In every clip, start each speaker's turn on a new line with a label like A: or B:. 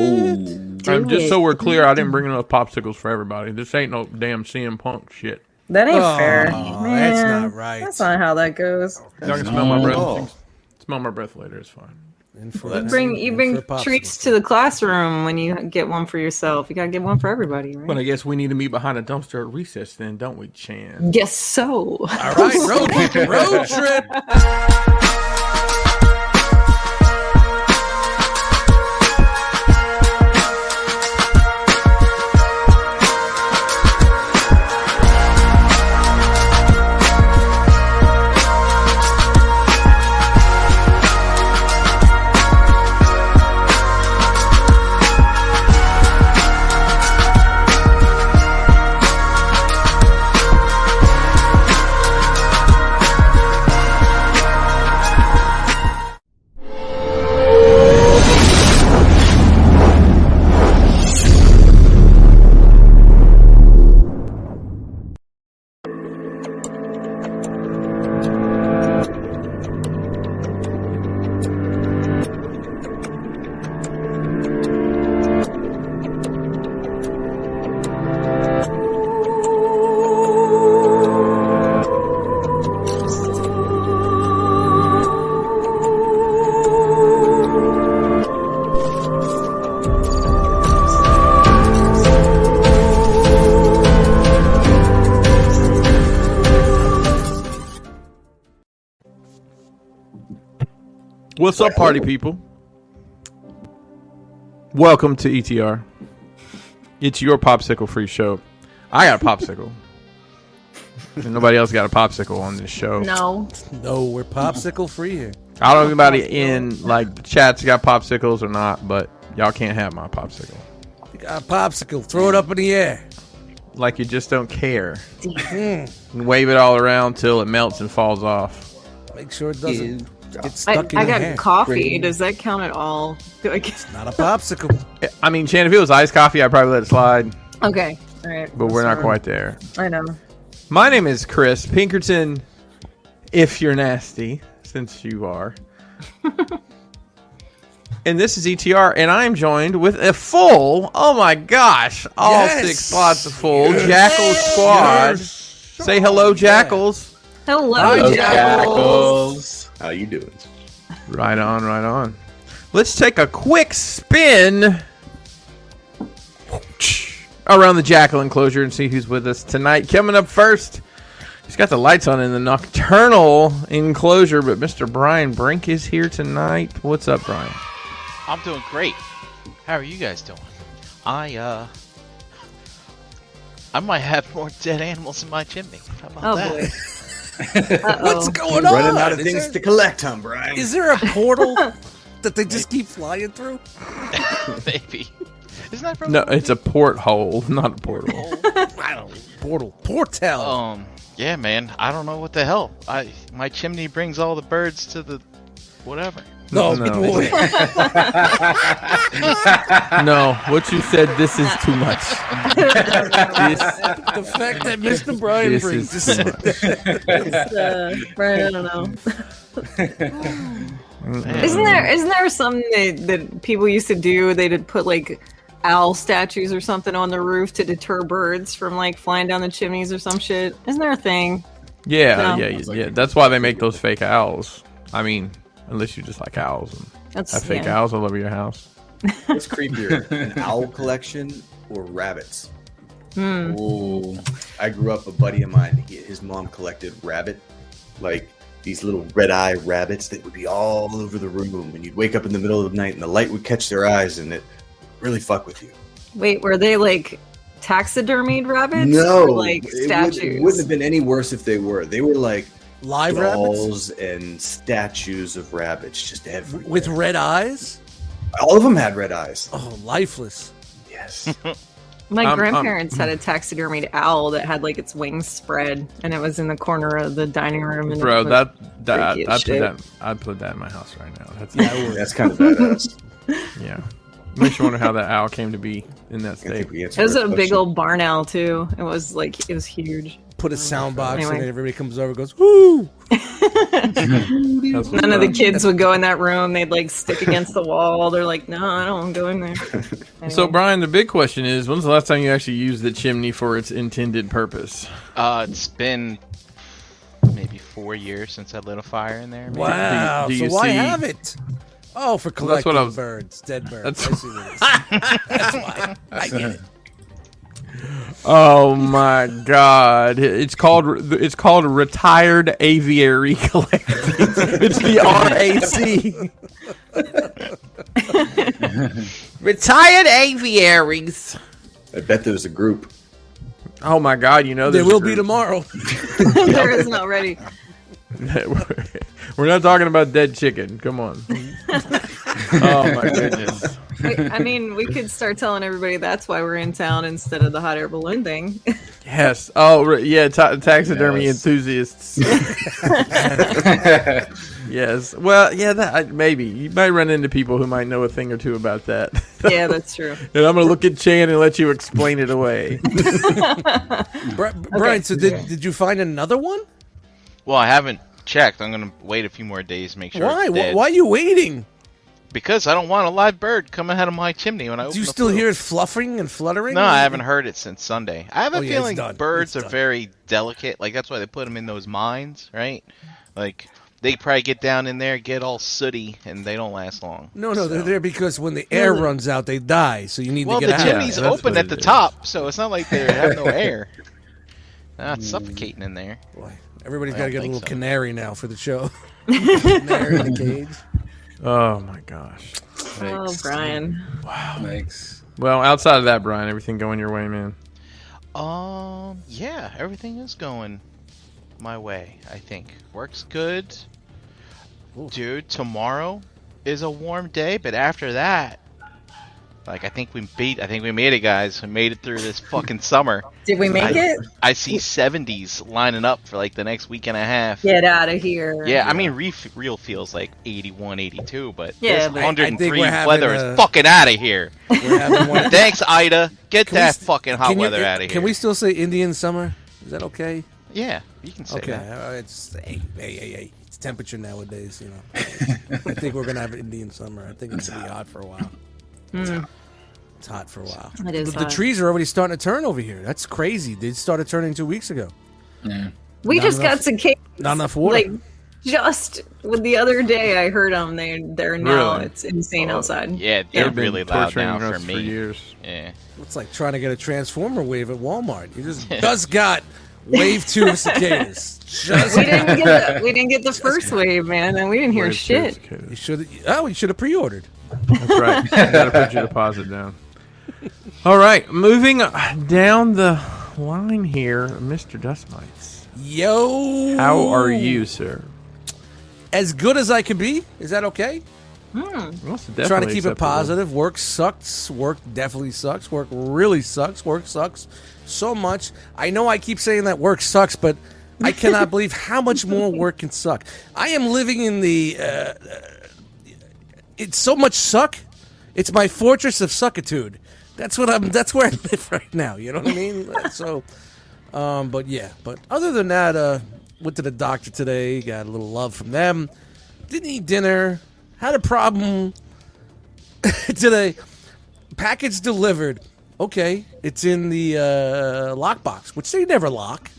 A: Oh.
B: I'm just
C: it.
B: so we're clear, I didn't bring enough popsicles for everybody. This ain't no damn CM Punk shit.
C: That ain't
D: Oh,
C: fair.
D: that's
C: Man,
D: not right.
C: That's not how that goes.
B: Y'all can smell my
A: not
B: breath.
A: at
B: You can Smell my breath later. It's fine.
D: In for
C: You
D: that.
C: bring you
D: In
C: bring
D: for popsicles.
C: treats to the classroom when you get one for yourself. You gotta get one for everybody, right?
B: But I guess we need to meet behind a dumpster at recess, then, don't we, Chan?
C: Guess so.
D: All right, road, road trip.
B: What's up, party people? Welcome to ETR. It's your popsicle free show. I got a popsicle. And nobody else got a popsicle on this show.
C: No.
D: No, we're popsicle free here.
B: I don't know if anybody in like the chats got popsicles or not, but y'all can't have my popsicle.
D: We got a popsicle. Throw it up in the air. Hmm.
B: Like you just don't care. and wave it all around till it melts and falls off.
D: Make sure it doesn't get
C: I,
D: stuck in
C: I
D: your
C: got
D: hand.
C: coffee. Does that count at all? Do I get-
D: Not a popsicle.
B: I mean, Chan, if it was iced coffee, I'd probably let it slide,
C: Okay. All right.
B: but we're not
C: Sorry.
B: quite there.
C: I know.
B: My name is Chris Pinkerton. If you're nasty, since you are. and this is ETR, and I'm joined with a full, oh my gosh, all
D: Yes!
B: six spots of full Jackal Squad. Say hello, Jackals.
C: Hello, Oh,
D: Hi,
A: Hello,
C: Jackals.
A: Jackals. How you doing?
B: Right on, right on. Let's take a quick spin around the jackal enclosure and see who's with us tonight. Coming up first, he's got the lights on in the nocturnal enclosure, but Mr. Brian Brink is here tonight. What's up, Brian?
E: I'm doing great. How are you guys doing? I uh I might have more dead animals in my chimney. How about
C: Oh
E: that?
C: boy. Uh,
D: What's
C: Uh-oh.
D: going on?
A: Running out of
D: Is
A: things
D: there-
A: to collect, huh, Brian?
D: Is there a portal that they just keep flying through?
E: Maybe. Isn't that from
B: No, it's a porthole, not a portal.
D: I don't Portal. Portal.
E: um yeah man, I don't know what the hell. I my chimney brings all the birds to the whatever.
D: no,
B: no.
D: boy.
B: no, what you said, this is too much. this
D: the fact that Mr. Brian
B: this
D: brings
B: is too
D: this.
B: much.
C: It's, uh, Brian, I don't know.
E: Man.
C: Isn't there
B: Um,
C: isn't there something that, that people used to do? They would put like owl statues or something on the roof to deter birds from like flying down the chimneys or some shit. Isn't there a thing?
B: Yeah,
C: No.
B: yeah, yeah, yeah. That's why they make those fake owls. I mean, unless you just like owls and
C: That's
B: have fake
C: yeah.
B: owls all over your house.
A: What's creepier, an owl collection or rabbits?
C: Hmm.
A: Ooh. I grew up a buddy of mine. He, his mom collected rabbit, like these little red eye rabbits that would be all over the room, and you'd wake up in the middle of the night, and the light would catch their eyes, and it really fuck with you.
C: Wait, were they like taxidermied rabbits?
A: no,
C: or, like
A: it,
C: statues.
A: Would, it wouldn't have been any worse if they were. They were like
D: Live rabbits?
A: dolls and statues of rabbits, just everywhere.
D: With red eyes?
A: all of them had red eyes.
D: Oh, lifeless.
A: Yes.
C: My
B: Um, um,
C: grandparents had a taxidermied owl that had like its wings spread, and it was in the corner of the dining room. And it
B: Bro,
C: was-
B: that that
C: freaky
B: I
C: as
B: put
C: shit.
B: that I put that in my house right now. That's yeah.
A: That's kind of badass.
B: Makes you wonder how that owl came to be in that
A: I think
B: state.
A: we
C: it
A: answered
C: was
A: our
C: a big
A: question.
C: old barn owl too. It was like it was huge.
D: Put a sound box
C: Anyway.
D: and everybody comes over and goes, whoo!
B: That's what
C: None of the
B: we're-
C: kids would go in that room. They'd like stick against the wall. They're like, no, I don't want to go in there.
B: So,
C: Anyway.
B: Brian, the big question is: When's the last time you actually used the chimney for its intended purpose?
E: Uh, it's been maybe four years since I lit a fire in there. maybe.
D: Wow.
B: do you
D: so why
B: see-
D: have it? Oh, for
B: Well, that's
D: collecting
B: what I was-
D: birds, dead birds.
B: That's-
D: I see what it is. that's why. I get it.
B: Oh my God! It's called it's called retired aviary collecting. it's the RAC. Retired aviaries.
A: I bet there's a group.
B: Oh my God! You know
D: There
B: there's a
D: will be
B: group.
D: tomorrow.
C: there is not ready.
B: We're not talking about dead chicken. Come on. oh my goodness.
C: We- I mean, we could start telling everybody that's why we're in town instead of the hot air balloon thing.
B: Yes. Oh ri- yeah. Ta- taxidermy
F: Yes.
B: enthusiasts. yes. Well, yeah. That I- maybe you might run into people who might know a thing or two about that.
C: yeah, that's true.
B: and I'm gonna look at Chan and let you explain it away.
D: Bri- Brian, so did, did you find another one?
E: Well, I haven't checked. I'm gonna wait a few more days, make sure.
D: why?
E: It's
D: Why?
E: dead.
D: Why are you waiting?
E: Because I don't want a live bird coming out of my chimney when I open
D: Do you
E: the
D: still
E: flue.
D: hear it fluffering and fluttering?
E: No, I haven't heard it since Sunday. I have a
D: Oh, yeah, it's
E: feeling
D: done.
E: birds
D: It's
E: are
D: done.
E: very delicate. Like that's why they put them in those mines, right? Like they probably get down in there, get all sooty, and they don't last long.
D: No, no, they're
E: So-
D: there because when the air
C: Really?
D: runs out, they die. So you need
E: Well,
D: to
E: the
D: get out.
E: chimney's
B: Yeah, that's
E: open
B: what
E: at
B: it
E: the
B: is.
E: top, so it's not like they have no air. They're Not suffocating in there.
D: Boy, everybody's
E: I
D: got to
E: don't
D: get a
E: think
D: little
E: so.
D: canary now for the show. canary in a cage.
B: oh my gosh.
C: Oh, Brian.
F: Thanks.
B: Well, outside of that, Brian, everything going your way, man.
E: Um, yeah, everything is going my way. I think works good, dude. Tomorrow is a warm day, but after that, like I think we beat. I think we made it, guys. We made it through this fucking summer.
C: Did we make
E: I-
C: it?
E: I see seventies lining up for like the next week and a half.
C: Get out of here.
E: Yeah, I mean, re- real feels like 81, 82, but
C: Yeah,
E: this
C: but I- I
D: think
E: 103
D: we're having
E: weather
D: a-
E: is fucking out of here.
D: We're having one.
E: Thanks, Ida. Get
D: Can we
E: that
D: s-
E: fucking hot
D: Can you- e-
E: weather out of here.
D: Can we still say Indian summer? Is that okay?
E: Yeah, you can say
D: okay.
E: that.
D: all right, it's hey, hey, hey, hey. It's temperature nowadays. You know, I think we're gonna have Indian summer. I think it's gonna be hot for a while. It's hot for a while.
C: It is
D: But the
C: hot.
D: trees are already starting to turn over here. That's crazy. They started turning two weeks ago.
F: Yeah.
C: we
D: not
C: just
D: enough-
C: got cicadas.
D: Not enough water.
C: Like, just with the other day, I heard them. They they're now
B: Really?
C: it's insane outside.
E: Yeah,
C: Yeah.
E: they're
C: They've
B: Been
E: really loud
B: torturing
E: now for
B: us
E: me.
B: years.
E: Yeah.
D: It's like trying to get a transformer wave at Walmart. You just just got wave two of cicadas. Just
C: We didn't get the, we didn't get the first wave, man, and we didn't hear
B: Where's
C: shit.
D: you should oh you should have pre-ordered.
B: That's right. You gotta put your deposit down. All right, moving uh, down the line here, Mr. Dustmites.
D: Yo,
B: How are you, sir?
D: As good as I could be. Is that okay?
B: Well, it's
D: Trying to
B: definitely
D: keep
B: acceptable.
D: it positive. Work sucks. Work definitely sucks. Work really sucks. Work sucks so much. I know I keep saying that work sucks, but I cannot believe how much more work can suck. I am living in the. Uh, uh, it's so much suck. It's my fortress of suckitude. That's what I'm. That's where I live right now. You know what I mean? so, um, but yeah. But other than that, uh, went to the doctor today. Got a little love from them. Didn't eat dinner. Had a problem today. Package delivered. Okay, it's in the uh, lockbox, which they never lock.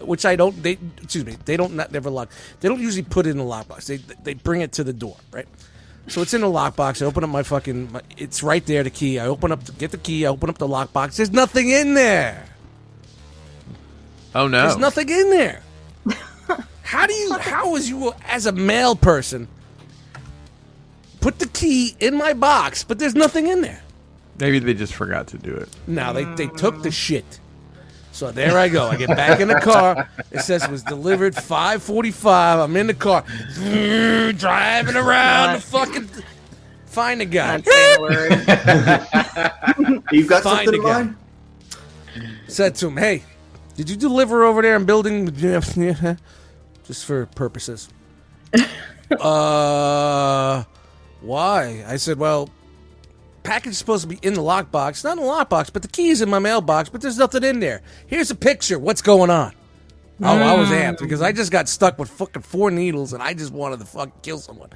D: uh, Which I don't. They excuse me. They don't not never lock. They don't usually put it in the lockbox. They they bring it to the door, right? So it's in the lockbox. I open up my fucking. My, it's right there. The key. I open up. Get the key. I open up the lockbox. There's nothing in there.
B: Oh no,
D: There's nothing in there. how do you? How is you as a male person put the key in my box, but there's nothing in there?
B: Maybe they just forgot to do it.
D: No, they, they took the shit. So there I go. I get back in the car. It says it was delivered 545. I'm in the car. Driving around the fucking find the guy.
C: Not saying a word.
A: You've got
D: Find
A: something in
D: again.
A: mind?
D: Said to him, Hey, did you deliver over there in building just for purposes? uh why? I said, Well, package is supposed to be in the lockbox. Not in the lockbox, but the key is in my mailbox, but there's nothing in there. Here's a picture. What's going on? Oh, I was amped because I just got stuck with fucking four needles and I just wanted to fucking kill someone.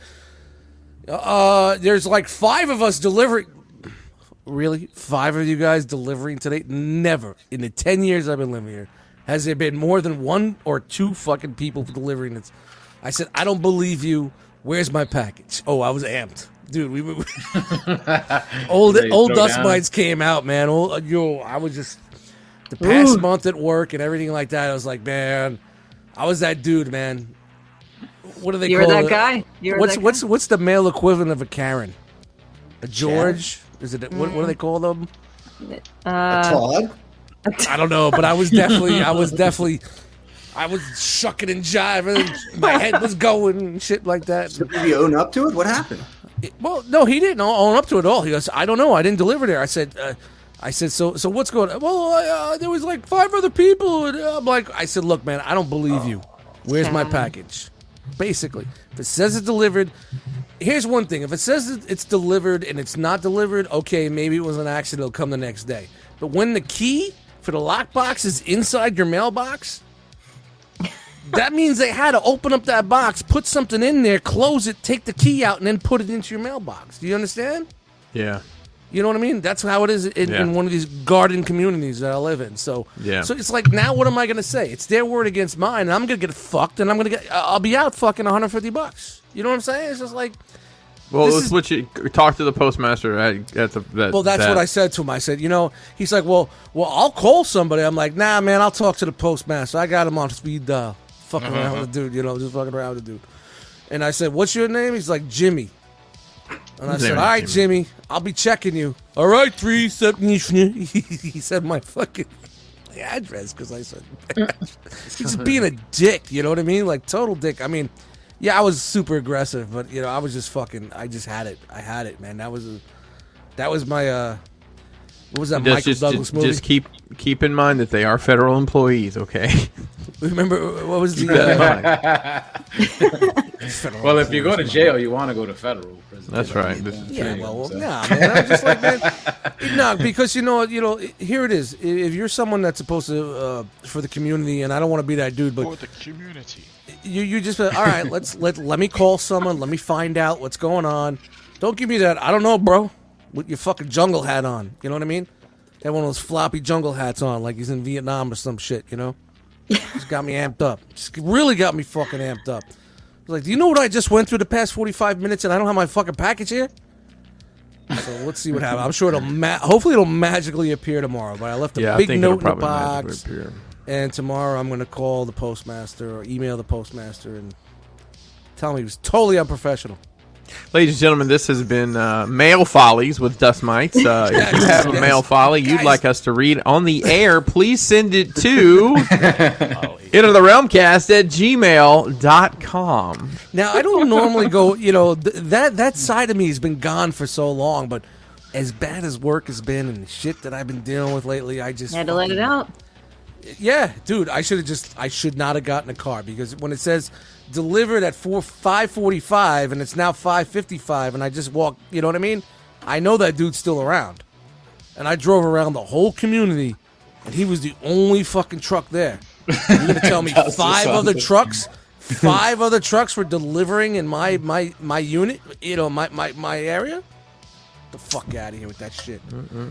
D: Uh, there's like five of us delivering. Really? Five of you guys delivering today? Never in the 10 years I've been living here has there been more than one or two fucking people delivering this. I said, I don't believe you. Where's my package? Oh, I was amped. Dude, we were. old
F: They
D: old
F: throw
D: dust
F: down.
D: mites came out, man. Old, uh, yo, I was just the past month at work and everything like that. I was like, man, I was that dude, man. What do they
C: You were
D: call
C: that
D: it?
C: guy. You were
D: what's
C: that guy.
D: what's what's the male equivalent of a Karen? A George? Is it what, what
C: Mm.
D: do they call them?
C: Uh,
A: Todd?
D: I don't know, but I was definitely I was definitely I was shucking and jiving. My head was going and shit like that.
A: Did you own up to it? What happened?
D: Well, no, he didn't own own up to it all. He goes, I don't know. I didn't deliver there. I said, uh, I said, so, so what's going on? Well, I, uh, there was like five other people. And I'm like, I said, look, man, I don't believe you. Where's my package? Basically, if it says it's delivered, here's one thing. If it says it- it's delivered and it's not delivered, okay, maybe it was an accident. It'll come the next day. But when the key for the lockbox is inside your mailbox, that means they had to open up that box, put something in there, close it, take the key out, and then put it into your mailbox. Do you understand?
B: Yeah.
D: You know what I mean? That's how it is in,
B: Yeah.
D: in one of these garden communities that I live in. So,
B: Yeah.
D: so it's like now, what am I going to say? It's their word against mine, and I'm going to get fucked, and I'm going to get, I- I'll be out fucking 150 bucks. You know what I'm saying? It's just like,
B: Well,
D: This
B: let's
D: is-
B: let you talk to the postmaster at, at the. That,
D: well, that's
B: that-
D: what I said to him. I said, you know, he's like, well, well, I'll call somebody. I'm like, nah, man, I'll talk to the postmaster. I got him on speed dial, fucking
B: Uh-huh,
D: around with the dude, you know, just fucking around with the dude. And I said, what's your name? He's like, Jimmy. And I
B: His
D: said,
B: name
D: all
B: is
D: right, Jimmy. I'll be checking you. All right, three seven. He said my fucking address because I said he's being a dick. You know what I mean? Like total dick. I mean, yeah, I was super aggressive, but you know, I was just fucking. I just had it. I had it, man. That was a, that was my uh, what was that
B: Just,
D: Michael
B: just,
D: Douglas
B: just,
D: movie?
B: just keep keep in mind that they are federal employees. Okay.
D: Remember uh, what was the
B: Keep that in
D: uh,
B: mind.
D: federal
F: Well, if you go to
D: employees?
F: jail, you want to go to federal prison.
B: That's
F: You know,
B: right.
F: you
B: That's
F: don't-
D: Yeah,
F: you know,
D: well,
F: so-
D: nah, man. I'm just like, man, no, because you know, you know, here it is. I- If you're someone that's supposed to uh, for the community, and I don't want to be that dude,
E: For
D: but
E: the community.
D: you, you just, uh, all right, let's let let me call someone, let me find out what's going on. Don't give me that. I don't know, bro, with your fucking jungle hat on. You know what I mean? That one of those floppy jungle hats on, like he's in Vietnam or some shit. You know, just got me amped up. Just really got me fucking amped up. Like, do you know what I just went through the past 45 minutes and I don't have my fucking package here? So let's see what happens. I'm sure it'll ma- hopefully it'll magically appear tomorrow. But I left a
B: Yeah, I
D: big
B: think
D: note
B: it'll
D: in the
B: probably magically
D: box,
B: appear.
D: and tomorrow I'm going to call the postmaster or email the postmaster and tell him he was totally unprofessional.
B: Ladies and gentlemen, this has been uh, Mail Follies with Dust Mites. Uh, if you have a
D: Yes.
B: mail folly you'd
D: Guys.
B: like us to read on the air, please send it to into the realmcast at gmail.com.
D: Now I don't normally go. You know th- that that side of me has been gone for so long, but. As bad as work has been and the shit that I've been dealing with lately, I just
C: Had to let it
D: fucking-
C: out.
D: Yeah, dude, I should have just I should not have gotten a car because when it says delivered at four five forty five and it's now five fifty five and I just walk you know what I mean? I know that dude's still around. And I drove around the whole community and he was the only fucking truck there. You're gonna tell me five other trucks five other trucks were delivering in my my my unit, you know, my my, my area? the fuck out of here with that shit.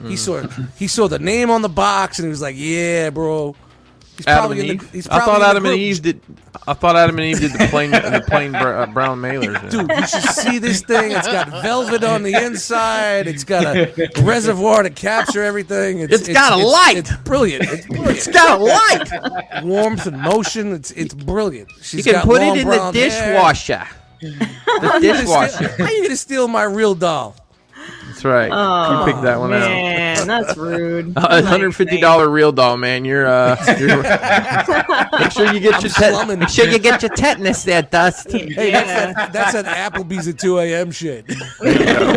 D: He saw he saw the name on the box and he was like, "Yeah, bro." He's
B: Adam and
D: in the-
B: Eve.
D: he's
B: I
D: probably
B: thought
D: in the
B: Adam and
D: group.
B: Eve did. I thought Adam and Eve did the plain the plain br- uh, brown mailers.
D: Dude, you should see this thing. It's got velvet on the inside. It's got a reservoir to capture everything.
B: It's got a light.
D: It's brilliant. It's brilliant.
B: it's got a light.
D: warmth and motion. It's it's brilliant.
B: You
D: She's
B: can
D: got
B: put
D: long
B: it in the
D: brown hair.
B: dishwasher. The dishwasher.
D: How you gonna steal my real doll?
B: That's right.
C: Oh,
B: you picked that one out.
C: man, that's rude.
D: Oh,
B: A hundred fifty dollar real doll, man. You're uh, you're, make sure you get your
D: slumming.
B: tet- make sure you get your tetanus there, Dust.
D: Hey,
C: Yeah.
D: that's, an, that's an Applebee's at 2 a.m. shit.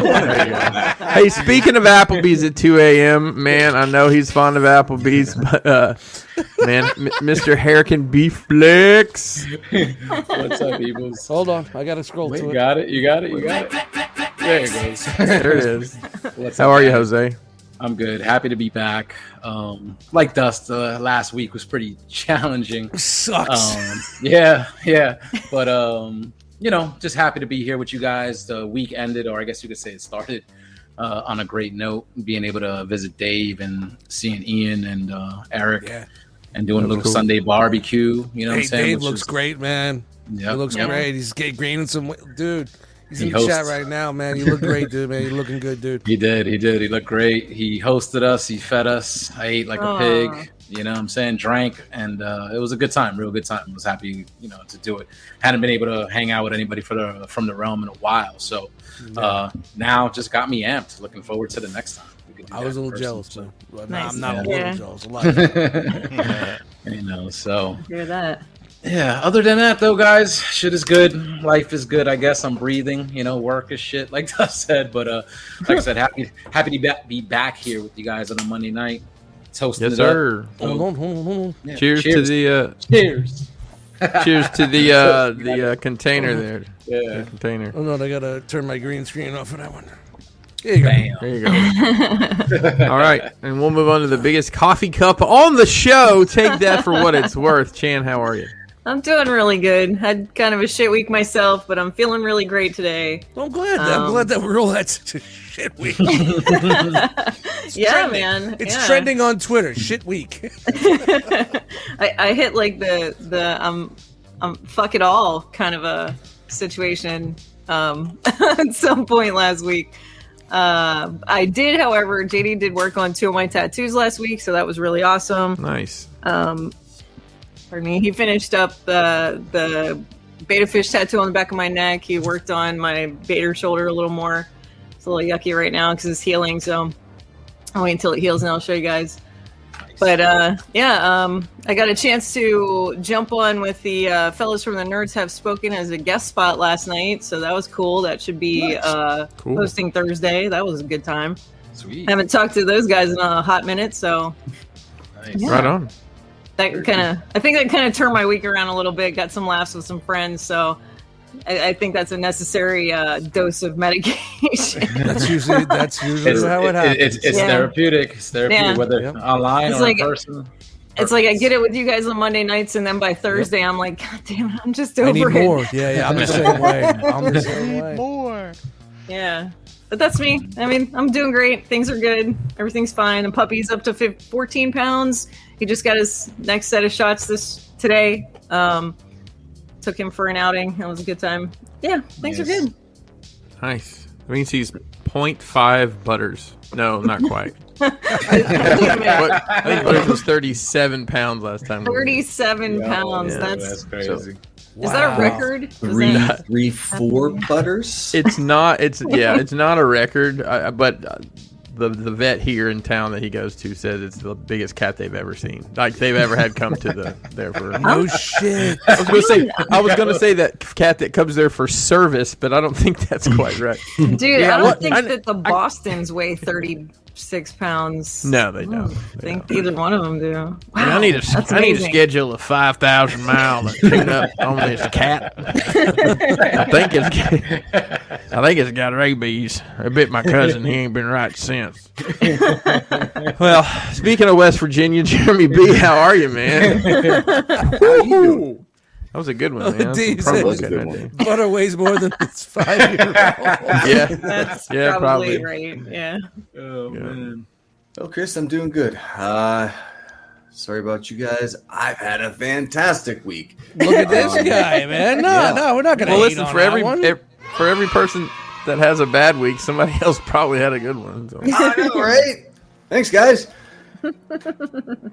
B: hey, speaking of Applebee's at two a.m., man, I know he's fond of Applebee's, but uh, man, M- Mr. Harrican Beef Flicks.
F: What's up, Evils?
D: Hold on, I gotta scroll
F: Wait,
D: to
F: you
D: it.
F: got it? You got it? You got it? There it goes.
B: There it is.
F: What's
B: How
F: up,
B: are you,
F: guys?
B: Jose?
F: I'm good. Happy to be back. Um, like Dust, uh, last week was pretty challenging.
D: Sucks.
F: Um, yeah, yeah. But um, you know, just happy to be here with you guys. The week ended, or I guess you could say it started, uh, on a great note. Being able to visit Dave and seeing Ian and uh, Eric,
D: yeah.
F: and doing a little Sunday barbecue. You know, what
D: Hey,
F: I'm saying
D: Dave
F: Which
D: looks
F: is-
D: great, man.
F: Yep,
D: He looks
F: yep.
D: great. He's getting gaining some weight. Dude, he's
F: He
D: in the chat
F: hosts.
D: right now, man. You look great, dude, man. You're looking good, dude.
F: He did. He did. He looked great. He hosted us. He fed us. I ate like a
C: Aw.
F: pig. You know what I'm saying? Drank. And uh, it was a good time, real good time. I was happy, you know, to do it. Hadn't been able to hang out with anybody for the, from the realm in a while. So uh, now just got me amped. Looking forward to the next time. We could do
D: I
F: that
D: was a
F: in
D: little
F: person,
D: jealous,
F: so.
D: man. Well,
C: Nice.
D: no, I'm not
C: Yeah.
D: a little jealous. A lot.
F: you know, so
C: Hear that?
F: yeah. Other than that, though, guys, shit is good. Life is good. I guess I'm breathing. You know, work is shit, like Duff said. But uh, like I said, happy happy to be back, be back here with you guys on a Monday night, toasting
B: Yes,
F: it up. Oh,
B: sir.
D: hold on, hold on, hold on.
F: Yeah,
B: Cheers, to the uh,
F: cheers.
B: cheers to the uh, the uh, container there. The
F: Yeah.
B: container.
D: Oh, no, I got to turn my green screen off for that one. There you go.
F: Bam.
B: There you go. All right, and we'll move on to the biggest coffee cup on the show. Take that for what it's worth. Chan, how are you?
C: I'm doing really good. Had kind of a shit week myself, but I'm feeling really great today.
D: I'm glad. I'm
C: Um,
D: glad that we're all at such a shit week.
C: yeah,
D: trending.
C: man.
D: It's
C: yeah.
D: trending on Twitter. Shit week.
C: I, I hit like the the um um fuck it all kind of a situation um at some point last week. Uh, I did, however, JD did work on two of my tattoos last week, so that was really awesome.
B: Nice.
C: Um, pardon me. He finished up the the beta fish tattoo on the back of my neck. He worked on my baiter shoulder a little more. It's a little yucky right now because it's healing. So I'll wait until it heals and I'll show you guys. But uh, yeah, um, I got a chance to jump on with the uh, fellows from the Nerds Have Spoken as a guest spot last night, so that was cool. That should be uh,
B: Cool.
C: posting Thursday. That was a good time.
F: Sweet.
C: I haven't talked to those guys in a hot minute, so
F: Nice.
C: Yeah.
B: Right on.
C: that kind of i think that kind of turned my week around a little bit got some laughs with some friends so i, I think that's a necessary uh, dose of medication
D: That's usually that's usually
F: It's,
D: how it
F: it-
D: happens.
F: it's, it's
C: Yeah.
F: therapeutic. It's therapeutic,
C: Yeah.
F: whether
D: Yep.
F: online
C: It's
F: or
C: like-
F: in person.
C: it's like i get it with you guys on monday nights and then by thursday i'm like god damn it i'm just over
D: I need
C: it
D: more. Yeah, yeah. I'm the same way. I'm the same
E: Need
D: way.
E: more.
C: yeah but that's me i mean i'm doing great things are good everything's fine the puppy's up to fif- 14 pounds he just got his next set of shots this today um took him for an outing it was a good time yeah things are
F: Nice.
C: good
B: Nice. That means he's 0.5 butters. No, not quite. but I think butters was 37 pounds last time. we were here.
C: 37 pounds.
B: yeah,
C: that's,
F: Oh, crazy.
C: is that
D: Wow.
C: a record? Is
A: Three,
C: that-
A: three, four butters.
B: It's not. It's yeah. It's not a record. I, I- but uh, the the vet here in town that he goes to says it's the biggest cat they've ever seen. Like they've ever had come to the there for.
D: No shit.
B: I was gonna say I was gonna say that cat that comes there for service, but I don't think that's quite right.
C: dude,
B: Yeah,
C: I don't
B: what-
C: think
B: I-
C: that the Bostons weigh 36 pounds.
B: No, they don't.
C: I
B: They
C: think
B: don't.
C: either one of them do. Wow,
B: And I need
C: that's
B: a I need a
C: amazing.
B: schedule a five thousand mile tune up on this cat. I think it's I think it's got rabies. I bit my cousin. He ain't been right since. well, speaking of West Virginia, Jeremy B, how are you, man? Woo-hoo. that was a good one, man. That's
D: Dee
B: some
D: said-
A: That
B: promo
A: was a
B: cutting
A: good
B: idea.
D: Butter weighs more than this five year old.
B: Yeah,
C: That's
B: Yeah,
C: probably,
B: probably.
C: right. Yeah.
F: Oh, man.
A: Oh, Chris, I'm doing good. Uh, sorry about you guys. I've had a fantastic week.
D: Look at this guy, man. No,
A: Yeah.
D: no, we're not gonna.
B: Well,
D: hate
B: listen
D: on
B: for
D: that
B: every,
D: one.
B: ev- for every person that has a bad week, somebody else probably had a good one. so.
A: I know, right? Thanks, guys.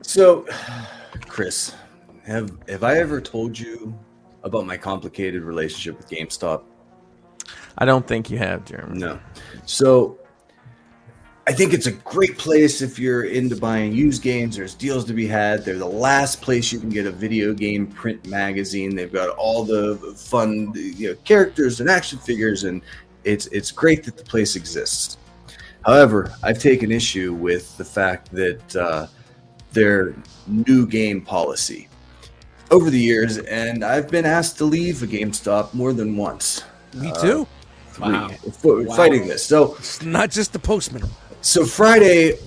A: So, Chris, have have I ever told you about my complicated relationship with GameStop?
B: I don't think you have, Jeremy.
A: No. So I think it's a great place if you're into buying used games. There's deals to be had. They're the last place you can get a video game print magazine. They've got all the fun you know, characters and action figures, and it's it's great that the place exists. However, I've taken issue with the fact that uh, their new game policy over the years, and I've been asked to leave a GameStop more than once.
D: Me too.
A: Three,
F: Wow.
A: for- fighting this. So
D: It's not just the postman.
A: so Friday,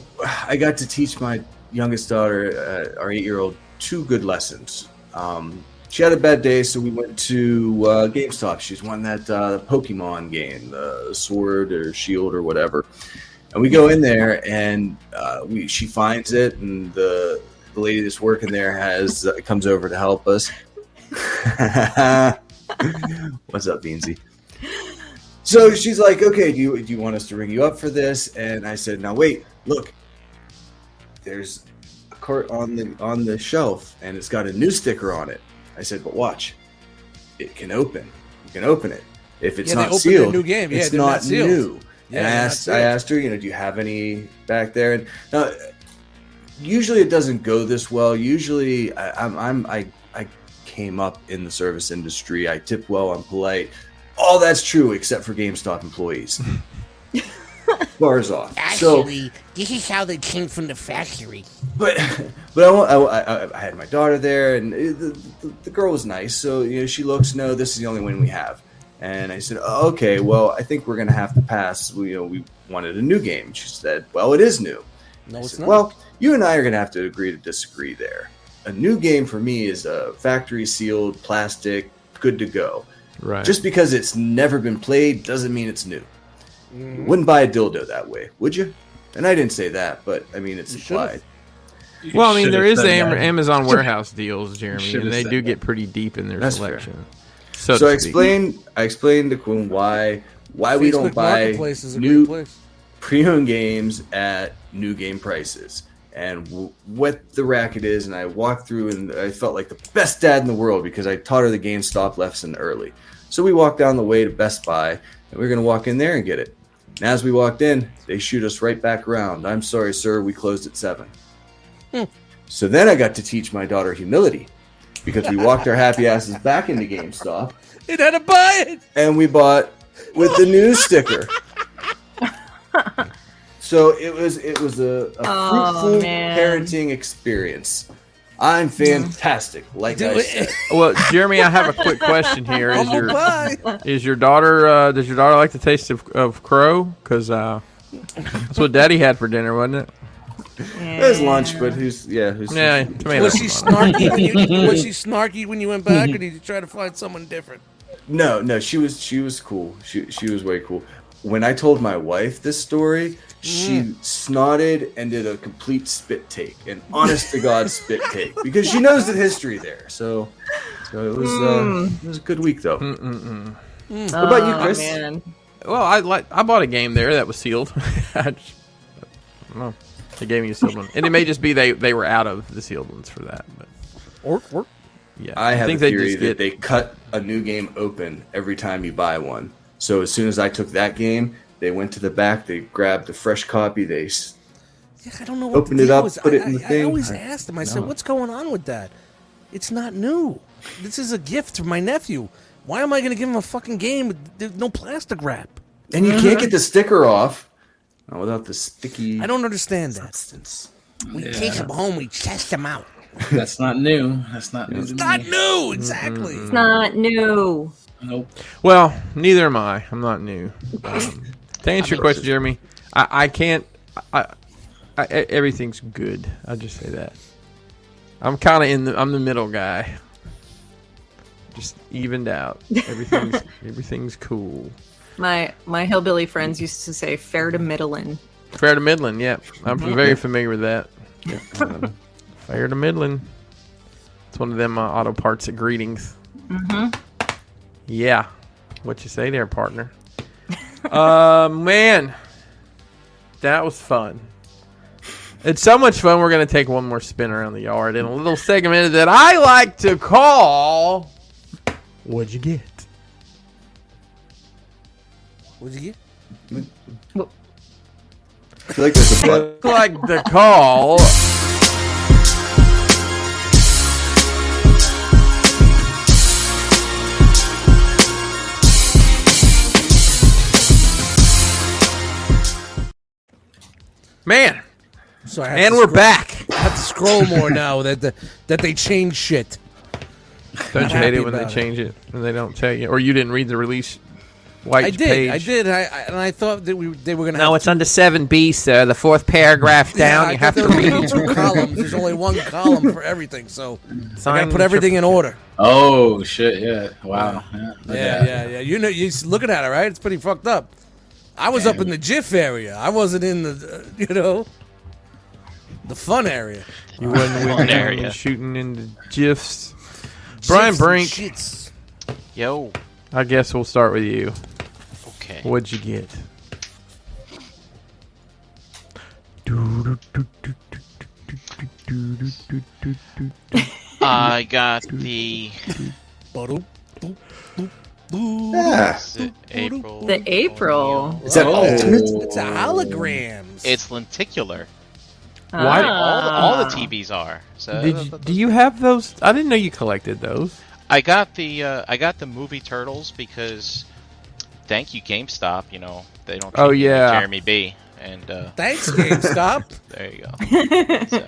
A: I got to teach my youngest daughter, uh, our eight-year-old, two good lessons. Um, she had a bad day, so we went to uh, GameStop. She's won that uh, Pokemon game, the Sword or Shield or whatever. And we go in there, and uh, we she finds it, and the, the lady that's working there has uh, comes over to help us. What's up, Beansy? So she's like, "Okay, do you do you want us to ring you up for this?" And I said, "Now wait, look. There's a cart on the on the shelf, and it's got a new sticker on it." I said, "But watch, it can open. You can open it. If it's
D: Yeah, they
A: not
D: opened a
A: sealed,
D: new game. Yeah,
A: it's
D: they're
A: not,
D: not sealed.
A: new." and
D: Yeah,
A: I
D: they're not
A: asked,
D: sealed.
A: I asked her, you know, do you have any back there? And now, usually it doesn't go this well. Usually, I, I'm, I'm, I, I came up in the service industry. I tip well. I'm polite. All that's true, except for GameStop employees. Bars off. so,
G: Actually, this is how they came from the factory.
A: but but I, wa- I, wa- I, I had my daughter there, and it- the, the, the girl was nice. So you know, she looks, no, this is the only one we have. And I said, oh, okay, well, I think we're gonna have to pass. We, you know, we wanted a new game. She said, well, it is new.
D: No,
A: I
D: Oh, it's
A: said,
D: not.
A: Well, you and I are going to have to agree to disagree there. A new game for me is a factory sealed, plastic, good to go.
B: Right.
A: Just because it's never been played doesn't mean it's new. You
D: Mm-hmm.
A: wouldn't buy a dildo that way, would you? And I didn't say that, but I mean, it's
D: You should've.
A: implied.
B: well, I mean,
F: Should've
B: there is
F: said
B: the
F: that.
B: Am- Amazon warehouse deals, Jeremy,
F: Should've
B: and they
F: said
B: do
F: that.
B: get pretty deep in their
A: That's fair.
B: selection. So,
A: so I
B: to speak.
A: explained, I explained to Quinn why why we don't
D: Facebook
A: buy
D: Marketplace is a
A: new
D: great place.
A: pre-owned games at new game prices and w- what the racket is and i walked through and i felt like the best dad in the world because i taught her the game stop lesson early so we walked down the way to best buy and we were going to walk in there and get it and as we walked in they shoot us right back around i'm sorry sir we closed at seven
D: Hmm.
A: so then i got to teach my daughter humility because we walked our happy asses back into gamestop
D: It had to buy it.
A: and we bought with the news sticker. So it was it was a, a
C: Oh,
A: fruitful
C: man. Mm.
A: parenting experience. I'm fantastic, like
D: Do
A: I
D: it.
A: said.
B: well, Jeremy, I have a quick question here. Is
D: Oh,
B: your
D: buy.
B: is your daughter? Uh, does your daughter like the taste of, of crow? Because uh, that's what Daddy had for dinner, wasn't it?
A: It was lunch, but who's yeah who's
B: Yeah, tomato.
D: Was she snarky when you was she snarky when you went back, or did you try to find someone different?
A: no no she was she was cool she she was way cool. When I told my wife this story, she
C: Mm.
A: snorted and did a complete spit take, an honest to god spit take, because she knows the history there. So, so it was uh,
C: Mm.
A: it was a good week though.
B: Mm-mm-mm.
C: What
A: about you, Chris?
C: Oh, Man.
B: Well, I like I bought a game there that was sealed. I just, I don't know. They gave me a sealed one, and it may just be they they were out of the sealed ones for that. But
D: Or, or
B: yeah,
A: I have
B: think
A: a
B: they
A: theory
B: just
A: that
B: get
A: they cut a new game open every time you buy one. So as soon as I took that game, they went to the back, they grabbed a fresh copy, they s-
D: yeah, I don't know. What
A: Open
D: the
A: it
D: deal
A: up,
D: is.
A: put
D: I,
A: it in the
D: I- I
A: thing.
D: always asked him. I said, "What's going on with that? It's not new. This is a gift for my nephew. Why am I going to give him a fucking game with there's no plastic wrap?
A: and you can't get the sticker off uh, without the sticky.
D: I don't understand that.
A: Substance.
G: We
F: Yeah.
G: take them home, we test them out.
F: That's not new. That's not new. to
D: Not
B: Mm-hmm.
F: me.
D: new, exactly.
C: It's not new.
F: Nope.
B: Well, neither am I. I'm not new. Um, to answer your question, Jeremy, I, I can't. I, I, I, everything's good. I'll just say that. I'm kind of in the. I'm the middle guy. Just evened out. Everything's everything's cool.
C: My my hillbilly friends used to say fair to middling.
B: Fair to Midland. Yeah, I'm very familiar with that. Fair to Midland. It's one of them uh, auto parts at greetings. Mm-hmm. Yeah, what you say there, partner? uh, man, that was fun. It's so much fun. We're gonna take one more spin around the yard in a little segment that I like to call. What'd you get?
D: What'd you get?
A: I feel like there's a button.
B: Like the call. Man,
D: So I have
B: and
D: to
B: we're
D: scroll-
B: back.
D: I have to scroll more now that the, that they change shit.
B: Don't you hate
D: happy
B: it when they
D: about it.
B: change it and they don't tell you, or you didn't read the release White's
D: I did.
B: page.
D: I did. I, I and I thought that we they were gonna.
H: No,
D: have
H: it's under seven B, sir. The fourth paragraph
D: Yeah,
H: down.
D: I
H: you
D: thought
H: have
D: there
H: to
D: were
H: read.
D: only two columns. There's only one column for everything, so I
H: Sign
D: gotta put everything in order.
F: Oh shit! Yeah. Wow. Yeah.
D: Yeah, yeah, yeah. You know, you're looking at it, right? It's pretty fucked up. I was up in the GIF area. I wasn't in the, uh, you know, the fun area.
B: You wasn't with
E: there,
B: me
E: yeah.
B: shooting into gifs. Brian
D: Shits and
B: Brink.
D: shits.
E: Yo.
B: I guess we'll start with you.
E: Okay.
B: What'd you get?
E: I got the
D: Ba-dum, boop, boop, boop.
B: Ah.
A: Yeah.
E: is it April.
C: The April.
A: Is that
F: Oh.
A: alternate?
D: It's a holograms.
E: It's lenticular.
B: Why-
E: All, all the
C: Ah.
E: TVs are. So
B: Did you, do you have those? I didn't know you collected those.
E: I got the uh, I got the movie Turtles because thank you GameStop. You know they don't.
B: Oh,
E: treat me like
B: yeah.
E: Jeremy B. And uh,
D: thanks, GameStop.
E: there you go. so,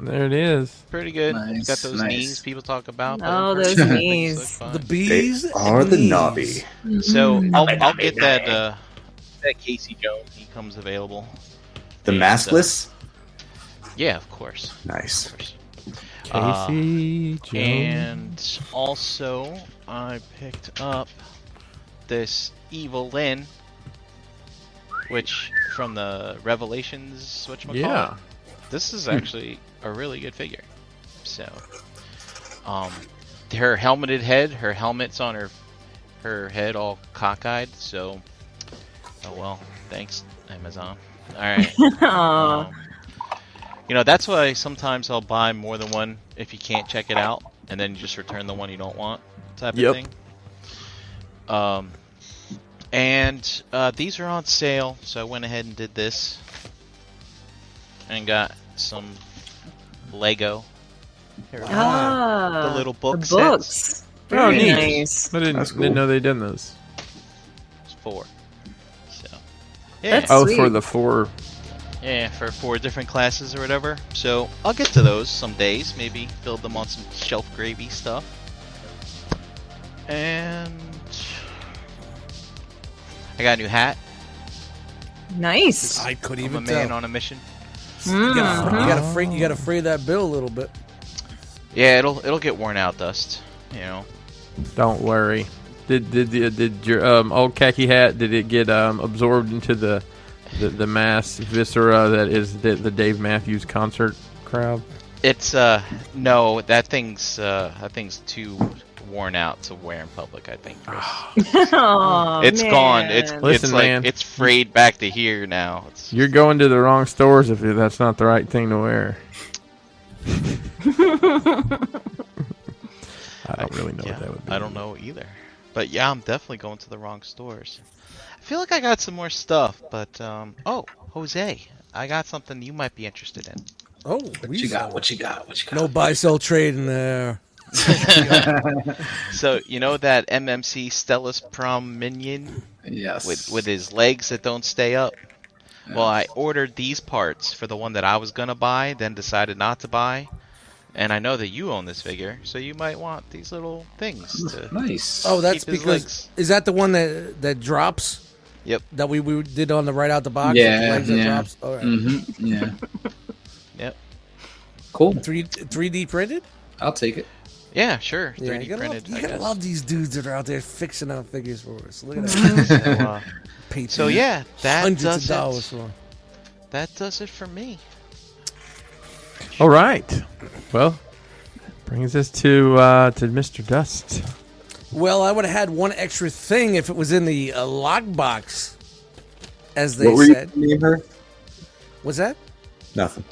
B: There it is.
E: pretty good.
F: Nice,
E: got those
F: nice.
E: knees people talk about. but
C: Oh,
E: in
C: those
E: person,
C: knees.
E: things look
D: the
E: fine.
A: They
D: bees
A: are the
D: bees.
A: knobby.
E: So
C: Mm.
E: I'll, I'll get that uh, that Casey Jones. He comes available.
A: The
E: And, uh,
A: maskless?
E: yeah, of course.
A: Nice.
E: Of course. Uh,
B: Casey Jones.
E: And also, I picked up this Evil Lyn, which from the Revelations, which
B: yeah,
E: this is actually a really good figure. So, um, her helmeted head, her helmet's on her, her head all cockeyed. So, oh well, thanks Amazon. All right.
C: Aw.
E: Um, you know, that's why sometimes I'll buy more than one if you can't check it out, and then you just return the one you don't want, type
B: Yep.
E: of thing. Um, and uh, these are on sale, so I went ahead and did this, and got some Lego. Here we go.
C: Ah,
E: uh, the little book
C: the books.
E: sets.
B: Oh,
C: Very
B: neat.
C: nice.
B: I didn't,
A: That's cool.
B: didn't know they done those.
E: It's four. So, yeah,
C: That's-
B: Oh,
C: Sweet.
B: for the four.
E: yeah, for four different classes or whatever. So I'll get to those some days. Maybe build them on some shelf gravy stuff. And I got a new hat.
C: Nice.
D: I could
E: I'm a
D: even
E: man
D: tell.
E: on a mission.
D: You gotta,
C: Mhm.
D: you
A: Mm-hmm.
D: gotta free, you gotta free that bill a little bit.
E: Yeah, it'll it'll get worn out dust. You know.
B: Don't worry. Did did did, did your um, old khaki hat? Did it get um, absorbed into the, the the mass viscera that is the, the Dave Matthews concert crowd?
E: It's uh no, that thing's uh that thing's too worn out to wear in public, I think.
B: Mm.
C: Aw,
E: It's gone. It's
C: Oh, man.
B: Listen,
E: it's like
B: man.
E: it's frayed back to here now. It's
B: You're going to the wrong stores if that's not the right thing to wear. I don't really know
E: yeah,
B: what that would be.
E: I don't know either. But yeah, I'm definitely going to the wrong stores. I feel like I got some more stuff, but um oh, Jose, I got something you might be interested in.
D: Oh,
F: What you got? What you got? What you got?
D: No buy sell trade in there.
E: So, you know that MMC Stellus Prom minion
F: Yes.
E: with with his legs that don't stay up. Well, I ordered these parts for the one that I was gonna buy, then decided not to buy. And I know that you own this figure, so you might want these little things to.
F: nice.
D: Oh, that's
E: Keep his
D: because
E: legs.
D: is that the one that that drops?
E: Yep.
D: That we, we did on the right out the box.
F: Yeah,
D: the legs that
F: yeah.
D: drops? All right.
A: Mm.
F: Mm-hmm. Yeah.
E: Yep.
F: Cool.
D: Three three D printed.
F: I'll take it.
E: Yeah, sure. 3D
D: Yeah, you gotta,
E: printed.
D: love, you
E: I
D: gotta
E: guess.
D: love these dudes that are out there fixing out figures for us. Look at
A: Mm-hmm.
D: that.
E: So, uh,
D: Painting
E: so yeah, that
D: hundreds
E: does
D: of dollars
E: it.
D: for. 'em.
E: That does it for me.
B: All right. Well, brings us to uh, to Mr. Dust.
D: Well, I would have had one extra thing if it was in the uh, log box, as they
A: What were you
D: said.
A: gonna name her?
D: Was that?
A: Nothing.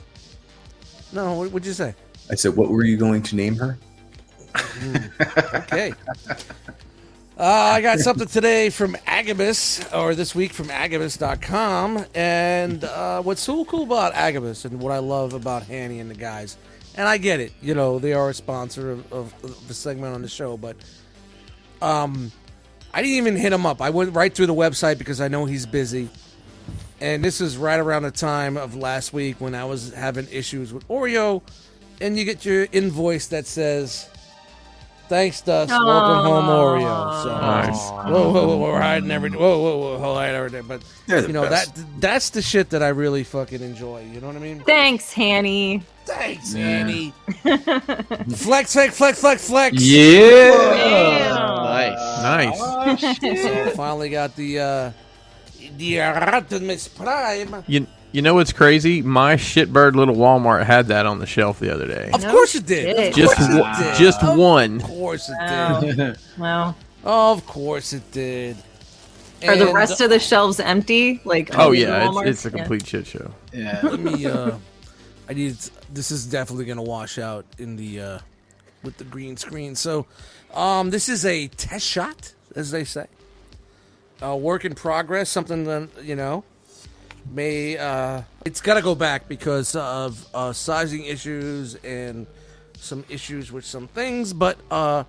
D: No. What would you say?
A: I said, what were you going to name her?
D: Okay. Uh, I got something today from Agabus, or this week from Agabus.com. And uh, what's so cool about Agabus and what I love about Hanny and the guys, and I get it, you know, they are a sponsor of, of, of the segment on the show, but um, I didn't even hit him up. I went right through the website because I know he's busy. And this is right around the time of last week when I was having issues with Oreo, and you get your invoice that says Thanks, Dust. Welcome home, Oreo. So,
B: Nice.
D: whoa, whoa, whoa, we're hiding every day. Whoa, whoa, whoa, hold on every day. But
A: They're the
D: you know
A: best.
D: that that's the shit that I really fucking enjoy. You know what I mean?
C: Thanks, Hanny.
D: Thanks,
F: Yeah.
D: Annie. flex, flex, flex, flex, flex.
C: Damn.
E: Nice.
B: Nice.
C: Oh,
D: So finally got the uh, the Optimus Prime.
B: You you know what's crazy? My shitbird little Walmart had that on the shelf the other day.
D: Of
C: No
D: course it did.
C: shit.
D: Of
B: Just
D: course
B: one-
D: it did.
B: just one.
D: Of course it
C: Wow.
D: did.
C: Wow.
D: Of course it did.
C: Are
D: uh,
C: the rest of the shelves empty? Like
B: Oh
C: all the
B: yeah,
C: Walmarts?
B: it's, it's a
C: Yeah.
B: complete shit show.
F: Yeah.
D: Let me. Uh, I need. This is definitely gonna wash out in the uh, with the green screen. So, um, this is a test shot, as they say. A work in progress. Something that you know may. Uh, it's gotta go back because of uh, sizing issues and some issues with some things, but uh,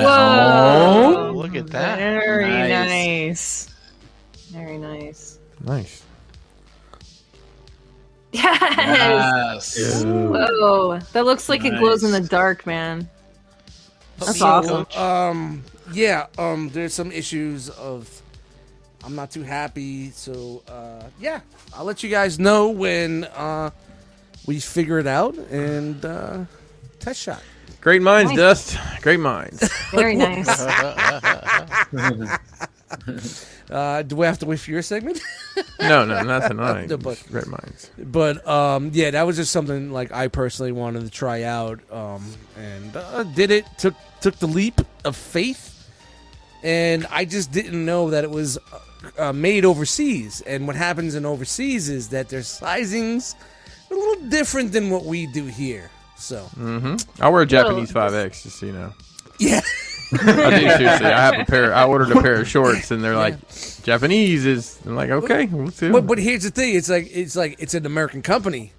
C: Whoa!
E: Look at that.
C: Very
F: Nice.
C: nice. Very nice.
B: Nice.
C: Yes.
F: Yes.
C: Whoa! That looks like it glows in the
F: Nice.
C: dark, man. That's
D: So,
C: awesome.
D: Um, yeah. Um, there's some issues of I'm not too happy. So uh, yeah, I'll let you guys know when uh, we figure it out and uh, test shot.
B: Great minds,
C: Nice.
B: Dust. Great minds.
C: Very nice.
D: Uh, do we have to wait for your segment?
B: No, no, not tonight.
D: The book.
B: Just Great minds.
D: but um, yeah, that was just something like I personally wanted to try out, um, and uh, did it. took took the leap of faith, and I just didn't know that it was uh, made overseas. And what happens in overseas is that their sizings are a little different than what we do here. So
B: I wear a Japanese five X, just so you know.
D: yeah,
B: I do seriously. I have a pair. I ordered a pair of shorts, and they're like Japanese is. I'm like, okay, we'll see.
D: but but here's the thing: it's like it's like it's an American company.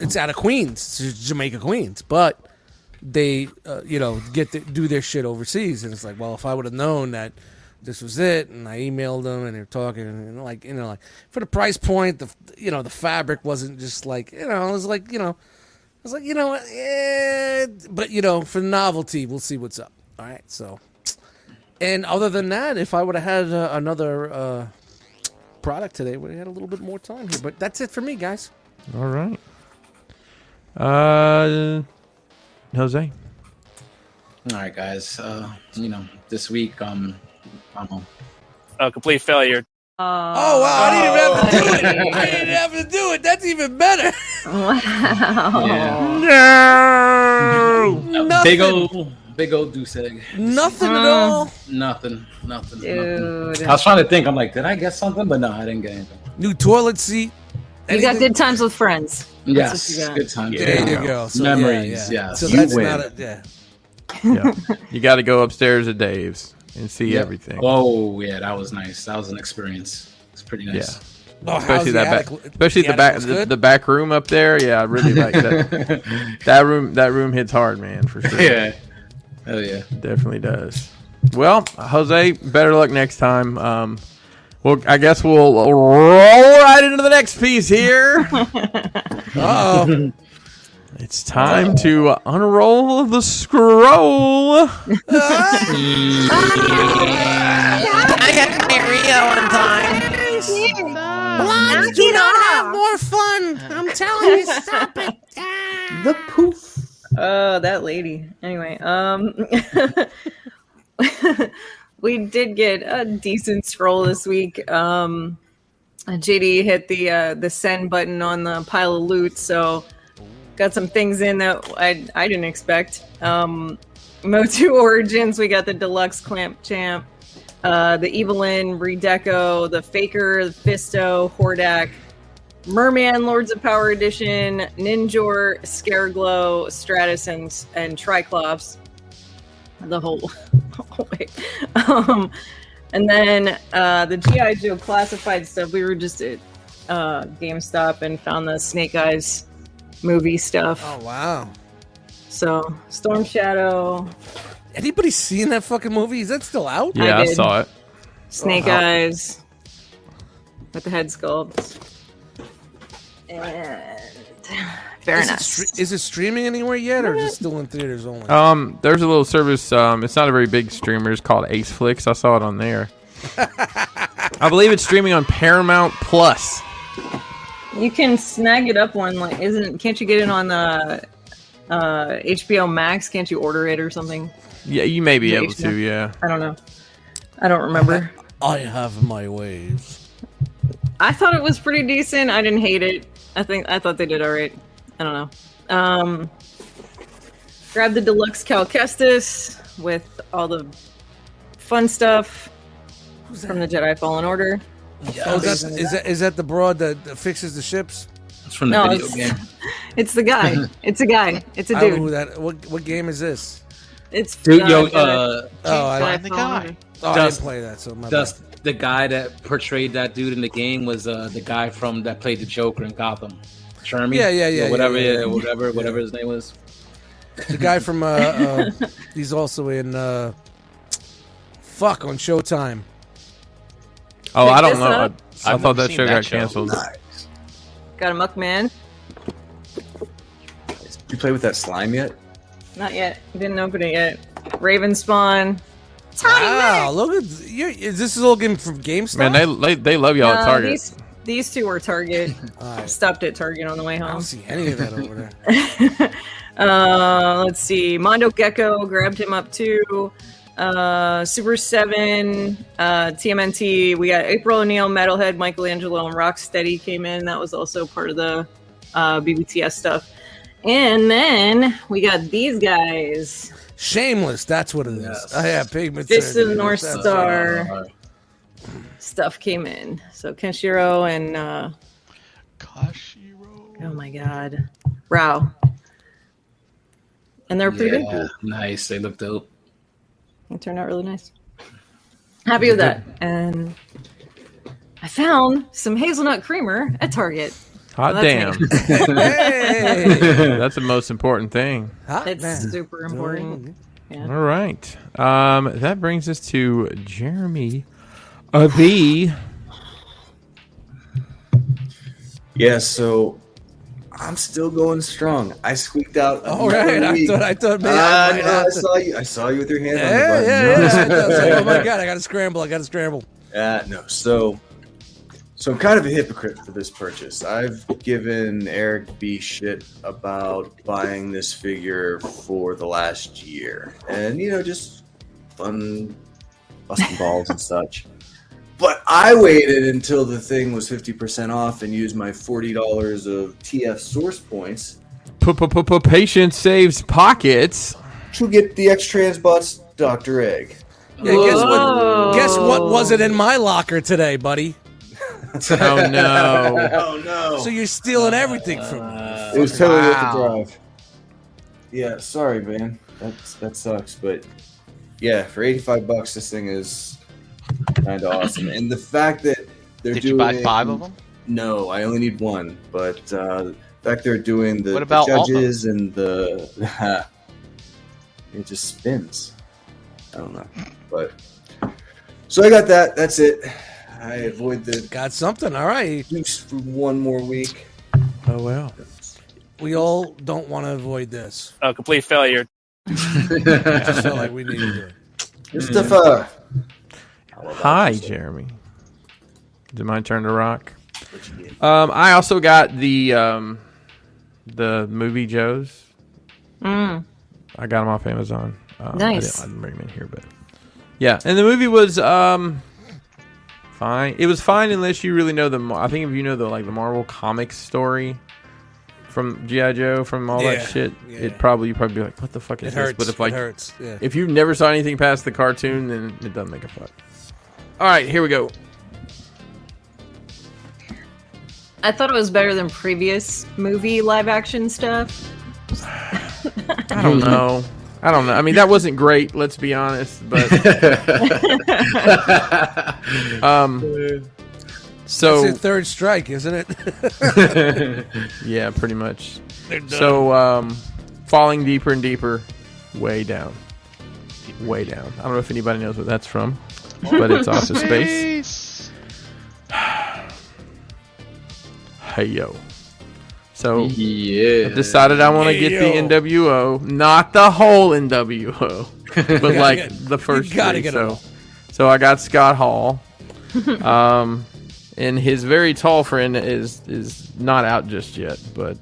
D: It's out of Queens, J- Jamaica, Queens, but they uh, you know get the, do their shit overseas, and it's like, well, if I would have known that this was it, and I emailed them, and they're talking, and like you know, like for the price point, the f- you know the fabric wasn't just like you know, it was like you know, I was like you know, eh, but you know, for novelty, we'll see what's up. All right, so. And other than that, if I would have had uh, another uh, product today. We had a little bit more time here, but that's it for me, guys.
B: All right. Uh, Jose.
F: All right, guys. Uh, you know, this week, um, I'm home.
I: A complete failure.
D: Oh
C: Oh,
D: wow! I didn't even have to do it.
B: Oh.
D: I didn't have to do it. That's even better.
C: wow.
F: Yeah. A
D: nothing,
F: Big old, big old goose egg.
D: nothing at
C: Uh,
D: all.
F: Nothing, nothing, nothing.
C: Dude.
F: I was trying to think. I'm like, did I get something? But no, I didn't get anything.
D: New toilet seat.
C: You got
D: Anything-
C: good times with friends. That's what you
F: Yes,
C: got.
F: good time.
D: There you go. So, yeah,
F: Memories,
D: Yeah,
F: yes.
D: So
F: You
D: that's
F: win.
D: not a yeah.
B: Yeah. you got to go upstairs to Dave's and see
F: Yeah.
B: everything.
F: Oh yeah, that was nice. That was an experience. It's pretty nice.
D: Oh, how's
B: especially
D: the
B: that
D: attic?
B: back, especially the,
D: attic
B: back,
D: looks
B: the,
D: good?
B: the back room up there. Yeah, I really like that. that room, that room hits hard, man, for sure.
F: yeah. Hell yeah.
B: definitely does. Well, Jose, better luck next time. Um, well, I guess we'll roll right into the next piece here.
D: Uh-oh.
B: it's time to unroll the scroll.
G: I got to be Rio on time.
E: Oh,
G: Blondes do not have more fun. I'm telling you, stop it. Ah.
A: The poof.
C: Oh, that lady. Anyway, um, we did get a decent scroll this week. Um, JD hit the uh, the send button on the pile of loot, so got some things in that I I didn't expect. Um, Motu Origins, we got the deluxe clamp champ, uh, the Evelyn Redeco, the Faker, the Fisto, Hordak. Merman, Lords of Power Edition, Ninjor, Scareglow, Stratus, and and Triclops. The whole, whole way. Um, and then uh, the GI Joe classified stuff. We were just at uh, GameStop and found the Snake Eyes movie stuff.
D: oh wow.
C: So Storm Shadow,
D: Anybody seen that fucking movie? Is that still out?
B: Yeah, I,
C: did.
B: saw it.
C: Snake
D: Oh,
C: Eyes with the head sculpt. And I
D: Is it,
C: Baroness.
D: stre- is it streaming anywhere yet, or is it still in theaters only?
B: Um, there's a little service. Um, it's not a very big streamer. It's called Ace Flix. I saw it on there. I believe it's streaming on Paramount Plus.
C: You can snag it up on like isn't can't you get it on the uh, HBO Max? Can't you order it or something?
B: Yeah, you may be
C: Yeah,
B: able to. Yeah.
C: I don't know. I don't remember.
D: I have my ways.
C: I thought it was pretty decent. I didn't hate it. I think I thought they did all right. I don't know. Um, grab the deluxe Calcestis with all the fun stuff from the Jedi Fallen Order.
D: Oh, is, that, is that is that the broad that, that fixes the ships?
F: It's from the
C: No,
F: video
C: it's-
F: game.
C: It's the guy. It's a guy. It's a
D: I don't know who
C: dude.
D: that. What what game is this?
C: It's
F: Dude,
C: uh,
F: yo,
C: Jedi-
F: uh,
D: Oh, I,
E: Find the guy.
D: oh, I didn't
F: Dust.
D: play that. So my
F: Dust, the guy that portrayed that dude in the game was uh, the guy from that played the Joker in Gotham. Shermie?
D: Yeah, yeah, yeah,
F: Or whatever,
D: yeah, yeah, yeah.
F: whatever, whatever his name was.
D: bad. the guy from uh, uh he's also in uh fuck on Showtime.
B: Oh,
C: Pick
B: I don't
C: this
B: know.
C: up.
B: I, I
E: I've
B: thought
E: never
B: that
E: seen
B: show
E: that
B: got
E: show.
B: canceled.
C: got a muck man.
A: Did you play with that slime yet?
C: Not yet. Didn't open it yet. Raven spawn. Tiny
D: Wow, Ah, look at you. Is this is all game from GameStop?
B: Man, they, they they love
F: Oh,
B: y'all
C: No,
B: at Target.
C: Um, These, these two were Target.
D: All right.
C: Stopped at Target on the way
D: I
C: home.
D: don't see any of that over there.
C: uh, let's see. Mondo Gecko grabbed him up too. Uh, Super 7, uh, TMNT. We got April O'Neil, Metalhead, Michelangelo, and Rocksteady came in. That was also part of the uh, BBTS stuff. And then we got these guys.
D: Shameless, that's what it is.
F: Yes.
D: I have pigment.
C: Fist of the
D: surgery,
C: North
D: that's-
C: Star
F: Uh,
C: stuff came in. So Kenshiro and uh,
E: Kashiro.
C: oh my god, Rao. And they're pretty good.
F: yeah, nice. They look dope.
C: It turned out really nice. Happy with that. And I found some hazelnut creamer at Target.
B: Hot
C: Well, that's
B: damn.
D: Hey,
B: that's the most important thing.
D: hot
C: It's
D: man.
C: super important.
B: All right. Um, that brings us to Jeremy uh, B.
A: Yeah, so I'm still going strong. I squeaked out.
D: All right, I thought I thought maybe I
A: I,
D: might
A: know,
D: have
A: Ah, I
D: to-
A: saw you. I saw you with your hand on the
D: Yeah,
A: button.
D: yeah,
A: No.
D: yeah. I know. It's like, oh my god, I gotta scramble. I gotta scramble.
A: Uh, no, so so I'm kind of a hypocrite for this purchase. I've given Eric B shit about buying this figure for the last year, and you know, just fun busting balls and such. But I waited until the thing was 50% off and used my $40 of TF source points
B: Patient saves pockets.
A: to get the X Transbots Dr. Egg.
D: Yeah, guess
C: Whoa.
D: what? Guess what wasn't in my locker today, buddy?
B: Oh no!
A: Oh no.
D: So you're stealing everything from me.
A: It was totally
E: Wow.
A: worth the drive. Yeah, sorry, man. That's that sucks, but yeah, for eighty-five bucks, this thing is kind of awesome. And the fact that they're
E: Did
A: doing
E: you buy five of them?
A: No, I only need one. But uh, the fact they're doing the,
E: What about
A: the
E: all of
A: judges and the it just spins. I don't know, but so I got that. That's it. I avoid the
D: Got something. All right.
A: deuce for one more week.
B: Oh well.
D: We all don't want to avoid this.
I: A complete failure.
D: I feel like we need to do it.
A: Hmm. Mustafa.
B: Hi, Jeremy. Is it my turn to rock? Um, I also got the um, the movie Joes.
C: Mm.
B: I got them off Amazon. Um,
C: Nice.
B: I didn't, I didn't bring them in here, but yeah. And the movie was um fine. It was fine unless you really know the. Mar- I think if you know the like the Marvel comics story from GI Joe from all
D: Yeah,
B: that shit,
D: yeah.
B: it probably you probably be like, what the fuck is this?
D: It hurts.
B: But if like
D: it hurts. Yeah.
B: if you've never saw anything past the cartoon, then it doesn't make a fuck. All right, here we go.
C: I thought it was better than previous movie live action stuff.
B: I don't know. I don't know. I mean, that wasn't great. Let's be honest, but um,
D: That's
B: so
D: the third strike, isn't it?
F: Uh,
B: yeah, pretty much. So um, falling deeper and deeper, way down, way down. I don't know if anybody knows what that's from, but it's off to space.
E: Peace.
B: Hey yo. So
F: Yeah.
B: I've decided I want to get
D: Yo.
B: the NWO, not the whole NWO, but
D: gotta
B: like
D: get-
B: the first
D: gotta
B: three.
D: get 'em
B: so, so I got Scott Hall, um, and his very tall friend is is not out just yet, but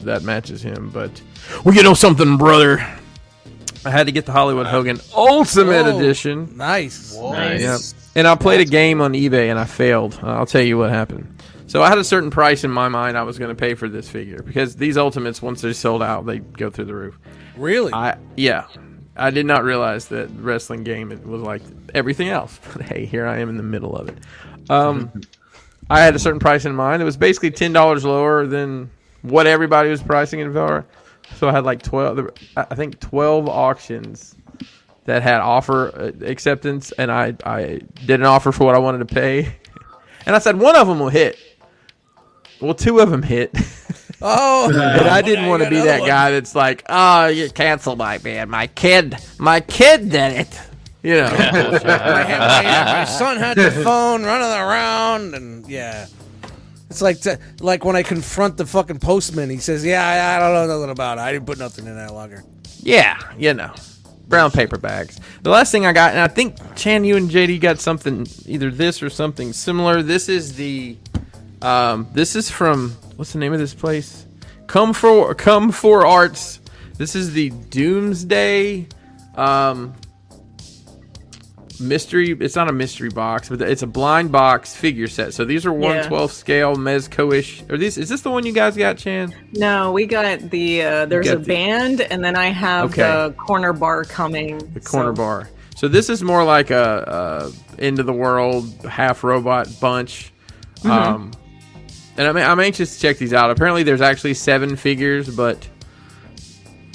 B: that matches him. But well, you know something, brother. I had to get the Hollywood Hogan Ultimate
D: Whoa.
B: Edition.
D: Nice.
E: Nice.
B: Yep. And I played a game on eBay and I failed. I'll tell you what happened. So I had a certain price in my mind I was going to pay for this figure because these ultimates once they're sold out they go through the roof.
D: Really?
B: I yeah, I did not realize that wrestling game it was like everything else. But hey, here I am in the middle of it. Um, I had a certain price in mind. It was basically ten dollars lower than what everybody was pricing it for. So I had like twelve. there were- I I think twelve auctions that had offer uh, acceptance, and I I did an offer for what I wanted to pay, and I said one of them will hit. Well, two of them hit.
D: oh,
B: But I didn't want to be that guy that's like, oh, you cancel my man, my kid, my kid did it. You know,
D: my, my son had the phone running around, and yeah. It's like t- like when I confront the fucking postman. He says, "Yeah, I, I don't know nothing about it. I didn't put nothing in that locker."
B: yeah, you know, brown paper bags. The last thing I got, and I think Chan, you and JD got something, either this or something similar. This is the, um, this is from what's the name of this place? Come for Come for Arts. This is the Doomsday. Um, mystery it's not a mystery box but it's a blind box figure set so these are 112 scale mezco-ish or these is this the one you guys got chan
C: No, we got the uh, there's
B: got
C: a
B: the-
C: band, and then I have
B: Okay.
C: the corner bar coming.
B: the corner bar so this is more like a, a end of the world half robot bunch um and I'm, I'm anxious to check these out apparently there's actually seven figures but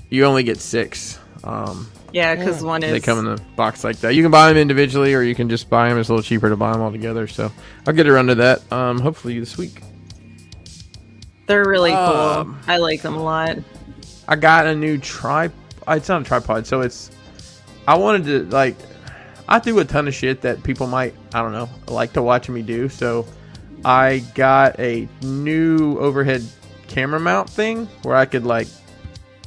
B: you only get six um
C: Yeah, because one is
B: they come in the box like that you can buy them individually or you can just buy them it's a little cheaper to buy them all together so i'll get around to that um hopefully this week
C: they're really
B: Um,
C: cool. I like them a lot.
B: I got a new tripod. It's not a tripod, so it's. I wanted to like. I do a ton of shit that people might I don't know like to watch me do. So I got a new overhead camera mount thing where I could like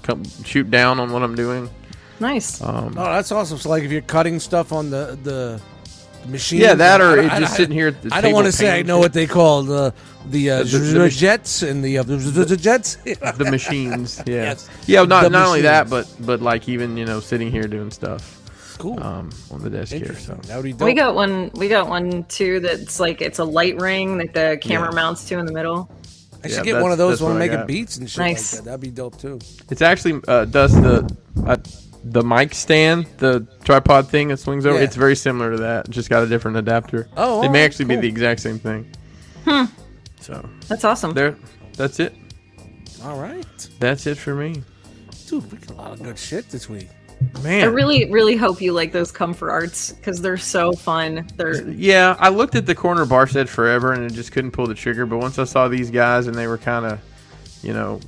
B: come shoot down on what I'm doing.
C: Nice.
B: Um,
D: Oh, that's awesome. So like if you're cutting stuff on the the machine.
B: yeah, that or
D: I-
B: it
D: I-
B: just
D: I-
B: sitting here. At the
D: I don't
B: want to
D: say I know what they call the the, uh,
B: The- the- the mach-
D: jets and the, uh, the, the, the jets.
B: the machines. Yeah,
D: Yes.
B: yeah. Not
D: The
B: not only that, but
D: machines.
B: but like even you know sitting here doing stuff
D: cool.
B: um, on the desk here.
D: Interesting.
B: So
D: That would be dope.
C: we got one. We got one too. That's like it's a light ring that the camera
B: Yeah.
C: mounts to in the middle.
D: I
B: Yeah,
D: should get one
B: that's-
D: of those
B: that's
D: when
B: what
D: I'm
B: I
D: making
B: got.
D: beats and shit
C: Nice.
D: like that. That'd be dope too.
B: It's actually uh, does the uh, the mic stand, the tripod thing that swings over.
D: Yeah.
B: It's very similar to that. Just got a different adapter.
D: Oh,
B: it
D: alright,
B: may actually
D: cool. Hmm.
B: be the exact same thing. So
C: That's awesome.
B: there, that's it.
D: All right,
B: That's it for me,
D: dude, we got a lot of good shit this week.
B: man.
C: I really, really hope you like those comfort arts because they're so fun. They're
B: yeah, I looked at the corner bar set forever and it just couldn't pull the trigger. But once I saw these guys and they were kind of, you know,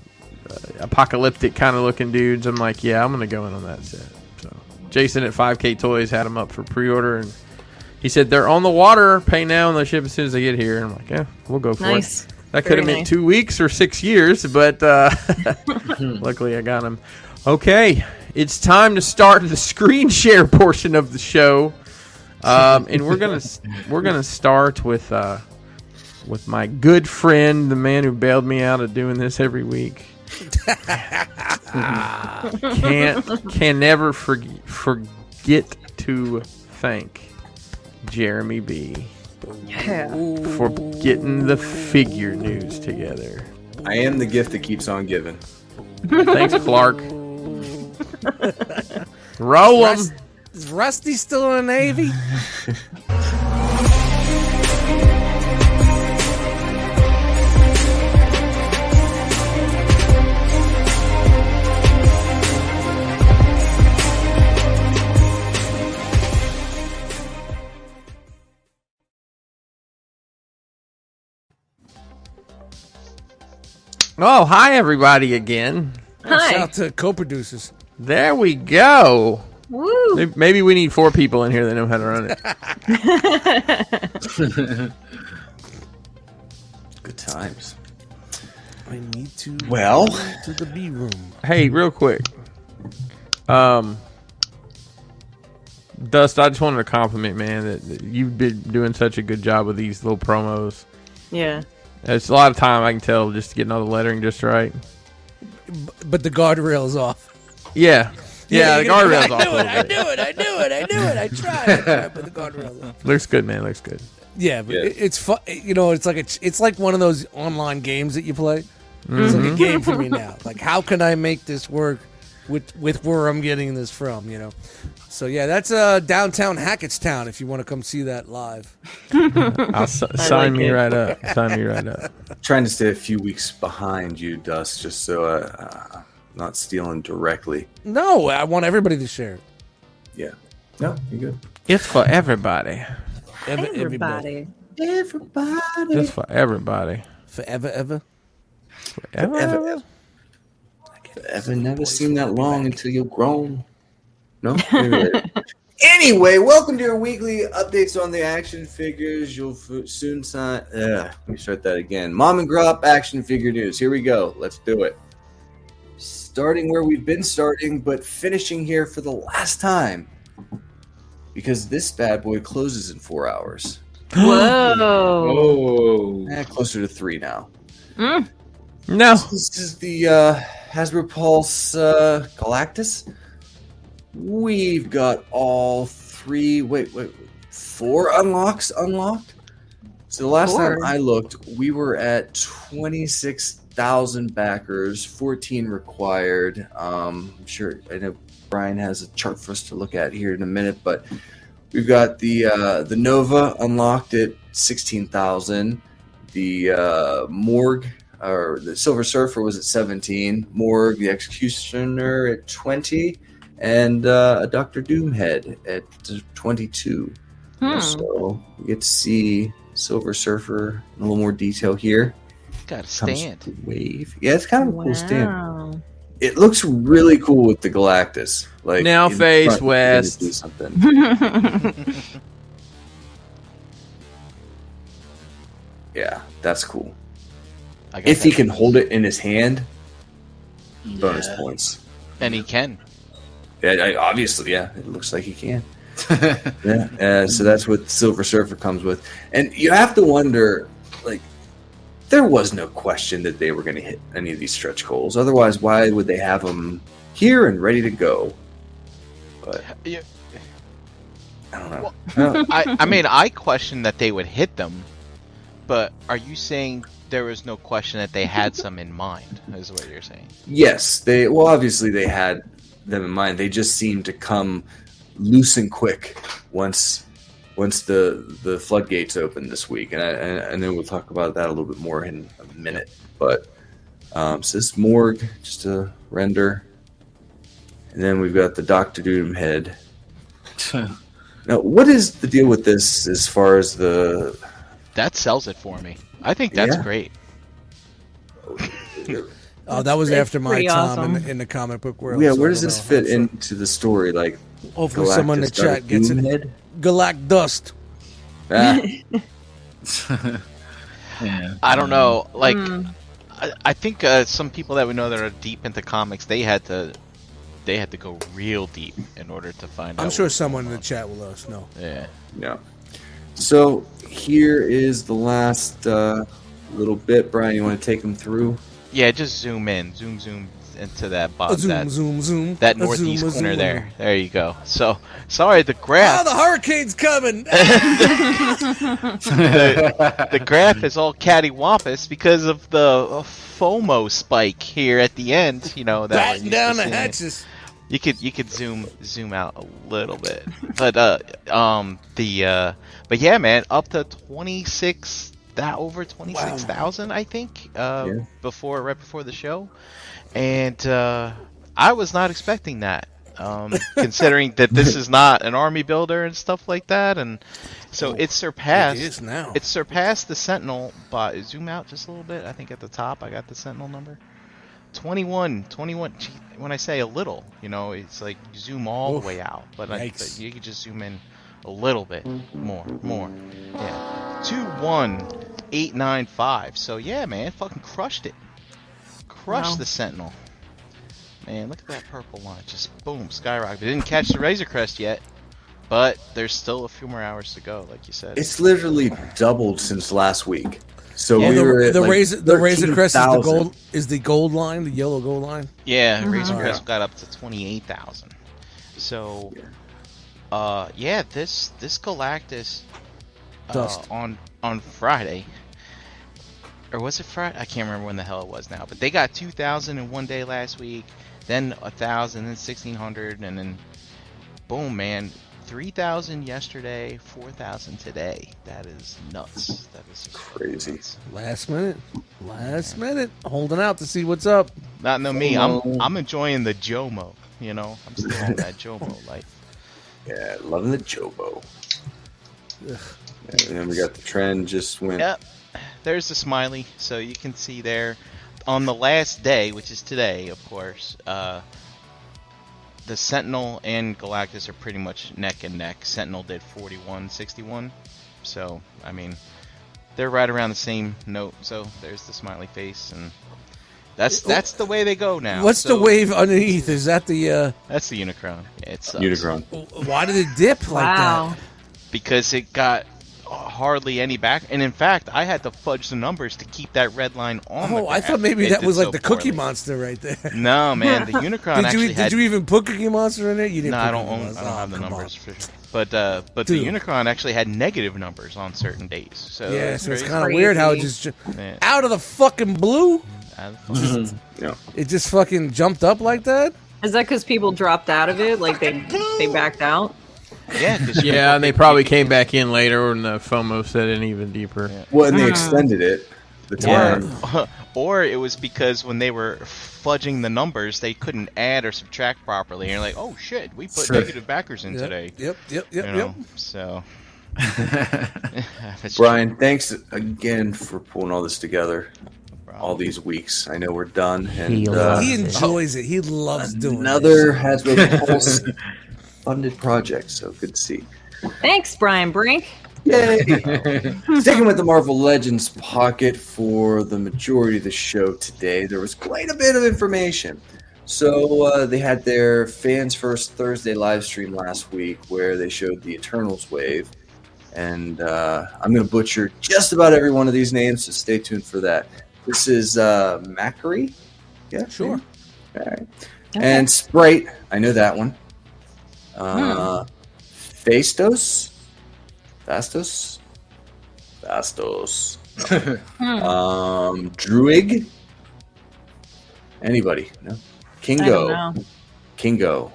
B: uh, apocalyptic kind of looking dudes, I'm like, yeah, I'm gonna go in on that set. So Jason at 5K Toys had them up for pre-order and he said they're on the water. Pay now and they ship as soon as they get here. And I'm like, yeah, we'll go for it.
C: nice.
B: That could
C: Very
B: have been
C: nice.
B: two weeks or six years, but uh, luckily I got him. Okay, it's time to start the screen share portion of the show, um, and we're gonna we're gonna start with uh, with my good friend, the man who bailed me out of doing this every week. Can't can never forg forget to thank Jeremy B
C: Yeah.
B: for getting the figure news together.
A: I am the gift that keeps on giving.
B: Thanks, Clark. Roll 'em.
D: Rust- Is Rusty still in the Navy?
B: Oh, hi everybody again.
D: Shout
C: Hi.
D: out to co-producers.
B: There we go.
C: Woo.
B: May- Maybe we need four people in here that know how to run it.
A: Good times.
D: I need to.
A: Well.
D: to the B room.
B: Hey, real quick. Um, Dust, I just wanted to compliment, man, that, that you've been doing such a good job with these little promos.
C: Yeah.
B: It's a lot of time I can tell just to getting all the lettering just right.
D: But the guardrail's off.
B: Yeah. Yeah, the
D: you're gonna-
B: guardrail's off a
D: I knew it. I
B: little bit.
D: knew it. I knew it. I knew it. I tried. I tried, but the guardrail's off.
B: Looks good, man. Looks good.
D: Yeah, but
A: Yeah.
D: it- it's fun. You know, it's like a, ch- it's like one of those online games that you play. It's
E: Mm-hmm.
D: like a game for me now. Like, how can I make this work with with where I'm getting this from? You know. So yeah, that's uh, downtown Hackettstown. If you want to come see that live,
B: I'll s- sign
C: like
B: me
C: it.
B: right up. Sign me right up.
A: trying to stay a few weeks behind you, Dust, just so uh, uh, not stealing directly.
D: no, I want everybody to share. it.
A: Yeah. No, you're good.
B: It's for everybody.
D: Ever, everybody.
C: Everybody.
B: It's for everybody.
D: forever, ever.
B: Ever.
A: I've never seen that long until you're grown. No. anyway, welcome to your weekly updates on the action figures. You'll f- soon sign. Uh, let me start that again. Mom and Grop action figure news. Here we go. Let's do it. Starting where we've been starting, but finishing here for the last time. Because this bad boy closes in four hours.
C: Whoa.
F: Oh,
A: Eh, closer to three now.
C: Mm.
B: No.
A: This is the uh, Hasbro Pulse uh, Galactus. We've got all three. Wait, wait, four unlocks unlocked. So the last
C: Four.
A: time I looked, we were at twenty six thousand backers, fourteen required. Um, I'm sure I know Brian has a chart for us to look at here in a minute, but we've got the uh, the Nova unlocked at sixteen thousand. The uh, Morgue or the Silver Surfer was at 17, Morg the Executioner at 20, and uh, a Doctor Doomhead at 22.
C: Hmm.
A: So we get to see Silver Surfer in a little more detail here.
E: Got a
A: Comes
E: stand.
A: with the Wave. Yeah, it's kind of a cool stand.
C: Wow.
A: It looks really cool with the Galactus. Like
B: Now
A: in the
B: face
A: front, you really
B: west.
A: do something. Yeah, that's cool.
E: I got
A: If he
E: that.
A: can hold it in his hand, bonus
F: Yeah.
A: points.
E: and he can.
A: Yeah, I, obviously, yeah, it looks like he can. yeah, uh, so that's what Silver Surfer comes with, and you have to wonder, like, there was no question that they were going to hit any of these stretch goals. Otherwise, why would they have them here and ready to go? But
E: Yeah.
A: I don't know.
E: Well-
A: No,
E: I, I mean, I question that they would hit them, but are you saying there was no question that they had some in mind? Is what you're saying?
A: yes, they. Well, obviously, they had them in mind. They just seemed to come loose and quick once once the the floodgates open this week, and I, and I know we'll talk about that a little bit more in a minute. But um, so this morgue just a render, and then we've got the Doctor Doom head. Now, what is the deal with this as far as the
E: That sells it for me. I think that's
A: Yeah.
E: great.
D: Oh, that was
C: It's
D: after my
C: pretty
D: time in,
C: awesome.
D: the, in the comic book world.
A: yeah?
D: so
A: Where
D: I
A: does
D: don't
A: this
D: know.
A: fit into the story? Like,
D: Hopefully, someone in the
A: Galactus Doctor
D: chat gets it.
A: Doomhead?
D: Galact dust.
A: Ah.
F: yeah.
E: I don't know. Like,
C: Mm.
E: I, I think uh, some people that we know that are deep into comics, they had to, they had to go real deep in order to find.
D: I'm
E: out
D: sure
E: what was
D: someone in the
E: going
D: chat will let us know.
E: on. Yeah.
A: Yeah. So here is the last uh, little bit, Brian. You want to take them through?
E: Yeah. Just zoom in. Zoom. Zoom into that
D: A
E: box.
D: zoom,
E: That,
D: zoom, zoom.
E: that
D: A zoom,
E: northeast
D: a
E: corner
D: zoom.
E: there. There you go. So sorry. The graph.
D: Oh, the hurricane's coming.
E: the graph is all cattywampus because of the uh, FOMO spike here at the end. You know that we're
D: Batten
E: used
D: down
E: to
D: the
E: seeing.
D: hatches.
E: You could you could zoom zoom out a little bit, but uh um the uh but yeah man up to twenty six that over twenty six thousand I think uh
A: Yeah.
E: before right before the show, and uh I was not expecting that. Um, considering that this is not an army builder and stuff like that, and so it surpassed
D: It is now.
E: it surpassed the Sentinel by zoom out just a little bit. I think at the top I got the Sentinel number. 21, 21. gee, When I say a little, you know, it's like you zoom all
D: Oof.
E: the way out, but, I,
D: Yikes.
E: but you could just zoom in a little bit more, more. Yeah, two one eight nine five. So yeah, man, fucking crushed it. Crush
C: Wow.
E: the Sentinel. Man, look at that purple line. Just boom, skyrocket. It didn't catch the Razor Crest yet, but there's still a few more hours to go, like you said.
A: It's literally doubled since last week. So
E: Yeah.
A: we were
D: the,
A: at
D: the
A: like
D: razor, the razor crest is the
A: 13,000.
D: gold is the gold line, the yellow gold line.
E: Yeah,
C: Mhm.
E: Razor
D: Oh,
E: Crest got up to twenty-eight thousand. So, uh, yeah, this this Galactus uh,
D: Dust.
E: on on Friday, or was it Friday? I can't remember when the hell it was now. But they got two thousand in one day last week, then a thousand, then sixteen hundred, and then boom, man, three thousand yesterday, four thousand today. That is nuts. That is just fucking
A: Crazy.
E: nuts.
D: Last minute, last minute, holding out to see what's up.
E: Not no me. I'm I'm enjoying the Jomo. You know, I'm still on that Jomo life.
A: Yeah, loving the Jobo. And then we got the trend just went.
E: Yep. There's the smiley, so you can see there on the last day, which is today, of course. Uh, the Sentinel and Galactus are pretty much neck and neck. Sentinel did 41.61, so I mean, they're right around the same note. So there's the smiley face, and that's that's the way they go now.
D: oh. What's the
E: So
D: wave underneath? Is that the uh,
E: That's the Unicron. Yeah, it sucks.
A: Unicron.
D: why did it dip like
C: wow.
E: because it got hardly any back and in fact i had to fudge the numbers to keep that red line on
D: that?
E: the
D: Oh, I
E: graph.
D: thought maybe
E: It
D: that
E: did
D: was like
E: so
D: the Cookie
E: poorly.
D: Monster right there.
E: No, man, the Unicron
D: did you
E: actually
D: did
E: had.
D: you even put Cookie Monster in it? You didn't.
E: no,
D: put
E: I don't
D: Cookie
E: own.
D: Monster.
E: I don't
D: Oh,
E: have the
D: come
E: numbers.
D: on.
E: For, but uh, but the
D: Dude.
E: Unicron actually had negative numbers on certain days. So
D: yeah,
E: it's
D: so it's
E: crazy.
D: kind of weird how it
C: Crazy.
D: just ju-
E: Yeah.
D: out of the fucking blue,
E: I don't know.
D: it just fucking jumped up like that.
C: Is that because people dropped out of it? Like they they backed out?
E: yeah, 'cause you-
B: Yeah, and they probably came back in later when the FOMO set in even deeper.
E: Yeah.
A: Well,
D: Hmm.
A: and they extended it. The
B: Yeah.
A: time.
E: or it was because when they were fudging the numbers, they couldn't add or subtract properly, and you're like, oh shit, we put
F: Sure.
E: negative backers in
D: Yep,
E: today.
D: Yep, yep,
E: You
D: yep, yep.
E: know, so. That's
A: Brian, thanks again for pulling all this together.
E: true.
A: All these weeks, I know we're done. And
H: He
A: uh,
D: He enjoys it. He loves doing
A: another Hasbro Pulse funded project. So good to see.
C: Thanks, Brian Brink.
A: Yay! Sticking with the Marvel Legends pocket for the majority of the show today, there was quite a bit of information. So uh, they had their fans first Thursday live stream last week, where they showed the Eternals wave, and uh, I'm going to butcher just about every one of these names, so stay tuned for that. This is uh, Macri, yeah,
D: Sure.
A: all right, and Sprite, I know that one.
C: Hmm.
A: Uh, Fastos, Fastos, Fastos.
C: Hmm.
A: Um, Druig. Anybody? No.
C: I don't
A: Kingo.
C: know.
A: Kingo.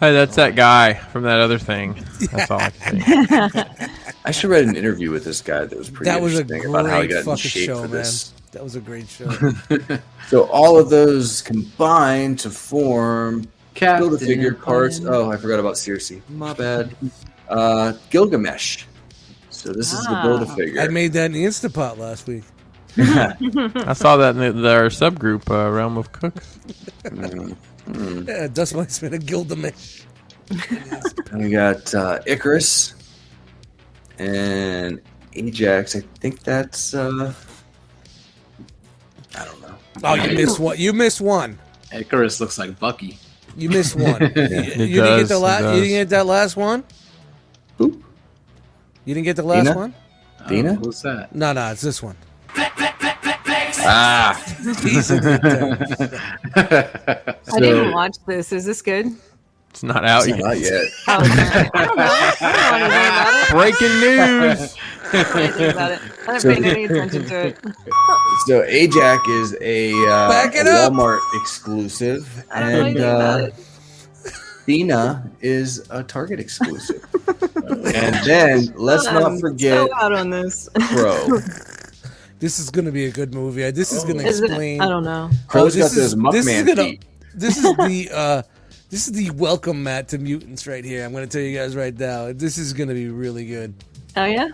B: Hey, that's that guy from that other thing. That's all I can think.
A: I should read an interview with this guy that was
D: it.
A: pretty
D: That was a
A: interesting about how he
D: great
A: got in
D: fucking
A: shape
D: show,
A: for
D: man.
A: this.
D: That was a great show.
A: So all of those combined to form build a figure parts. Oh, I forgot about Circe. My bad. Uh, Gilgamesh. So this is the
C: Ah.
A: build a figure.
D: I made that in the Instapot last week.
B: I saw that in the, their subgroup, uh, Realm of Cooks.
A: Uh, Mm.
D: Yeah, Dust Mites made a Gilgamesh.
A: we got uh, Icarus and Ajax. I think that's. Uh, I don't know.
D: Oh, you missed one. You missed one.
F: Icarus looks like Bucky.
D: You missed one. You- you didn't get
B: does,
D: the
B: it
D: la- You didn't
B: does.
D: get that last one.
A: Boop.
D: You didn't get the last
A: Dina?
D: one.
F: Oh,
A: Dina?
F: who's that?
D: No, no, it's this one.
A: Ah.
D: He's a good guy.
C: I didn't watch this. Is this good?
B: It's not out
A: It's
B: yet.
A: Not yet.
C: Oh, okay. I don't know. I
B: Breaking news.
C: don't want to hear about it. I
A: So-
C: don't pay any attention to it.
A: So Ajax is a, uh,
D: Back it
A: a
D: up.
A: Walmart exclusive,
C: I don't know
A: and
C: anything about
A: uh,
C: it.
A: Dina is a Target exclusive. and then let's
C: I'm
A: not forget
C: Um, So out on this.
A: Crow.
D: oh, This is going to be a good movie. I- This is going to
C: Is it-
D: explain.
C: I don't know.
A: Crow's got
D: this
A: those
D: is- this is
A: Muckman
D: gonna-
A: feet.
D: This is the uh, this is the welcome mat to mutants right here. I'm going to tell you guys right now. This is going to be really good.
C: Oh yeah.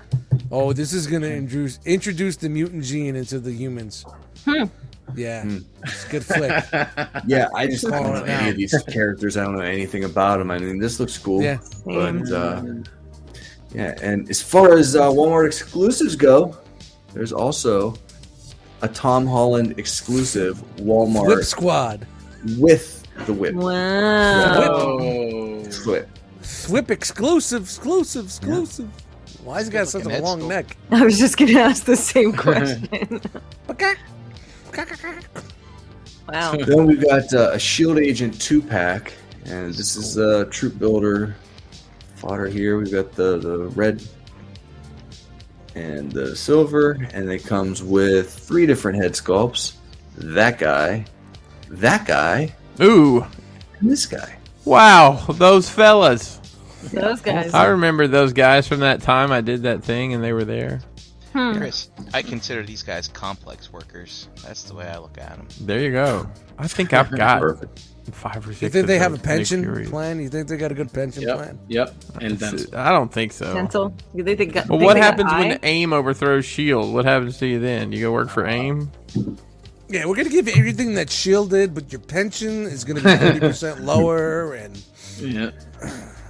D: Oh, this is going to introduce introduce the mutant gene into the humans.
C: Hmm.
D: Yeah, it's a good flick.
A: Yeah, I just don't know
D: Calling it
A: any
D: out.
A: of these characters. I don't know anything about them. I mean, this looks cool.
D: Yeah.
A: But uh, yeah, and as far as uh, Walmart exclusives go, there's also a Tom Holland exclusive Walmart
D: Whip Squad.
A: with the whip.
C: Wow.
A: Flip.
D: Whip exclusive, exclusive, exclusive. Why has he got such a
E: Looking at
D: long
E: school.
D: neck?
C: I was just going to ask the same question. wow.
A: Then we've got uh, a Shield Agent two pack, and this is a uh, troop builder fodder here. We've got the, the red and the silver, and it comes with three different head sculpts that guy, that guy,
B: Ooh,
A: and this guy.
B: wow, those fellas.
C: Those guys.
B: I remember those guys from that time I did that thing and they were there.
C: Hmm.
E: Chris, I consider these guys complex workers. That's the way I look at them.
B: There you go. I think I've got
A: Perfect.
B: five or six.
D: You think
B: of
D: they have a
B: those Nick
D: pension
B: Furies.
D: plan? You think they got a good pension
F: Yep.
D: plan?
F: Yep. And then
B: I don't think so.
C: Dental. You think they got,
B: Well,
C: think
B: what
C: they got
B: happens when
C: eye?
B: AIM overthrows SHIELD? What happens to you then? You go work for AIM?
D: Yeah, we're gonna give you everything that Shield did, but your pension is gonna be thirty percent lower. And
F: yeah.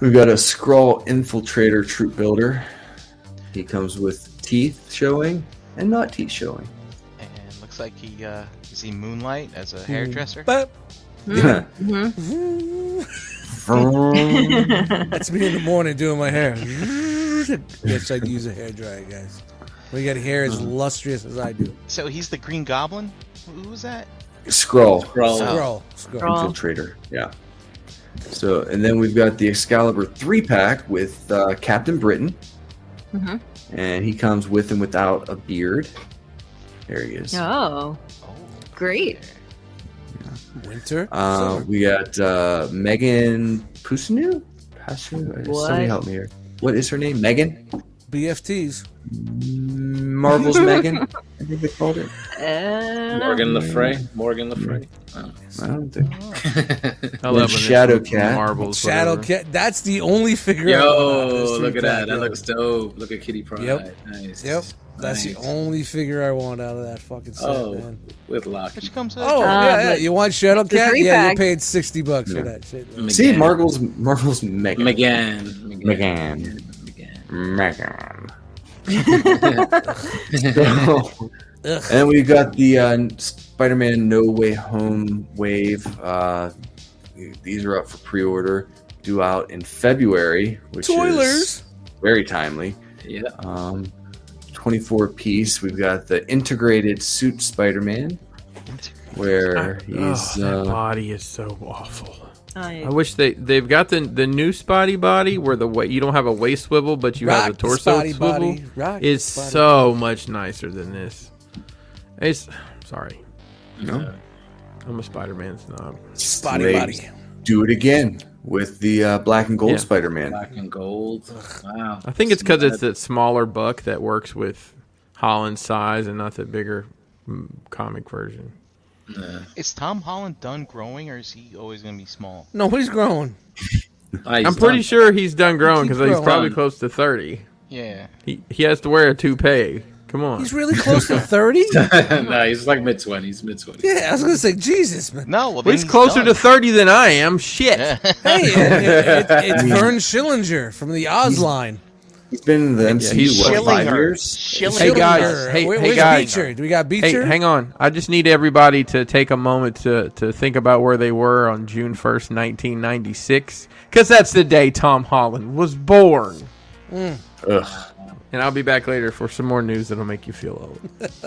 A: We've got a Skrull Infiltrator troop builder. He comes with teeth showing and not teeth showing.
E: And looks like he uh, is he Moonlight as a hairdresser.
D: but
C: Hmm.
A: Vroom.
D: that's me in the morning doing my hair. yes, I'd use a hair dryer, guys. We got hair as lustrous as I do.
E: So he's the Green Goblin. Who who was that?
A: Skrull.
F: Bro,
E: Oh.
D: Scroll, scroll.
C: Girl.
A: infiltrator. Yeah. So, and then we've got the Excalibur three pack with uh, Captain Britain,
C: Mhm.
A: and he comes with and without a beard. There he is.
C: Oh,
E: Oh,
C: great.
D: Winter.
A: Uh,
D: summer.
A: we got uh, Megan Pusinu. Pusinu? Somebody
C: What?
A: help me here. What is her name? Megan.
D: BFTs.
A: Marvel's Megan. I think they called it.
C: I don't know.
F: Morgan Le Fray. Morgan Le Fray.
A: I don't think.
B: I
A: And
B: love when
A: Shadow
B: there's
A: Cat.
B: Marbles,
D: Shadow
B: whatever.
D: Cat. That's the only figure. I want out of
F: Yo,
D: this
F: look at
D: three-pack,
F: that. That
D: yo.
F: looks dope. Look at Kitty Pride.
D: Yep.
F: Nice.
D: Yep. That's the
F: Nice.
D: only figure I want out of that fucking set,
F: Oh.
D: man.
F: with lock.
E: which comes. with a
D: Oh, yeah,
E: drum.
D: yeah.
C: but
D: You want Shadow
C: the
D: Cat?
C: three
D: Yeah, you
C: pack-
D: paid 60 bucks for
A: Yeah.
D: that shit. man.
A: See, Marvel's Marvel's Megan.
F: McGann.
A: McGann.
F: McGann.
A: Megan.
D: Ugh.
A: And we've got the uh, Spider-Man No Way Home wave. Uh, these are up for pre-order, due out in February, which
D: Toilers.
A: is very timely.
F: Yeah.
A: Um, 24 piece. We've got the integrated suit Spider-Man, where he's
B: oh, that
A: uh,
B: body is so awful.
C: I-
B: I wish they they've got the the new spotty body where the wa- you don't have a waist swivel but you have
D: Rock
B: a
D: the
B: torso
D: spotty
B: swivel.
D: body. Rock the
B: It's
D: spotty
B: so much nicer than this. It's sorry,
A: No.
B: I'm a Spider-Man snob.
D: spotty
A: they
D: body.
A: do it again with the uh, black and gold
B: Yeah.
A: Spider-Man.
F: Black and gold. Wow.
B: I think it's because it's that smaller buck that works with Holland's size and not the bigger mm, comic version.
E: Is Tom Holland done growing, or is he always going to be small?
D: No, he's growing.
B: I'm pretty sure he's done growing
D: He
B: because
D: keeps
B: he's
D: growing.
B: probably close to thirty.
E: Yeah.
B: He he has to wear a toupee. Come on.
D: He's really close to 30?
F: no, he's like mid twenties, mid twenties.
D: yeah, I was going to say, Jesus, man.
E: No, well,
B: Well,
E: then
B: he's closer to
E: done.
B: 30 than I am. Shit.
E: Yeah.
D: Hey, it, it, it's Vern Schillinger from the Oz line.
A: He's been in the MCU
B: he's
A: what, five
E: Schillinger.
A: years.
E: Schillinger.
B: Hey, guys. Hey-
D: Where-
B: hey,
D: where's
B: guys.
D: Beecher? Do we got
B: Hey,
D: Beecher?
B: hang on. I just need everybody to take a moment to, to think about where they were on June 1st, 1996, because that's the day Tom Holland was born.
D: Mm.
A: Ugh.
B: And I'll be back later for some more news that'll make you feel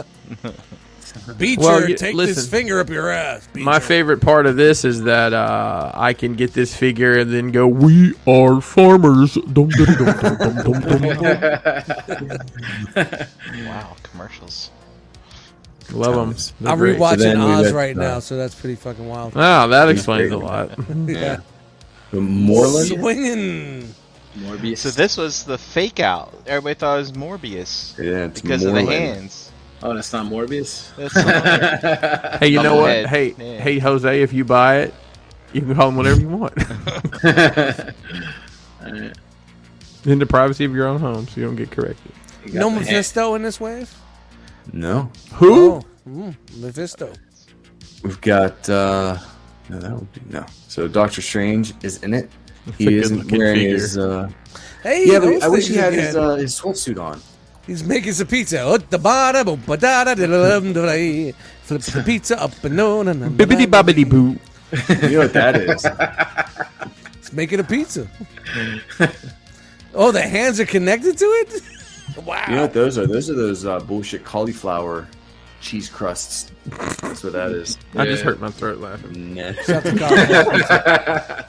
B: old.
D: Beecher,
B: Well, you-
D: take this
B: listen.
D: finger up your ass. Beecher.
B: My favorite part of this is that uh, I can get this figure and then go, "We are farmers." Dum, dum, dum, dum, dum, dum, dum, dum.
E: Wow, commercials.
B: Love them.
D: I'm rewatching
A: then we
D: Oz
A: let-
D: right
A: uh,
D: now, so that's pretty fucking wild.
B: Oh, that explains a lot.
A: Yeah. The Moreland.
D: Swinging.
F: Morbius.
E: So this was the fake out. Everybody thought it was Morbius
A: Yeah, it's
E: because of
A: Moreland.
E: the hands.
F: oh, that's not Morbius.
E: That's so-
B: Hey, you know what?
E: Doublehead.
B: Hey,
E: Yeah.
B: hey, Jose, if you buy it, you can call him whatever you want. In the privacy of your own home, so you don't get corrected.
D: No Mephisto in this wave?
A: No.
B: Who?
D: Oh, mm, Mephisto.
A: We've got uh no that would be no. So Doctor Strange is in it.
B: a
A: He isn't
B: good-looking
A: wearing
B: figure.
A: his uh
D: Hey,
A: Yeah, but
D: those
A: I wish
D: things
A: he had his
D: again.
A: uh his sweatsuit on.
D: He's making some pizza. Oh, Ot da ba da boom ba da da da da dum da da. Flips the pizza up and no no no.
B: Bibbidi bobbidi boo.
A: You know what that is?
D: He's making a pizza. Oh, the hands are connected to it.
A: You know
D: Wow.
A: what those are? Those are those uh, bullshit cauliflower cheese crusts. That's what that is.
B: I just hurt my throat laughing.
A: Nah.
D: Shut the car.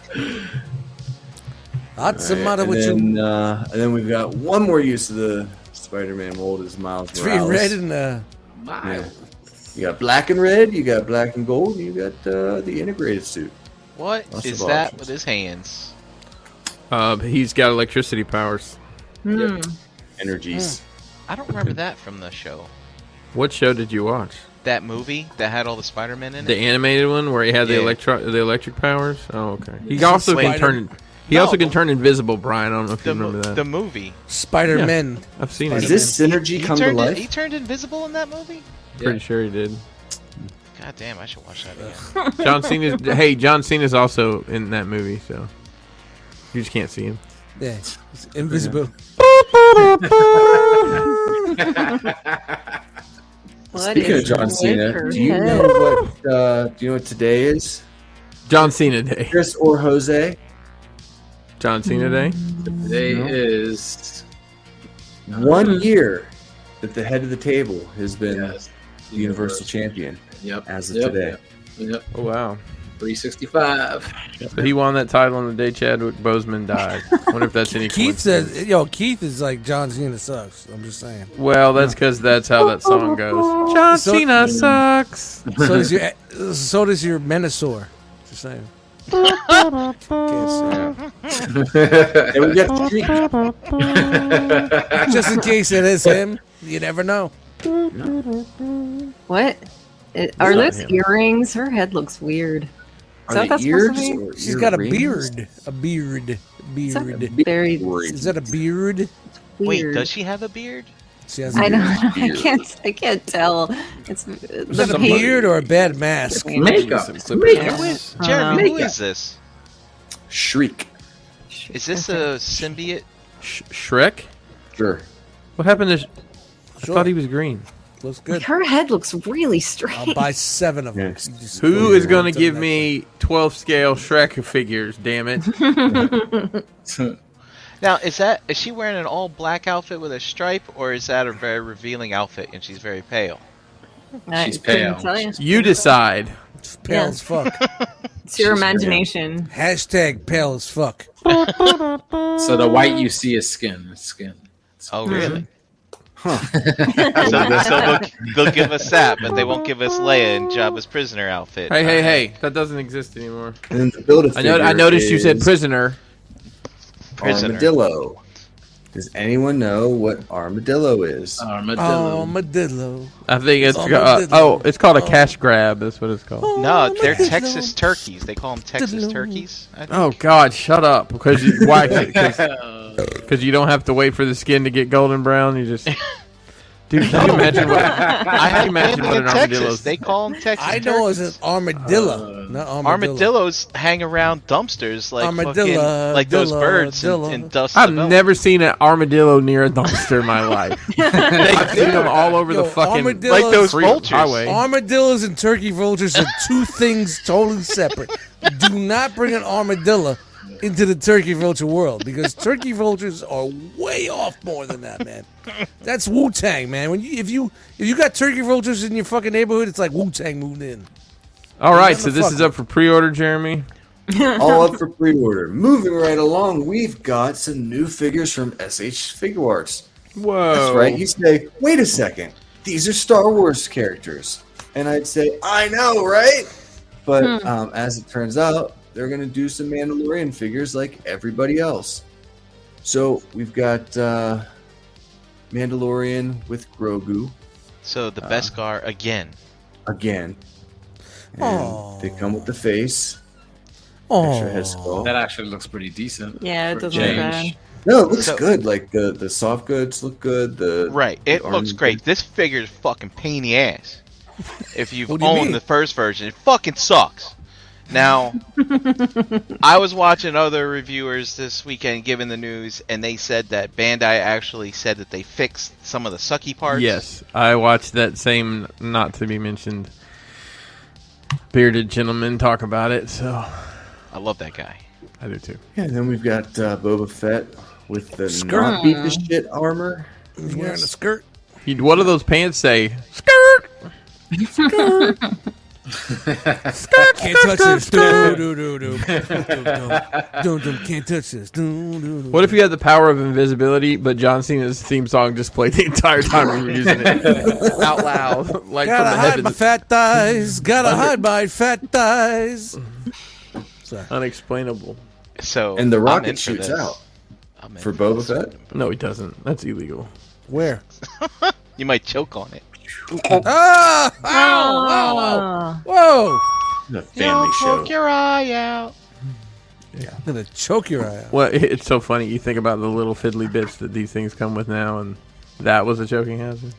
D: What's the matter
A: and
D: with you?
A: then, Uh, and then we've got one more use of the Spider-Man mold is Miles
D: Three
A: Morales.
D: red and uh,
A: Yeah. You got black and red. You got black and gold. And you got uh, the integrated suit.
E: What
A: Lots
E: is
A: of
E: that
A: options.
E: with his hands?
B: Uh, he's got electricity powers.
C: Hmm.
A: Energies.
E: I don't remember that from the show.
B: What show did you watch?
E: That movie that had all the Spider-Man in
B: The
E: it.
B: animated one where he had the
E: Yeah.
B: electro the electric powers. Oh, okay. He also
E: Wait.
B: can turn. He
E: No,
B: also can
E: the-
B: turn invisible, Brian. I don't know if you
E: The, mo-
B: remember that.
E: the movie.
D: Spider Men.
B: I've seen
A: Is
B: it.
A: this synergy
E: He
A: come to
E: turned, in-
A: life?
E: he turned invisible in that movie?
B: Pretty sure he did.
E: God damn, I should watch that again.
B: John Cena's hey, John Cena's also in that movie, so you just can't see him.
D: Yeah. it's invisible.
C: What
A: Speaking of
C: is
A: John
C: with
A: Cena,
C: her
A: do you
C: head?
A: know what? Uh, do you know what today is?
B: John Cena Day.
A: Chris or Jose?
B: John Cena Day.
F: Today is
A: One
C: Mm-hmm.
A: year that the head of the table has been
F: yes,
A: the Universal Champion
F: Yep.
A: as of
F: yep,
A: today.
F: Yep. yep.
B: Oh wow!
F: 365.
B: So he won that title on the day Chadwick Boseman died. Wonder if that's any
D: Keith
B: coincidence.
D: says, "Yo, Keith is like John Cena sucks." I'm just saying.
B: Well, that's because that's how that song goes. John
D: So-
B: Cena sucks.
D: So does your so does your Menosaur. Just saying. uh,
A: And we got three.
D: Just in case it is him, you never know.
C: What? It- are those earrings? Her head looks weird.
A: Are
C: that
A: they
C: what that's
A: ears
C: supposed to
A: or
D: She's got a
A: earrings?
D: beard, a beard,
C: It's not
D: beard.
C: very
D: Is that a beard?
E: Wait,
C: weird.
E: does she have a beard?
D: She has. A
C: I
D: beard.
C: don't. I can't. I can't tell. It's the
D: Is that a
C: paint-
D: beard or a bad mask?
F: Makeup.
C: Yeah.
E: Who is
C: Uh,
E: Jeremy? Who is this?
A: Shriek.
E: Is this a symbiote?
B: Sh- Shrek.
A: Sure.
B: What happened to? Sh- I
D: Sure.
B: thought he was green.
D: Looks good.
C: Her head looks really strange.
D: I'll buy seven of them.
A: Yes.
D: You just-
B: Who is going to
D: the
B: give
D: next
B: me 12 scale Shrek figures? Damn it!
E: Now, is that is she wearing an all black outfit with a stripe, or is that a very revealing outfit and she's very pale?
C: I
F: She's
C: couldn't
F: pale.
C: tell you.
B: You decide.
D: It's pale
C: Yeah.
D: as fuck.
C: It's your imagination.
D: Hashtag pale as fuck.
F: So the white you see is skin. It's skin.
E: Oh, really? Huh. so so they'll, they'll give us that, but they won't give us Leia in Jabba's prisoner outfit.
B: Hey, hey, hey! That doesn't exist anymore.
A: And then the build a
B: I, know, I noticed you said prisoner.
E: Prisoner.
A: Armadillo. Does anyone know what armadillo is?
F: Uh, Armadillo.
D: Oh, Madillo.
B: I think it's
D: It's
B: uh,
D: almost a-
B: oh, it's called a cash grab. That's what it's called.
D: Oh,
E: No, they're
D: Armadillo.
E: Texas turkeys. They call them Texas turkeys. I think.
B: Oh God, shut up! Because you, why? Because
A: Oh,
B: you don't have to wait for the skin to get golden brown. You just dude. Can you imagine what?
E: I
B: I
E: have
B: imagine
E: imagine
B: what
E: in
B: an armadillo
E: Texas. They
B: is.
E: call them Texas
D: I know it's
E: turkeys.
D: an armadillo, not armadillo.
E: Armadillos hang around dumpsters like fucking,
D: Armadillo,
E: like those
D: dillo,
E: birds in,
D: dillo.
E: in dust.
B: I've
E: Devil.
B: never seen an armadillo near a dumpster in my life. I've seen them all over
D: Yo,
B: the fucking
D: armadillos-
B: like those
E: Free
B: vultures.
E: highway.
B: highway.
D: Armadillos and turkey vultures are two things totally separate. Do not bring an armadillo into the turkey vulture world because turkey vultures are way off more than that, man. That's Wu Tang, man. When you if you if you got turkey vultures in your fucking neighborhood, it's like Wu Tang moved in.
B: All right, so
D: the
B: this
D: fuck?
B: is up for pre-order, Jeremy.
A: All up for pre-order. Moving right along, we've got some new figures from SH Figure Arts.
B: Whoa!
A: That's right. You say, wait a second, these are Star Wars characters, and I'd say, I know, right? But um, as it turns out, they're going to do some Mandalorian figures like everybody else. So we've got uh, Mandalorian with Grogu
E: So the Beskar again.
A: again. And
D: Aw.
A: they come with the face. Extra head
D: Oh,
A: skull.
F: That actually looks pretty decent.
C: Yeah, it
F: For a
C: doesn't look
F: change.
C: bad.
A: No, it looks
E: So-
A: good. Like the the soft goods look good. The
E: Right. It
A: the
E: looks
A: arm-
E: great. This figure is fucking pain in the ass. If you've
D: What do you mean?
E: owned the first version, it fucking sucks. Now, I was watching other reviewers this weekend giving the news, and they said that Bandai actually said that they fixed some of the sucky parts.
B: Yes, I watched that same not to be mentioned bearded gentleman talk about it. So
E: I love that guy.
B: I do too.
A: Yeah, and then we've got uh, Boba Fett with the
D: Skirt.
A: not beat the shit armor.
D: He's wearing a skirt.
B: You- What do those pants say? Skirt.
D: Can't touch this. Do, do, do, do, do, do, do, do. Can't touch this. Do, do, do.
B: What if you had the power of invisibility, but John Cena's theme song just played the entire time we were using it out loud, like
D: Gotta
B: from the
D: hide my
B: heavens?
D: fat thighs. Gotta hide my fat thighs.
B: Unexplainable.
E: So
A: And the
E: I'm in
A: rocket
E: for
A: shoots
E: this.
A: out
E: I'm in
A: for Boba Fett.
B: No, he doesn't. That's illegal.
D: Where?
E: You might choke on it.
D: Ah!
C: Oh. Ah!
D: Ow! Ow! Whoa!
A: The family show.
E: your eye out.
D: I'm gonna choke your eye out.
B: Well, it- it's so funny. You think about the little fiddly bits that these things come with now, and that was a choking hazard.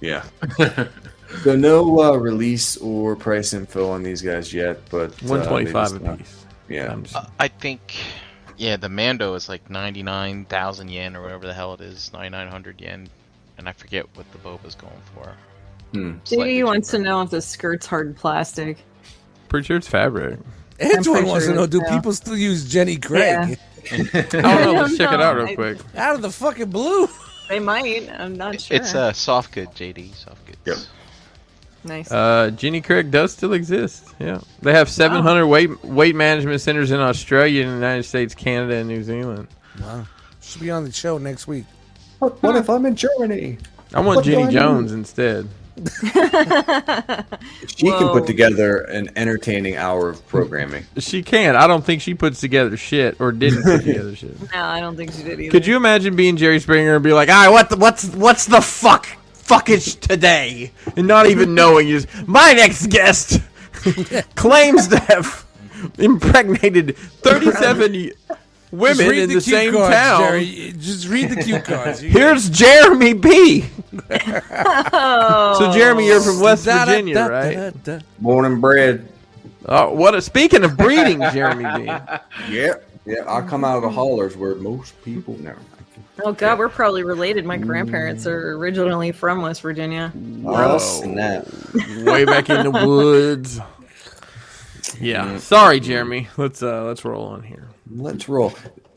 A: Yeah. so no uh, release or price info on these guys yet, but uh, they
B: One twenty-five
A: just, uh,
B: apiece.
A: Yeah.
B: I'm just-
E: Uh, I think, yeah, the Mando is like 99,000 yen or whatever the hell it is, 9,900 yen. And I forget what the Boba's going for.
A: Hmm.
E: Slightly
C: Judy wants to
E: cheaper.
C: know if the skirt's hard plastic.
B: pretty sure it's fabric.
D: Antoine
C: pretty
D: wants to
C: sure
D: know:
C: it's
D: Do
C: now.
D: people still use Jenny Craig
B: I don't know.
C: I
B: Let's
C: don't
B: check it
C: know.
B: out real
C: I-
B: quick.
D: out of the fucking blue?
C: They might. I'm not sure.
E: It's uh, soft good, JD. Soft goods.
A: Yep.
C: nice.
B: Uh, Jenny Craig does still exist. Yeah, they have 700 weight weight management centers in Australia, and the United States, Canada, and New Zealand.
D: Wow. She'll be on the show next week.
A: What, what if I'm in Germany?
B: I want
A: What do I
B: Jenny
A: do?
B: Jones instead.
A: She can
C: Whoa.
A: put together an entertaining hour of programming.
B: She can. I don't think she puts together shit or didn't put together shit.
C: no, I don't think she did either.
B: Could you imagine being Jerry Springer and be like, "All right, what the, what's what's the fuck fuckage today?" and not even knowing is my next guest claims to have impregnated 37 women
D: read
B: in the,
D: cue
B: same
D: cards,
B: town.
D: Jerry. Just read the cue cards. You-
B: Here's Jeremy B.
C: Oh.
B: so Jeremy, you're from West
D: Da- da-
B: Virginia,
D: da-
B: right?
D: da- da- da.
A: Morning bread.
B: Oh, what? A, speaking of breeding, Jeremy B.
A: Yeah. Yeah. I come out of the hollers where most people never mind.
C: Oh God, we're probably related. My grandparents are originally from West Virginia.
A: Gross and that.
B: way back in the woods. Yeah, sorry, Jeremy. Let's uh let's roll on here.
A: Let's roll.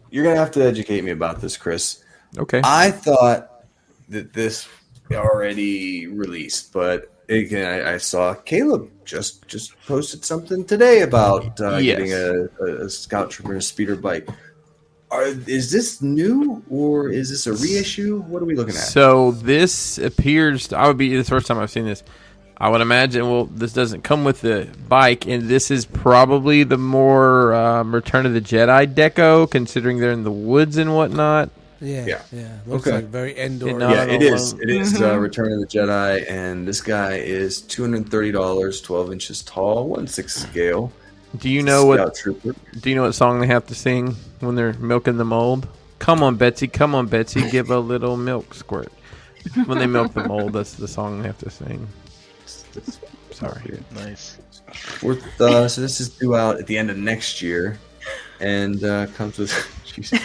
A: You're gonna have to educate me about this, Chris.
B: Okay.
A: I thought that this already released, but again, I, I saw Caleb just just posted something today about uh,
B: Yes.
A: getting a, a, a scout trooper and a speeder bike. Are, is this new or is this a reissue? What are we looking at?
B: So this appears. I would be the first time I've seen this. I would imagine. Well, this doesn't come with the bike, and this is probably the more um, Return of the Jedi deco, considering they're in the woods and whatnot.
D: Yeah, yeah.
A: Yeah.
D: Looks
A: Okay.
D: like very
B: Did
D: Endor.
B: not-
A: yeah,
B: I
A: it
B: don't
A: is.
B: know.
A: It is uh, Return of the Jedi, and this guy is two hundred thirty dollars, twelve inches tall, one six scale.
B: Do you know what?
A: Scout trooper?
B: Do you know what song they have to sing when they're milking the mold? Come on, Betsy. Come on, Betsy. Give a little milk squirt. When they milk the mold, that's the song they have to sing. Sorry.
E: Nice.
A: Worth, uh, so this is due out at the end of next year, and uh, comes with. Jesus.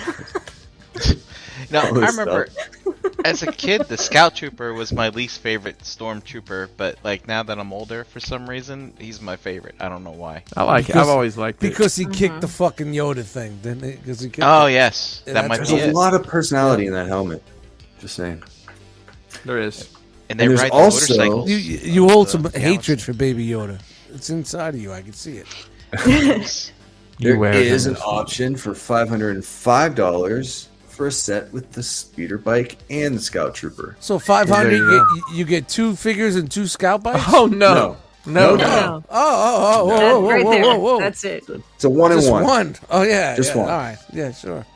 E: Now, I
A: All this
E: remember as a kid, the scout trooper was my least favorite stormtrooper, but like now that I'm older, for some reason, he's my favorite. I don't know why.
B: I like. it. I've
D: Because-
B: always liked it.
D: Because he kicked the
C: Mm-hmm.
D: fucking Yoda thing, didn't he? Because he kicked
E: Oh, yes.
D: Yeah,
E: that might
D: that's
A: There's
E: be
A: a
E: it.
A: lot of personality in that helmet. Just saying.
B: There is.
E: And they
A: and there's
E: ride the
A: also-
E: motorcycles.
D: You you
C: Uh,
D: hold some
E: The
D: hatred
E: galaxy.
D: for Baby Yoda. It's inside of you. I can see it.
B: You
A: There
B: wear
A: is an
B: them.
A: option for five hundred and five dollars for a set with the speeder bike and the scout trooper.
D: So five hundred,
B: There you
D: you, get- you get two figures and two scout bites.
B: Oh no.
A: No,
B: No.
A: no.
D: Oh, oh, oh, whoa,
C: That-
D: whoa, whoa,
C: right
D: whoa,
C: there.
D: whoa, whoa.
C: That's it.
A: It's a one
D: just
A: in
D: one.
A: one.
D: Oh yeah,
A: Just
D: yeah,
A: one.
D: All right, yeah, sure.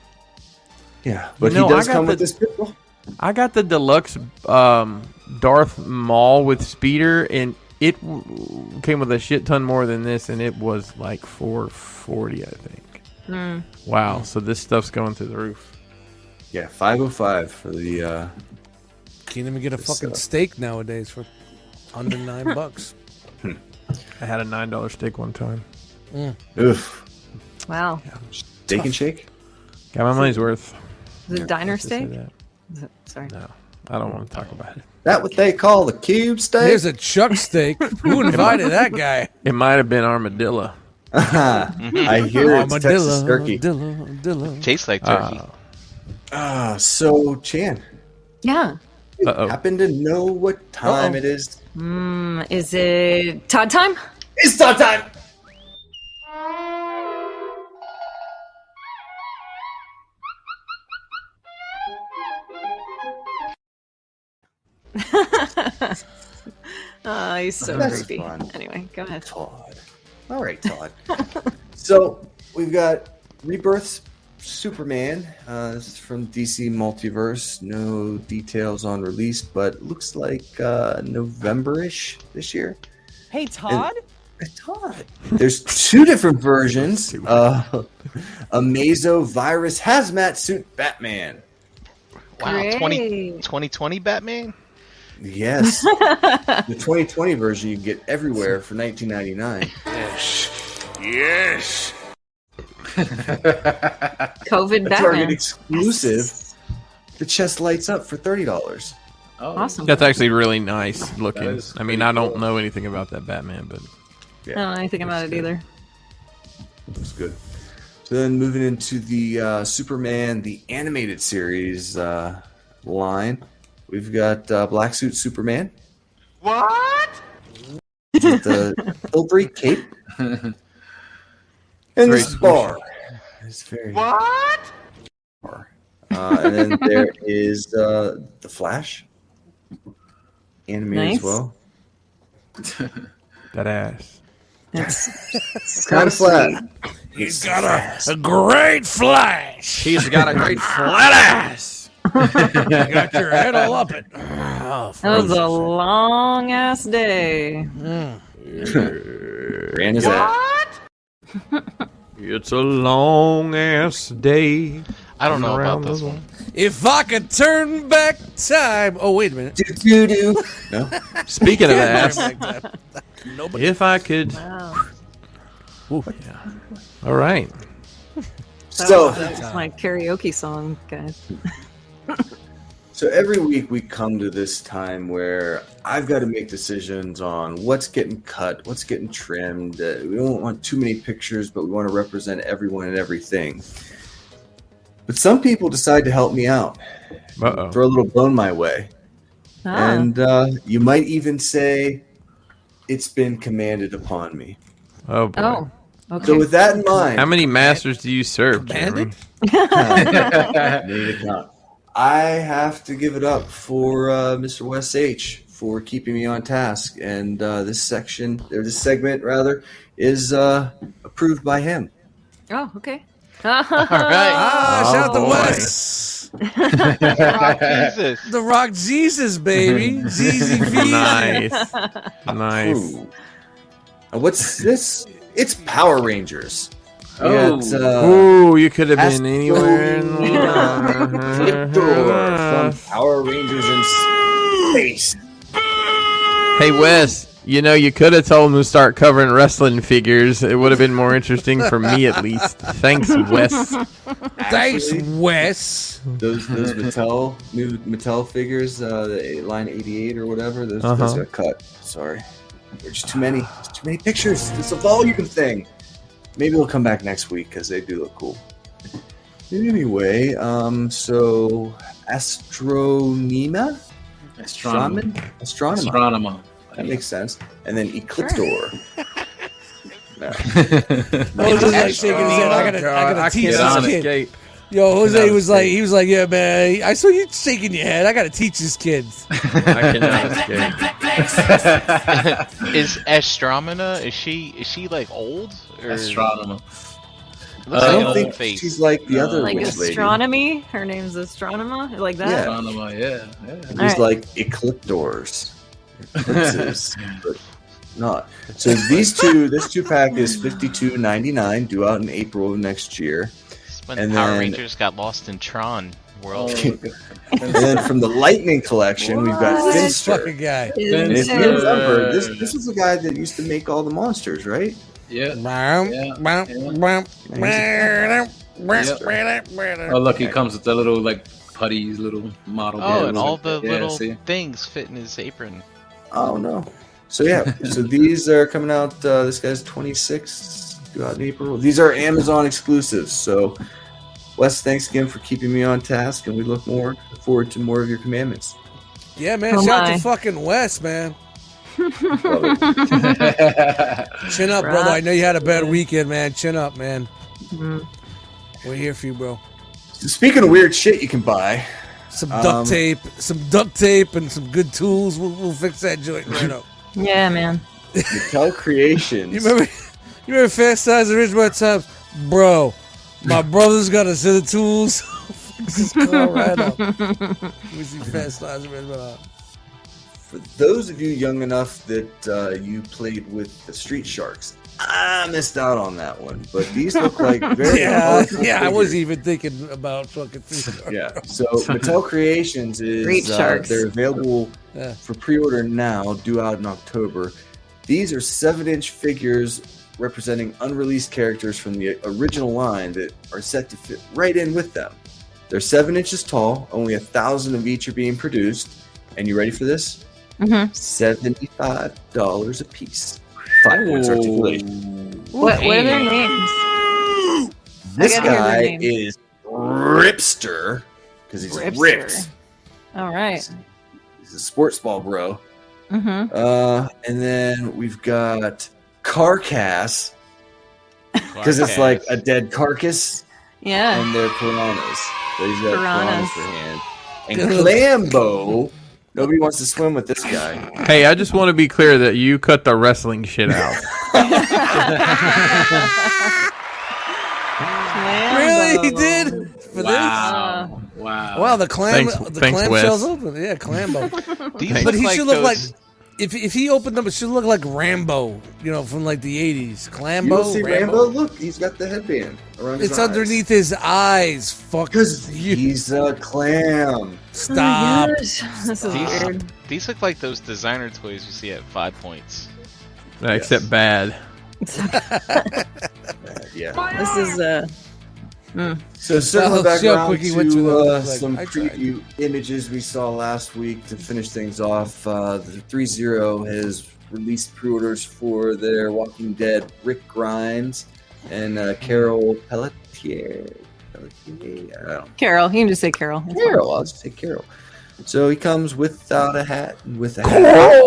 A: Yeah, but
B: No,
A: he does
B: I got
A: come with
B: the-
A: this pistol.
B: I got the deluxe um, Darth Maul with speeder, and it w- came with a shit ton more than this, and it was like four forty, I think. Wow! So this stuff's going through the roof.
A: Yeah, five oh five for the. Uh,
D: Can't even get a fucking
A: uh,
D: steak nowadays for under nine bucks.
B: I had a nine dollar steak one time.
A: Oof.
C: Wow.
A: Steak and shake?
B: Got my money's worth.
C: Is it diner
B: Let's just say
C: steak?
B: that.
C: Is it- Sorry.
B: No, I don't want to talk about it.
A: That what they call the cube steak?
D: There's a chuck steak. Who invited that guy?
B: It might have been armadillo.
A: I hear it's Texas turkey.
D: Armadillo, armadillo.
E: Tastes like turkey.
A: Ah, so Chan,
C: Yeah.
A: you
B: Uh-oh.
A: happen to know what time it is?
C: Mm, Is it Todd time?
A: It's Todd time.
C: Oh, he's so
A: That's
C: creepy.
A: fun.
C: Anyway, go ahead.
A: Todd. All right, Todd. so we've got Rebirth's Superman. Uh, this is from DC Multiverse. No details on release, but looks like uh, November-ish this year.
J: Hey, Todd?
A: I thought there's two different versions. Uh, a mesovirus hazmat suit Batman.
E: Wow, 20,
C: Great.
E: 2020 Batman?
A: Yes, the 2020 version you can get everywhere for 19.99.
C: COVID
A: A
C: Batman.
A: Target exclusive. The chest lights up for thirty dollars.
F: Oh,
C: Awesome.
B: That's actually really nice looking.
F: is
B: I mean, I don't know anything about that Batman, but
C: I don't know anything about it either.
A: That's good. Then moving into the uh, Superman the animated series uh, line, we've got uh, Black Suit Superman. What? With the silvery cape and the spar. It's very what? Uh, and then there is uh, the Flash anime
C: Nice.
A: as well.
B: that ass.
C: That's
A: It's kind of flat.
D: He's got a, a great flash.
B: He's got a great flat ass.
D: You got your head all up it. Oh,
C: that was a long ass day.
A: Ran his ass.
B: It's a long ass day.
E: I don't know about
B: Around
E: this
B: the-
E: one.
D: If I could turn back time. Oh, wait a minute.
A: Doo-doo-doo. No?
B: Speaking of ass,
D: Like that. Nobody.
B: if I could.
C: Wow.
B: All right.
C: That
A: So-
C: was- that's my karaoke song, guys.
A: So every week we come to this time where I've got to make decisions on what's getting cut, what's getting trimmed. Uh, we don't want too many pictures, but we want to represent everyone and everything. But some people decide to help me out,
B: Uh oh.
A: throw a little bone my way.
C: Ah,
A: And uh, you might even say, it's been commanded upon me.
B: Oh boy.
C: oh, okay.
A: So with that in mind,
B: How many masters do you serve, Jeremy?
D: Commanded?
A: Need to count. I have to give it up for uh, Mr. West H for keeping me on task, and uh, this section or this segment rather is uh, approved by him.
C: oh, okay.
E: All right.
D: Ah,
B: Oh,
D: shout out to
B: boy.
D: Wes.
E: Oh, Jesus.
D: The Rock Jesus, baby. ZZV.
B: Nice. Nice.
A: Ooh. And what's this? It's Power Rangers. We
F: Oh.
A: got, uh,
B: Ooh, you could have been
A: Astro-
B: anywhere. in the
A: Flipdoor
B: world.
A: from Power Rangers in Space.
B: hey, Wes. You know, you could have told him to start covering wrestling figures. It would have been more interesting for me, at least. Thanks, Wes.
D: Thanks,
A: Actually,
D: Wes.
A: those those Mattel new Mattel figures, uh, the eight- line eighty eight or whatever, those, those
B: Uh-huh.
A: got cut. Sorry, there's just too many, there's too many pictures. It's a volume thing. Maybe we'll come back next week because they do look cool. Anyway, um, so Astronema,
F: astronomer.
A: Shaman, astronomer.
F: Astronomer.
A: That makes sense. And then Ecliptor.
D: Moses like shaking
A: Oh,
D: his head. I gotta, I gotta teach this kid. Yo, Jose was like, he was like, yeah, man. I saw you shaking your head. I gotta teach this kid.
B: I cannot escape.
E: Is Astromina, is she is she like old? Or
F: astronomer.
A: I
E: Looks like
A: don't
E: an
A: think
E: old face.
A: she's like the other
C: like
A: witch lady.
C: astronomy. Her name's Astronoma. Like that.
A: Yeah.
F: Astronomer, yeah. yeah.
A: It was
C: Alright.
A: like ecliptors. Eclipses. but not. So these two this two pack is fifty two ninety nine, due out in April of next year.
E: It's when
A: And
E: Power
A: then-
E: Rangers got lost in Tron.
F: Oh,
E: world.
A: and then from the Lightning Collection, we've got
C: What?
D: This
A: Finster.
D: fucking guy.
A: And if you
C: Finster.
A: remember, this, this is the guy that used to make all the monsters, right?
F: Yeah. Oh,
D: Oh,
F: look, he comes with the little like putty little model.
E: Oh, and
F: builds.
E: all the
F: Yeah,
E: little
F: see?
E: things fit in his apron.
A: Oh no. So yeah, so these are coming out. Uh, this guy's 26 throughout April. These are Amazon exclusives. So, Wes, thanks again for keeping me on task, and we look more forward to more of your commandments.
D: Yeah, man.
C: Oh,
D: shout out
C: my.
D: to fucking Wes, man.
A: Love it.
D: Chin up,
C: Right.
D: brother. I know you had a bad weekend, man. Chin up, man.
C: Mhm.
D: We're here for you, bro.
A: Speaking of weird shit you can buy,
D: Some
A: Um,
D: duct tape, some duct tape, and some good tools. We'll, we'll fix that joint right up.
C: Yeah, man.
A: Mattel Creations.
D: You remember? You remember Fast Times at Ridgemont Times, bro? My brother's got a set of tools. fix his car right up. We see Fast Times at Ridgemont. High.
A: for those of you young enough that uh, you played with the Street Sharks, I missed out on that one. But these look like very
D: Yeah,
A: colorful
D: yeah. I
A: figures.
D: was even thinking about fucking. three-
A: Yeah. So Mattel Creations
C: Great
A: is uh,
C: sharks.
A: they're available
D: Yeah.
A: for pre-order now, due out in October. These are seven-inch figures representing unreleased characters from the original line that are set to fit right in with them. They're seven inches tall. Only a thousand of each are being produced. And you ready for this?
C: Mhm.
A: Seventy-five dollars a piece. Five points articulation.
C: What, what are their names?
A: This
C: gotta hear their
A: guy
C: names.
A: is Ripster because he's
C: Ripster.
A: ripped.
C: All right.
A: He's a sports ball bro.
C: Mm-hmm.
A: Uh, and then we've got carcass because it's like a dead carcass,
C: Yeah.
A: and they're piranhas. These are piranhas
C: Piranhas.
A: for hand. And Clambo, nobody wants to swim with this guy.
B: Hey, I just want to be clear that you cut the wrestling shit out.
D: Um, Really, he did. Oh, For
F: Wow. Wow.
D: This? Wow, the clam,
B: Thanks-
D: the
B: thanks,
D: clam
B: Wes.
D: shell's open. Yeah, clambo.
E: These
D: But he should look
E: those-
D: like if if he opened up, it should look like Rambo, you know, from like the eighties.
A: You don't
D: Clambo,
A: see Rambo?
D: Rambo.
A: Look, he's got the headband around his
D: It's underneath his eyes. Fuck
A: because
D: you.
A: he's a clam.
D: Stop.
C: Oh This is
E: These-
C: weird.
E: These look like those designer toys you see at Five Points.
B: Except bad.
C: uh,
A: Yeah.
C: This is uh
A: So circling
D: Well,
A: back
D: Oh, see how
A: around
D: quick he went
A: to
D: through that.
A: uh,
D: Like,
A: some
D: I tried.
A: preview images we saw last week to finish things off. Uh, the Three Zero has released pre-orders for their Walking Dead Rick Grimes and uh, Carol Pelletier. Pelletier? I don't
C: Carol. You can just say Carol. It's fine.
A: Carol. I'll just say Carol. So he comes without a hat and with a hat.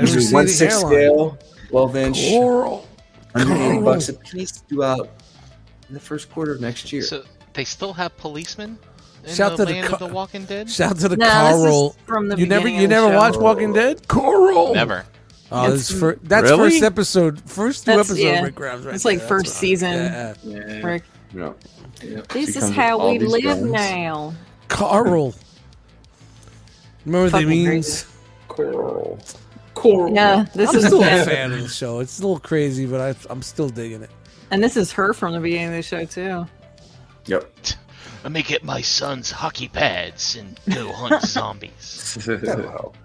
A: Usually
D: Receding
A: one six
D: hairline.
A: scale, twelve inch,
D: Coral.
A: 180
D: Coral.
A: bucks a piece throughout the first quarter of next year.
E: So they still have policemen in
D: Shout to
E: the
D: the
E: land
D: co-
E: of the Walking Dead.
D: Shout to the
C: No, this is
D: Carl.
C: from the
D: You never,
C: beginning
D: you
C: of the
D: never
C: show.
D: watch Walking Dead? Coral.
E: Never.
D: Oh, this is fir- that's
B: Really?
D: first episode, first two
C: That's-
D: episodes.
C: yeah.
D: of Rick Grimes right
C: It's like
D: there.
C: first
D: That's-
C: season.
D: Yeah.
F: Yeah.
C: Rick.
A: no.
C: This is
A: comes with
C: how
A: all
C: we
A: these
C: live
A: guns.
C: now.
D: Carl. Remember what they
C: Fucking
D: mean?
C: crazy.
A: Coral.
C: Yeah, this
D: I'm
C: is
D: still a fan of the show. It's a little crazy, but I, I'm still digging it.
C: and this is her from the beginning of the show too.
A: Yep.
E: Let me get my son's hockey pads and go hunt zombies.
D: Mm-hmm.
A: That'll help.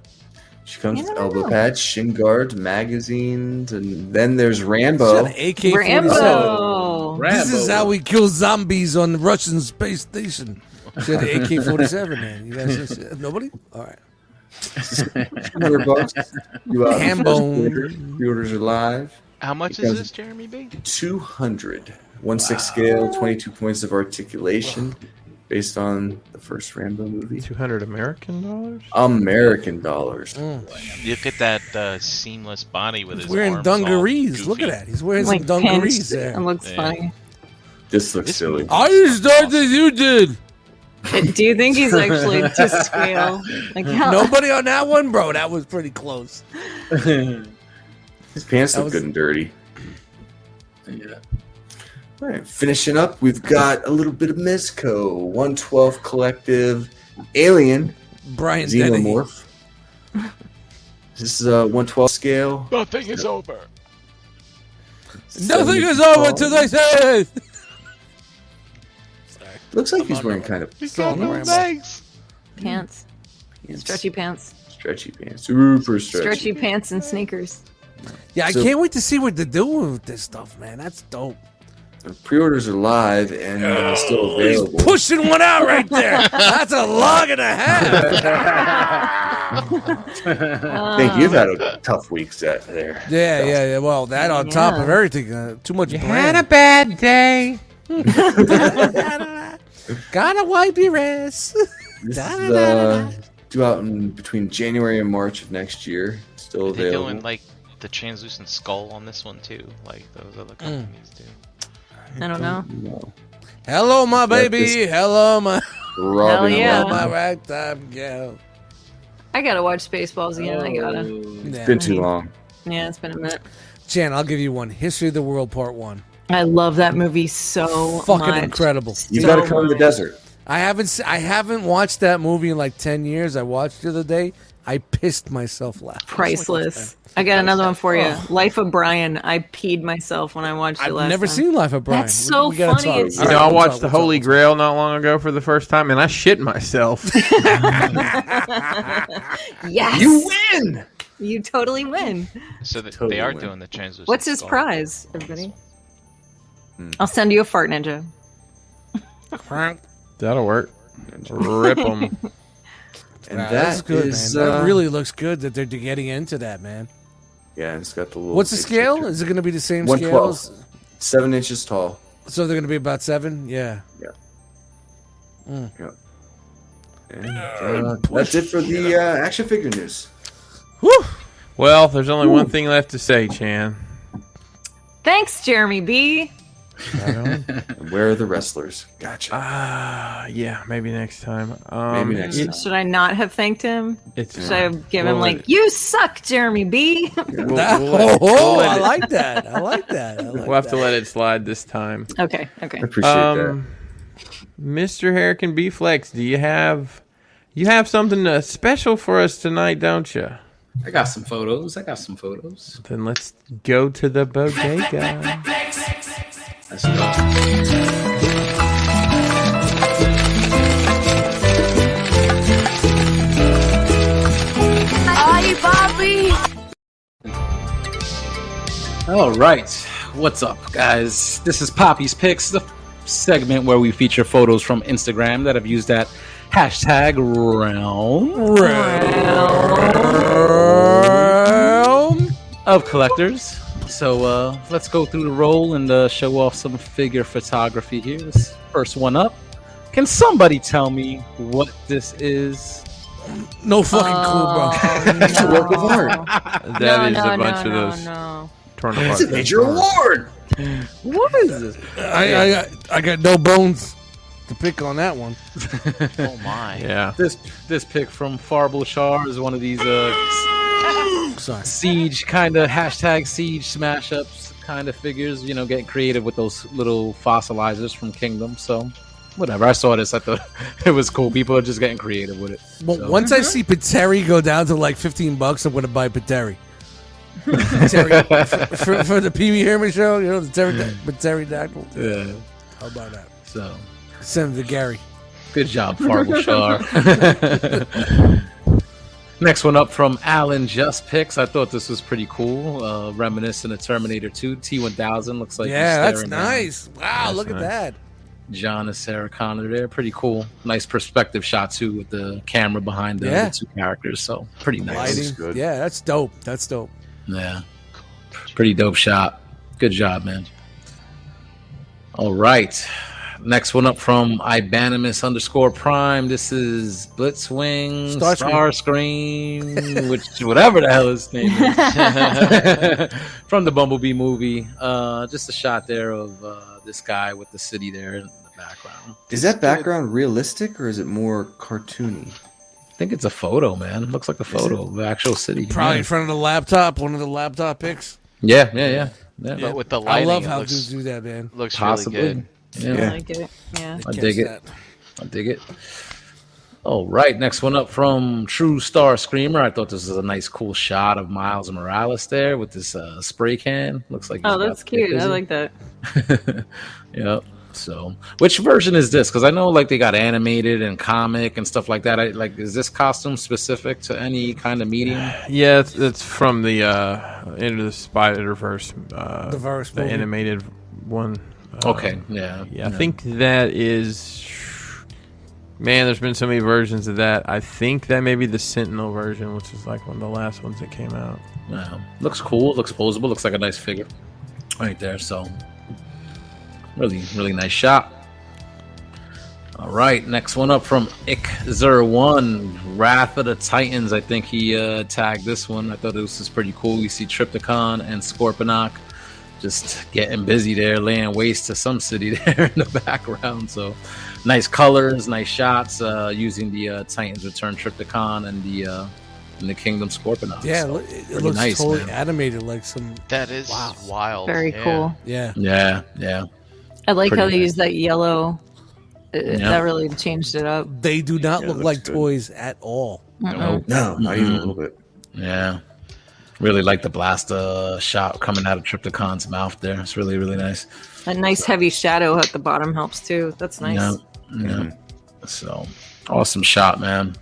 A: She comes
C: You
A: with
C: never
A: elbow
C: know.
A: pads, shin guards, magazines, and then there's
D: She
A: Rambo.
D: had an AK-47.
C: Rambo.
D: This is how we kill zombies on the Russian space station. She had an AK-47, man. You guys, uh, nobody? All right.
A: 100 bucks. You, uh,
D: Ham
A: first
D: bone.
A: order. The orders are live.
E: How much is
A: Because-
E: this, Jeremy B?
A: 200. One six scale, 22 points of articulation based on the first Rambo movie.
B: 200 American dollars?
A: American dollars.
E: Look at that uh, seamless body with
D: He's
E: his
D: Mm. wearing
E: arms all
D: dungarees. Look at
E: goofy.
D: that. He's wearing
C: Like
D: some dungarees
C: pinched. It
D: there.
C: looks
E: Yeah.
C: funny.
A: This looks
E: This
A: silly.
E: movie-
D: I just thought that you did.
C: Do you think he's actually to scale? Like how?
D: Nobody on that one, bro. That was pretty close.
A: His pants
D: That
A: look
D: was-
A: good and dirty.
F: Yeah.
A: All right, finishing up, we've got a little bit of Mezco, 112 Collective, Alien,
D: Brian Dennehy.
A: Xenomorph. This is a 112 scale.
E: Nothing is over.
D: Nothing is over till they say it.
A: Looks like he's wearing kind of
E: legs.
C: Pants. Stretchy pants.
A: stretchy pants, super stretchy.
C: Stretchy pants and sneakers.
D: Yeah, I
A: So-
D: can't wait to see what they do with this stuff, man. That's dope.
A: Pre-orders are live and uh, still available.
D: Pushing one out right there. That's a log and a half.
A: Thank you. You've had a tough week set there.
D: Yeah, yeah, yeah. Well, that on top of
C: Yeah.
D: everything, uh, too much
H: Had a
D: brand.
H: bad day.
D: Gotta wipe your ass.
A: This is uh, due out in between January and March of next year. Still
E: They
A: available.
E: doing like the translucent skull on this one too, like those
D: Mm.
E: other companies do.
C: I don't know.
A: No.
D: Hello, my
A: Yeah,
D: baby. Hello, my,
A: Robin
C: Hell yeah.
A: Robin.
D: my ragtime gal.
C: I gotta watch Spaceballs
F: Oh.
C: again. I gotta.
D: Yeah.
A: It's been too long.
C: Yeah, it's been a minute.
D: Jan, I'll give you one. History of the World Part One.
C: I love that movie so
D: Fucking
C: much.
D: incredible.
A: You
C: So
A: got to come to the
C: much.
A: desert.
D: I haven't se- I haven't watched that movie in like ten years. I watched it the other day. I pissed myself laughing.
C: Priceless. I got another one for you. Life of Brian. I peed myself when I watched it
D: Oh. I've
C: last
D: never
C: time.
D: seen Life of Brian.
C: That's so
D: gotta
C: funny.
D: talk.
C: It's-
D: All
B: You
D: right,
B: know, I
D: we'll
B: watched
D: talk,
B: the
D: we'll
B: Holy
D: talk.
B: Grail not long ago for the first time, and I shit myself.
C: Yes. You win. You totally win.
E: So th-
A: Totally
E: they are
A: win.
E: doing the translucent.
C: What's his
E: skull.
C: prize, everybody?
A: Hmm.
C: I'll send you a fart ninja.
B: That'll work. Rip them.
A: And
D: Wow,
A: that
D: that's
A: is
D: good, man.
A: uh,
D: that really looks good that they're getting into that, man.
A: Yeah, and Oh, it's got the little.
D: What's the
A: big
D: scale?
A: picture.
D: Is it going to be the same
A: 112.
D: scales?
A: Seven inches tall.
D: So they're going to be about seven. Yeah.
A: And, uh, that's it for the uh, action figure news.
D: Whew.
B: Well, there's only one thing left to say, Chan.
C: Thanks, Jeremy B.
A: And where are the wrestlers?
H: Uh,
A: Gotcha.
B: Ah, yeah, maybe next time. Um,
A: Maybe next time.
C: Should I not have thanked him?
B: It's
C: Should I have given him
B: Well,
C: like, "You suck, Jeremy B."
B: We'll,
D: That-
B: we'll let-
D: oh,
B: we'll let
D: I
B: it-
D: like that. I like that. I like
B: we'll have
D: that.
B: to let it slide this time.
C: okay, okay.
A: I appreciate that.
B: Um, Mr. Harrican B Flex, do you have you have something uh, special for us tonight, don't you?
F: I got some photos. I got some photos.
B: Then let's go to the bodega.
F: All right. What's up, guys? This is Poppy's Picks, the segment where we feature photos from Instagram that have used that hashtag realm
D: Um,
F: of collectors. So uh, let's go through the roll and uh, show off some figure photography here. This first one up. Can somebody tell me what this is?
D: no fucking clue,
C: Oh, no.
A: That's a work of art.
B: That is
C: no, no,
B: a bunch
C: no,
B: of those
C: No,
B: torn apart.
A: award.
F: What is this?
D: bro. I, I I got no bones to pick on that one.
E: Oh my!
B: Yeah.
F: This this pick from Farble Shar is one of these uh,
D: Sorry.
F: siege kind of hashtag siege smash ups kind of figures. You know, getting creative with those little fossilizers from Kingdom. So, whatever. I saw this. I thought it was cool. People are just getting creative with it.
D: Well,
F: So-
D: once I see Pateri go down to like 15 bucks, I'm going to buy Pateri. Pateri for, for, for the PB Herman show, you know, the pterodac- pterodactyl.
F: Yeah.
D: How about that?
F: So,
D: Send it to Gary.
F: good job, Farble Shar. Next one up from Alan Just Picks. I thought this was pretty cool. Uh, reminiscent of Terminator 2, T1000. Looks like
D: yeah,
F: he's
D: that's
F: staring down.
D: nice. Wow,
B: That's
D: look
B: nice.
D: at that.
F: John and Sarah Connor there. Pretty cool. Nice perspective shot too with the camera behind the,
D: Yeah.
F: the two characters. So pretty nice.
D: Lighting.
A: good.
D: Yeah, that's dope. That's dope.
F: Yeah. Pretty dope shot. Good job, man. All right. Next one up from Ibanimus underscore prime. This is Blitzwing
D: Starscream.
F: Starscream, which whatever the hell his name is. from the Bumblebee movie. Uh, just a shot there of uh, this guy with the city there in the background.
A: Is that background realistic or is it more cartoony?
F: I think it's a photo, man. Looks like a photo of the actual city.
D: Probably
F: Yeah.
D: in front of the laptop, one of the laptop picks.
F: Yeah, yeah, yeah. yeah.
E: But with the
D: I
E: lighting,
D: love
E: it
D: how
E: looks,
D: dudes do that, man.
E: looks
F: Possibly.
E: really good.
F: Yeah,
C: I like it. Yeah.
F: I
D: Catch
F: dig it.
D: that.
F: I dig it. All right, next one up from True Star Screamer. I thought this was a nice, cool shot of Miles Morales there with this uh, spray can. Looks like. he's
C: Oh,
F: about
C: that's
F: to get
C: cute. I
F: busy.
C: like that.
F: yep. So, which version is this? Because I know like they got animated and comic and stuff like that. I, like, is this costume specific to any kind of medium?
B: Yeah, it's, it's from the uh, Into the Spider Verse, uh,
D: The verse
B: the
D: movie.
B: animated one. Um,
F: Okay, yeah,
B: yeah. I
F: yeah.
B: think that is. Man, there's been so many versions of that. I think that may be the Sentinel version, which is like one of the last ones that came out.
F: Yeah. Um, Looks cool. Looks posable. Looks like a nice figure, right there. So, really, really nice shot. All right, next one up from Ick01, Wrath of the Titans. I think he uh, tagged this one. I thought this was pretty cool. We see Tripticon and Scorponok just getting busy there, laying waste to some city there in the background. So nice colors, nice shots, uh, using the uh, Titans Return Tripticon and the uh, and the Kingdom Scorponok.
D: Yeah, it
F: So
D: loo- it,
F: pretty
D: looks
F: nice,
D: totally
F: man.
D: animated, like some.
E: That is
D: Wow.
B: Oh,
E: wild.
C: Very
E: yeah.
C: cool.
D: Yeah,
F: Yeah, yeah.
C: I like
F: Pretty
C: how they
F: nice.
C: use that yellow. Uh,
F: Yeah.
C: That really changed it up.
D: they do not
A: Yeah,
D: look
A: looks
D: like
A: good.
D: toys at all.
C: Mm-mm.
A: No, not even a
D: Mm-hmm.
F: Mhm.
A: little bit.
F: Yeah. Really like the blaster shot coming out of Triptychon's mouth there. It's really, really nice.
C: A nice heavy shadow at the bottom helps too. That's nice.
F: Yeah. Yeah. So awesome shot, man.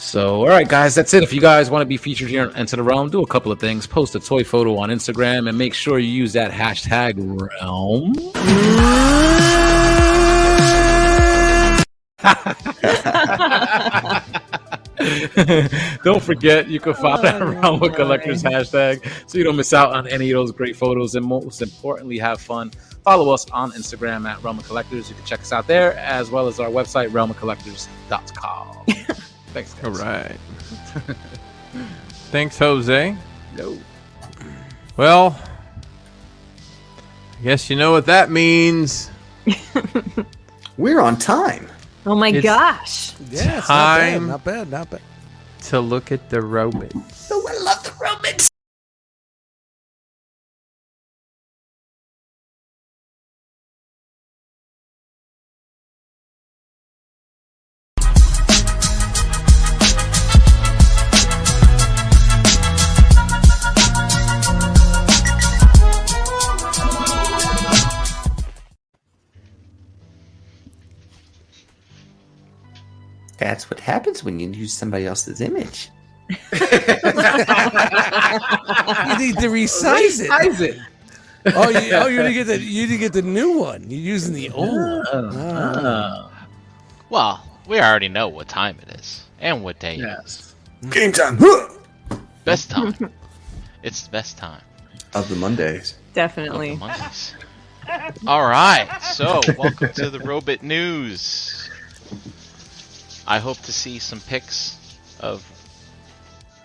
F: So, all right, guys, that's it. If you guys want to be featured here on Enter the Realm, do a couple of things. Post a toy photo on Instagram and make sure you use that hashtag realm. don't forget, you can follow that
C: Oh,
F: Realm with
C: boy.
F: Collectors hashtag so you don't miss out on any of those great photos. And most importantly, have fun. Follow us on Instagram at Realm of Collectors. You can check us out there as well as our website, realmofcollectors.com. Thanks, guys.
B: All right. Thanks, Jose.
F: No.
B: Well, I guess you know what that means.
A: We're on time.
C: Oh my
B: It's-
C: gosh.
D: Yeah, it's
B: Time.
D: not bad, not bad, not bad.
B: To look at the robot.
H: That's what happens when you use somebody else's image.
D: You need to resize it.
F: it.
D: Oh, you, oh, you didn't get the you didn't get the new one. You're using the old. one.
F: Ah,
E: Well, we already know what time it is and what day. it is.
F: yes.
A: Game time huh!
E: Best time. it's the best time.
A: of the Mondays.
E: of the
C: Definitely.
E: Mondays. All right. So, welcome to the Robit News. I hope to see some pics of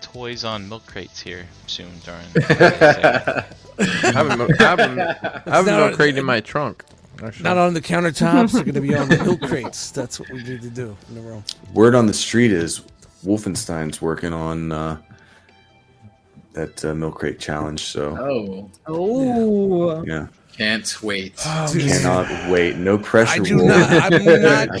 E: toys on milk crates here soon during. The
B: I haven't, mo- I haven't, I haven't
D: not-
B: upgraded in my trunk. actually.
D: Not on the countertops. They're going to be on the milk crates. That's what we need to do in the room.
A: Word on the street is Wolfenstein's working on uh, that uh, milk crate challenge. So
F: Oh,
C: Oh.
A: yeah,
F: can't wait.
B: Oh,
A: cannot wait. No
D: I
A: pressure.
D: do
A: Wolf.
D: not. I'm not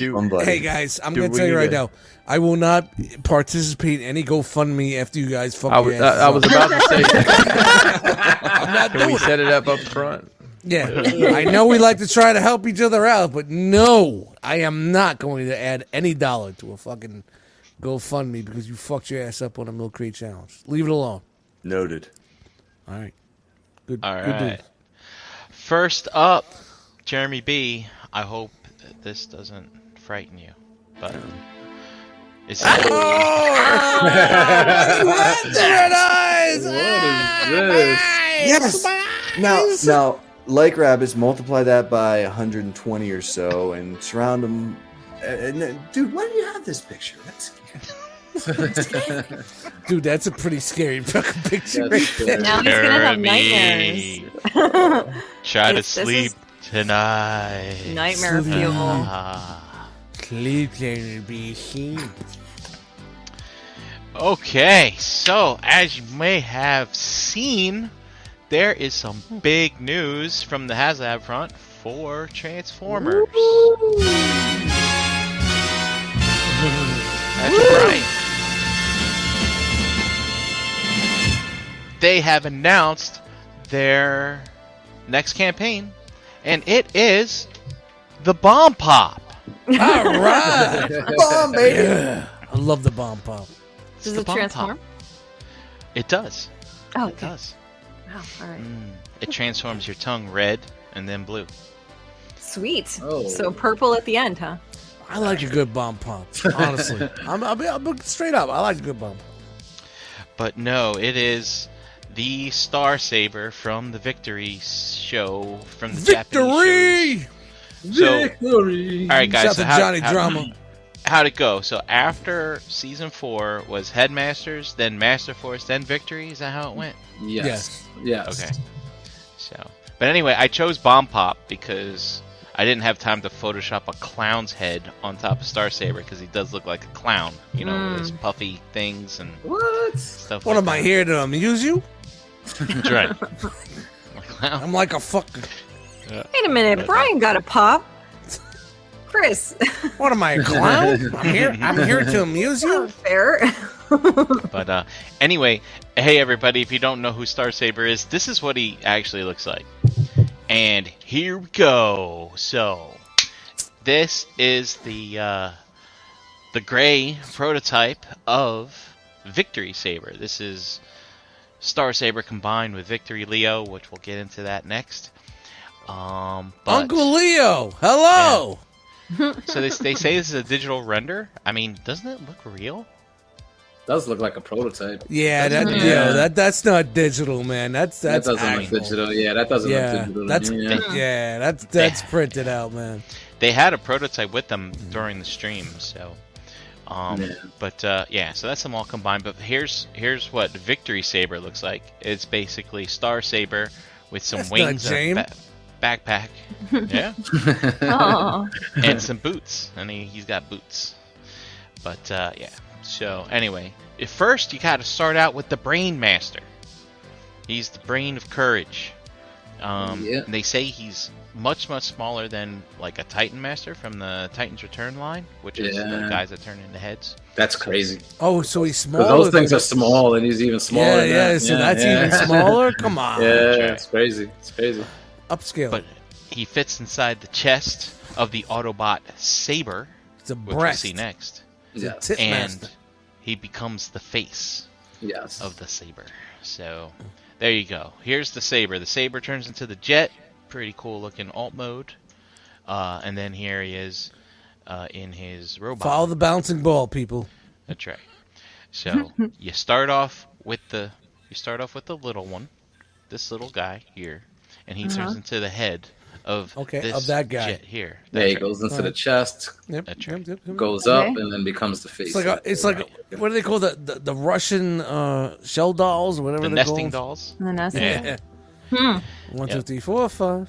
A: Have fun, buddy.
D: Hey guys, I'm
B: Dude,
D: gonna
B: we
D: tell you
B: need
D: right
B: to-
D: now, I will not participate in any GoFundMe after you guys fuck
B: I
D: your
B: was, I, I was
D: asses up.
B: about to say,
D: I'm not
B: can we
D: doing it.
B: set it up up front?
D: Yeah, I know we like to try to help each other out, but no, I am not going to add any dollar to a fucking GoFundMe because you fucked your ass up on a milk crate challenge. Leave it alone.
A: Noted.
D: All right, good.
E: All
D: good
E: right.
D: dude.
E: First up, Jeremy B. I hope that this doesn't frighten you, but um, it's
C: Oh,
A: Yes. Now, now, like rabbits, multiply that by 120 or so, and surround them. Uh, And, and- dude, why do you have this picture? That's
D: dude, that's a pretty scary fucking picture. right there.
C: Now he's going to have nightmares.
E: Try to
C: It's- this
E: sleep
C: is-
E: tonight.
C: Nightmare fuel.
E: Ah.
D: Sleep, Jeremy B.
E: Okay, so as you may have seen, there is some
C: Hmm.
E: big news from the HasLab front for Transformers. That's right. They have announced their next campaign, and it is the bomb pop.
D: All right.
A: Bomb, baby.
D: Yeah. I love the bomb pop.
E: It's
C: Does
E: the
C: it
E: bomb
C: transform?
E: pop. It does.
C: Oh,
E: It
C: okay.
E: does.
C: Wow. All right.
E: Mm. It transforms your tongue red and then blue.
C: Sweet.
F: Oh.
C: So purple at the end, huh?
D: I like a good bomb pop. Honestly, I'm, I'll, be, I'll be straight up. I like a good bomb.
E: But no, it is the Star Saber from the Victory show from the Japanese
D: Victory!
E: shows. So,
F: Victory.
E: all right, guys.
D: Shout out
E: so
D: to
E: how,
D: Johnny
E: how-
D: Drama.
E: How'd it go? So after season four was Headmasters, then Master Force, then Victory. Is that how it went?
F: Yes. Yes.
E: Okay. So, but anyway, I chose Bomb Pop because I didn't have time to Photoshop a clown's head on top of Star Saber because he does look like a clown. You know, with his puffy things and
H: What?
E: stuff.
D: What
E: like
D: am I
E: that.
D: here to amuse you?
E: That's right. A clown.
D: I'm like a fuck.
C: Wait a minute. Brian got a pop. Chris,
D: What am I, a clown? I'm here. I'm here to amuse you.
C: not fair.
E: But uh, anyway, hey everybody, if you don't know who Star Saber is, this is what he actually looks like. And here we go. So this is the uh, the gray prototype of Victory Saber. This is Star Saber combined with Victory Leo, which we'll get into that next. Um, but,
D: Uncle Leo. Hello.
E: so they, they say this is a digital render. I mean, doesn't it look real?
F: Does look like a prototype.
D: Yeah, that
F: Yeah.
D: yeah, that that's not digital, man. That's that's
F: that doesn't
D: actual.
F: look digital. Yeah, that doesn't look
D: Yeah,
F: digital.
D: that's
F: yeah.
D: yeah, that's that's printed out, man.
E: they had a prototype with them during the stream so um,
F: Yeah.
E: but uh, yeah so that's them all combined but here's here's what victory saber looks like it's basically star saber with some
D: That's not
E: wings and
D: Jame.
E: a ba- backpack yeah
C: oh,
E: and some boots and he, he's got boots but uh, yeah so anyway at first you gotta start out with the brain master he's the brain of courage um,
F: Yeah.
E: and they say he's much much smaller than like a Titan Master from the Titan's Return line, which is the
F: Yeah.
E: guys that turn into heads.
F: That's crazy.
D: Oh, so he's
F: 'Cause
D: smaller.
F: those things
D: than-
F: are small, and he's even smaller.
D: Yeah,
F: than
D: yeah.
F: that.
D: So that's
F: yeah.
D: even smaller. Come on,
F: yeah,
E: That's right.
F: it's crazy. It's crazy.
D: upscale.
E: But he fits inside the chest of the Autobot Saber,
D: it's a
E: which
D: breast.
E: we'll see next,
D: It's a
F: Yes.
D: tit master.
E: and he becomes the face
F: Yes.
E: of the Saber. So there you go. Here's the Saber. The Saber turns into the Jet. Pretty cool looking alt mode. Uh, and then here he is uh, in his robot.
D: Follow the bouncing ball, people.
E: That's right. So you start off with the you start off with the little one, this little guy here, and he turns into the head of
D: Uh-huh. Okay,
E: this
D: of that guy.
E: jet here.
F: There he
E: That's right.
F: goes into the chest,
D: Yep.
E: That's
D: yep,
E: right.
D: yep, yep.
F: goes
C: Okay.
F: up, and then becomes the
D: It's
F: face.
D: like a, it's like a- what do they call the the, the Russian uh, shell dolls or whatever
E: The
D: they're called?
E: nesting dolls,
C: and then that's
E: Yeah.
C: it.
D: Yeah.
C: Hmm.
D: One, two, three, four, five.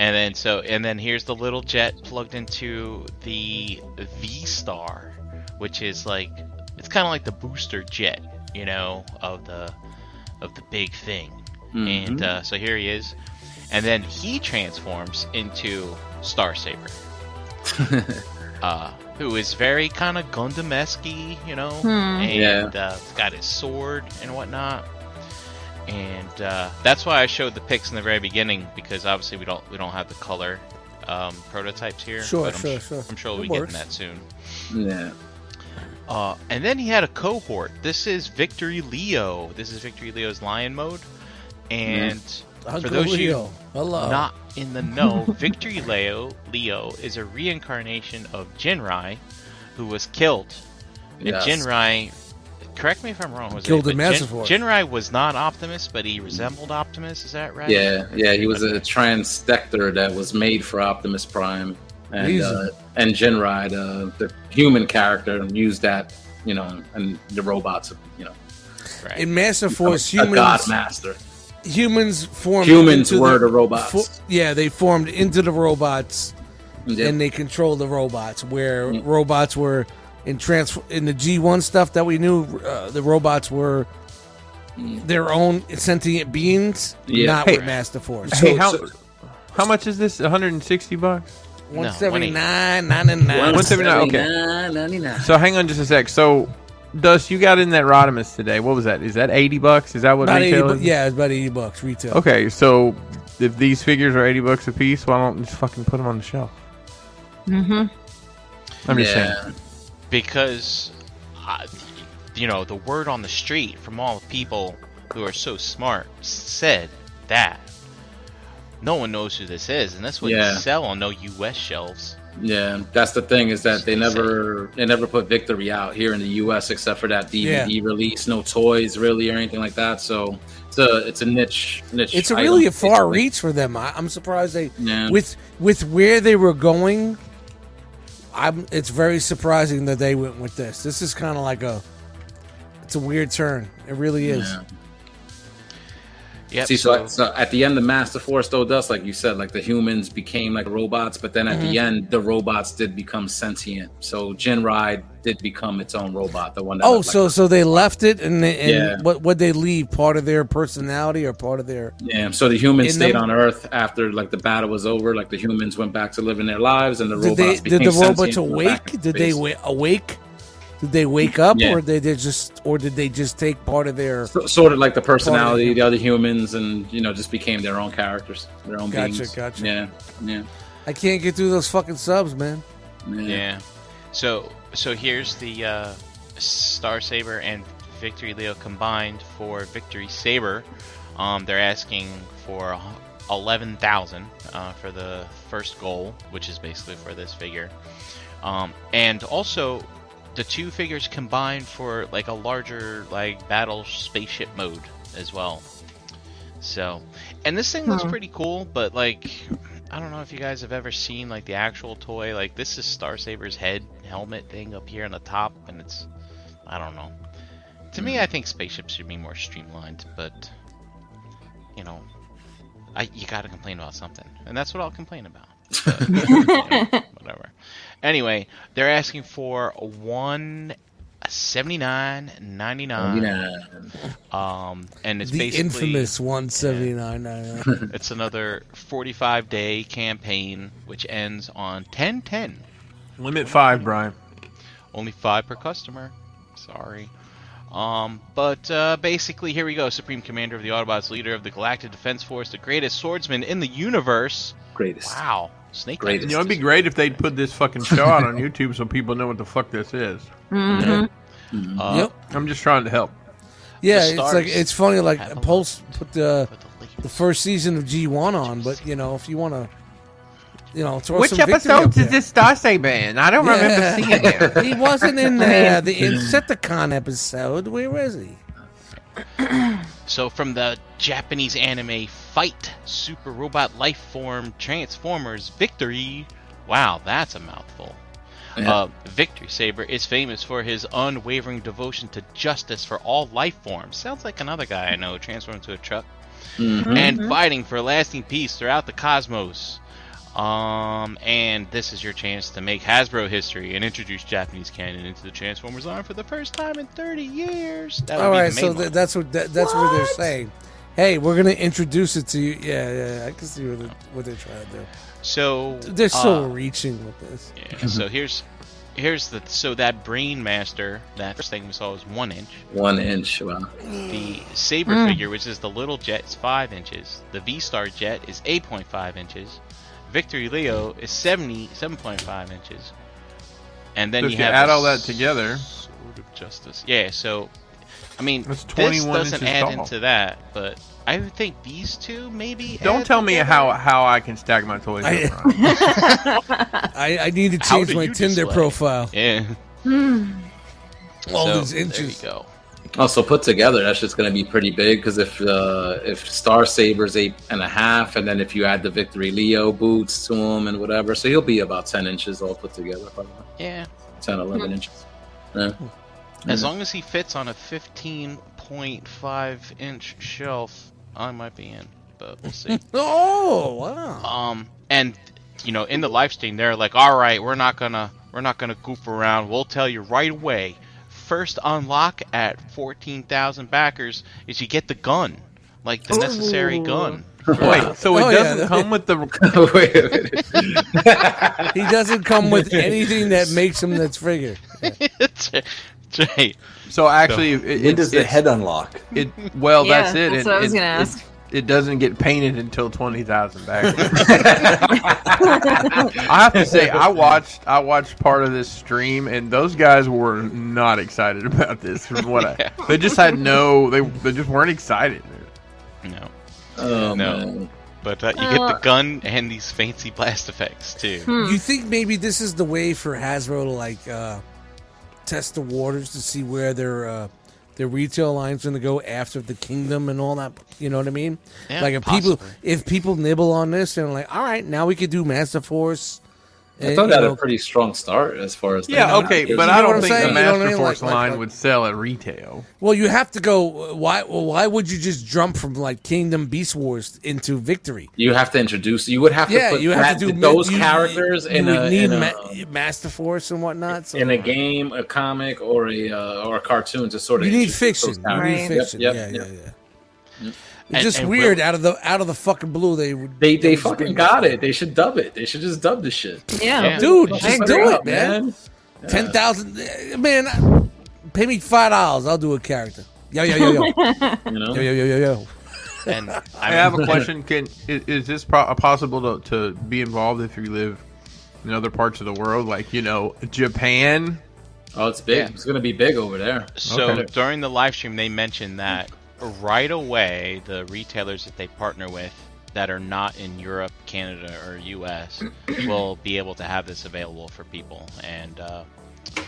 E: and then so and then here's the little jet plugged into the V Star, which is like it's kind of like the booster jet, you know, of the of the big thing. and
D: Mm-hmm.
E: uh, so here he is and then he transforms into star saber uh, who is very kind of gundam-esque you know and uh, he's got his sword and whatnot and uh, that's why i showed the pics in the very beginning because obviously we don't we don't have the color um, prototypes here
D: Sure,
E: but I'm,
D: sure,
E: su-
D: sure.
E: i'm sure
D: It
E: we'll be
D: works.
E: getting that soon
F: Mm-hmm. yeah.
E: uh, and then he had a cohort this is victory leo this is victory leo's lion mode and for
F: Mm-hmm.
D: Uncle
E: those of you
D: Leo. Uh. Hello.
E: not in the know, Victory Leo Leo is a reincarnation of Jinrai, who was killed.
F: Yes.
E: And Jinrai, correct me if I'm wrong, was
D: Killed
E: it,
D: in
E: but
D: Massive
E: Jin, Jinrai was not Optimus, but he resembled Optimus. Is that right?
F: Yeah, yeah, he was a transdector that was made for Optimus Prime and
D: He's-
F: uh, and Jinrai, uh, the human character, and used that, you know, and the robots, you know,
E: Right.
D: in Master Force,
F: a, a Oh, god
D: humans
F: master.
D: humans formed
F: Humans
D: into
F: were the robots.
D: yeah, they formed into the robots
F: Yeah.
D: and they controlled the robots. Where robots were in trans in the G one stuff that we knew, uh, the robots were their own sentient beings,
F: Yeah.
D: not
B: Hey.
D: with Master Force.
B: Hey, how,
F: so-
B: how much is this? 160 bucks?
D: One seventy nine, nine and nine.
B: 179, okay.
F: 179.
B: So hang on just a sec. So, Dust, you got in that Rodimus today. What was that? Is that 80 bucks? Is that what
D: About eighty,
B: retail
D: bu-
B: is?
D: yeah, it's about eighty bucks retail.
B: Okay, so if these figures are 80 bucks a piece, why don't you just fucking put them on the shelf?
C: Mm-hmm.
B: I'm just saying.
E: because uh, you know the word on the street from all the people who are so smart said that no one knows who this is, and that's what
F: Yeah.
E: you sell on no U.S. shelves.
F: Yeah, that's the thing is that they never they never put Victory out here in the U.S. except for that DVD release. No toys really or anything like that. So it's a it's a niche niche.
D: It's a
F: item.
D: really a far reach for them. I, I'm surprised they
F: Yeah.
D: with with where they were going. I'm. It's very surprising that they went with this. This is kind of like a. It's a weird turn. It really is.
F: Yeah.
E: Yep,
F: See, so, so at the end, the Master Force though does like you said, like the humans became like robots, but then at the
D: Mm-hmm.
F: end, the robots did become sentient. So Jinrai did become its own robot, the one that
D: Oh,
F: looked like-
D: so so they left it, and, they, and
F: Yeah.
D: what what they leave part of their personality or part of their
F: yeah. So the humans
D: In
F: stayed
D: them-
F: on Earth after like the battle was over. Like the humans went back to living their lives, and the
D: did they
F: robots
D: did the
F: became
D: robots
F: sentient and went back
D: awake?
F: into
D: Did they
F: space.
D: wa- awake? Did they wake up,
F: Yeah.
D: or did they just or did they just take part of their?
F: So- sort of like the personality, the other humans, and you know, just became their own characters, their own
D: Gotcha,
F: beings.
D: gotcha.
F: Yeah, yeah,
D: I can't get through those fucking subs, man.
F: yeah.
E: Yeah. So so here's the uh, Star Saber and Victory Leo combined for Victory Saber. Um, they're asking for eleven thousand uh, for the first goal, which is basically for this figure. Um, and also, the two figures combined for like a larger like battle spaceship mode as well. So, and this thing looks
C: Hmm.
E: pretty cool, but like, I don't know if you guys have ever seen like the actual toy. Like, this is Star Saber's head helmet thing up here on the top, and it's, I don't know. To me, I think spaceships should be more streamlined, but you know, I you gotta complain about something, and that's what I'll complain about. But, you know, whatever. Anyway, they're asking for one seventy nine ninety
F: You
E: nine.
F: know,
E: Um, and it's
D: the
E: basically
D: infamous one seventy nine.
E: it's another 45 day campaign which ends on 1010.
B: Limit five, Brian.
E: Only five per customer. Sorry. Um, but uh, basically, here we go. Supreme Commander of the Autobots, leader of the Galactic Defense Force, the greatest swordsman in the universe.
F: greatest.
E: Wow, Snake. Eyes.
F: Greatest.
B: You know, it'd be great if they'd put this fucking chart on YouTube so people know what the fuck this is.
C: Mm-hmm.
F: Uh-huh.
E: Uh,
D: yep.
B: I'm just trying to help.
D: Yeah,
E: the
D: it's
E: stars
D: like it's funny. Like
E: have a
D: Pulse put the
E: for the
D: the
E: lead.
D: first season of G one on, but you know if you want to, you know, throw some Victory up there.
B: Star Saber in? I don't
D: Yeah.
B: it.
D: He wasn't in there. The Insecticon episode. Where is he?
E: So, from the Japanese anime Fight Super Robot Life Form Transformers Victory. Wow, that's a mouthful. Uh, Victory Saber is famous for his unwavering devotion to justice for all life forms. Sounds like another guy I know transformed into a truck.
F: Mm-hmm.
D: Mm-hmm.
E: And fighting for lasting peace throughout the cosmos. Um, and this is your chance to make Hasbro history and introduce Japanese canon into the Transformers line for the first time in 30 years. That would
D: All
E: be
D: right,
E: the
D: so
E: main
D: th-
E: line.
D: that's what that, that's what they're saying. Hey, we're gonna introduce it to you. Yeah, yeah, yeah, I can see what they're, what they're trying to do.
E: so
D: They're so
E: uh,
D: reaching with this.
E: yeah, so here's here's the so that Brain Master that first thing we saw was one inch.
F: One inch. Wow.
E: The Saber figure, which is the little jet, is 5 inches. The V Star jet is 8.5 inches. Victory Leo is 77.5 inches. And then
B: So if
E: you
B: you
E: have
B: add
E: the
B: all that
E: s-
B: together-
E: Sword of Justice. Yeah, so, I mean,
B: That's
E: this
B: 21
E: doesn't
B: inches
E: add
B: tall.
E: into that, but I would think these two maybe.
B: Don't
E: add
B: tell me
E: together.
B: how how I can stack my toys.
D: I-
B: up, Brian.
D: I, I need to
E: How
D: change
E: do
D: my
E: you
D: Tinder
E: display?
D: profile.
E: Yeah.
D: All
E: so,
D: these inches.
E: There you go.
F: Also Oh, put together, that's just going to be pretty big because if uh, if Star Saber's eight and a half, and then if you add the Victory Leo boots to him and whatever, so he'll be about ten inches all put together, probably
E: Yeah.
F: 10, 11 inches. Yeah.
E: As
F: Yeah.
E: long as he fits on a 15.5 inch shelf, I might be in, but we'll see.
D: Oh wow!
E: um, and you know, in the live stream, they're like, "All right, we're not gonna, we're not gonna goof around. We'll tell you right away. First unlock at 14,000 backers is you get the gun, like the necessary gun.
B: Wait, so it
D: Oh, yeah.
B: doesn't come with the
F: Wait a minute.
D: He doesn't come with anything that makes him that figure.
E: It's- Jay,
B: So actually, it,
A: When does the
B: it's-
A: head unlock?
B: It well,
C: Yeah,
B: that's it.
C: that's
B: It-
C: what I was
B: it-
C: gonna ask.
B: It, it doesn't get painted until twenty thousand backwards. I have to say, I watched I watched part of this stream, and those guys were not excited about this. From what I, they just had no, they they just weren't excited.
E: No.
F: Oh,
E: no.
F: man.
E: But uh, you get the gun and these fancy blast effects too.
D: You think maybe this is the way for Hasbro to like uh, test the waters to see where their uh, their retail line's going to go after the kingdom and all that? You know what I mean?
E: Yeah,
D: like if people
E: possibly.
D: if people nibble on this and like, all right, now we could do Master Force.
F: I
A: Eh,
D: and,
F: thought
D: you
F: that had
D: know,
F: a pretty strong start as far as
B: Yeah,
F: like,
B: okay,
F: it-
B: but
D: you
B: I
D: know what
B: don't
D: I'm
B: think
D: saying?
B: the
D: You know what I
B: Master
D: mean?
B: Force
D: Like- like-
B: line
D: like-
B: would sell at retail.
D: Well, you have to go. Why? Well, why would you just jump from like Kingdom Beast Wars into Victory?
F: you have to introduce. You would have to
D: Yeah,
F: put
D: you have
F: that-
D: to do
F: those
D: you-
F: characters
D: you
F: in,
D: would
F: a,
D: need
F: in, a,
D: Ma- Master Force and whatnot. So
F: in a game, a comic, or a uh, or a cartoon to sort of
D: you need
F: introduce
D: fiction.
F: those
D: You need
C: Right.
F: characters.
D: fiction.
F: Yep,
D: yeah,
F: yep, yep.
D: yeah, yeah.
E: And-
D: It's just
E: and
D: weird
E: Will-
D: out of the out of the fucking blue. They would-
F: They
D: would
F: they
D: just
F: fucking
D: bring
F: got
D: this.
F: it. They should dub it. They should just dub this shit.
C: Yeah.
D: Dude,
F: Just
D: just
F: put
D: do it,
F: out,
D: man. Ten thousand, eh, man. I- Pay me five dollars. I'll do a character. Yo yo yo yo
F: You know,
D: yo yo yo yo yo.
E: And I,
B: I have a question. Can is, is this pro- possible to, to be involved if you live in other parts of the world, like you know Japan?
F: oh, it's big.
E: Yeah.
F: It's gonna be big over there.
E: So
B: Okay.
E: during the live stream, they mentioned that right away, the retailers that they partner with that are not in Europe, Canada, or U.S. will be able to have this available for people, and uh,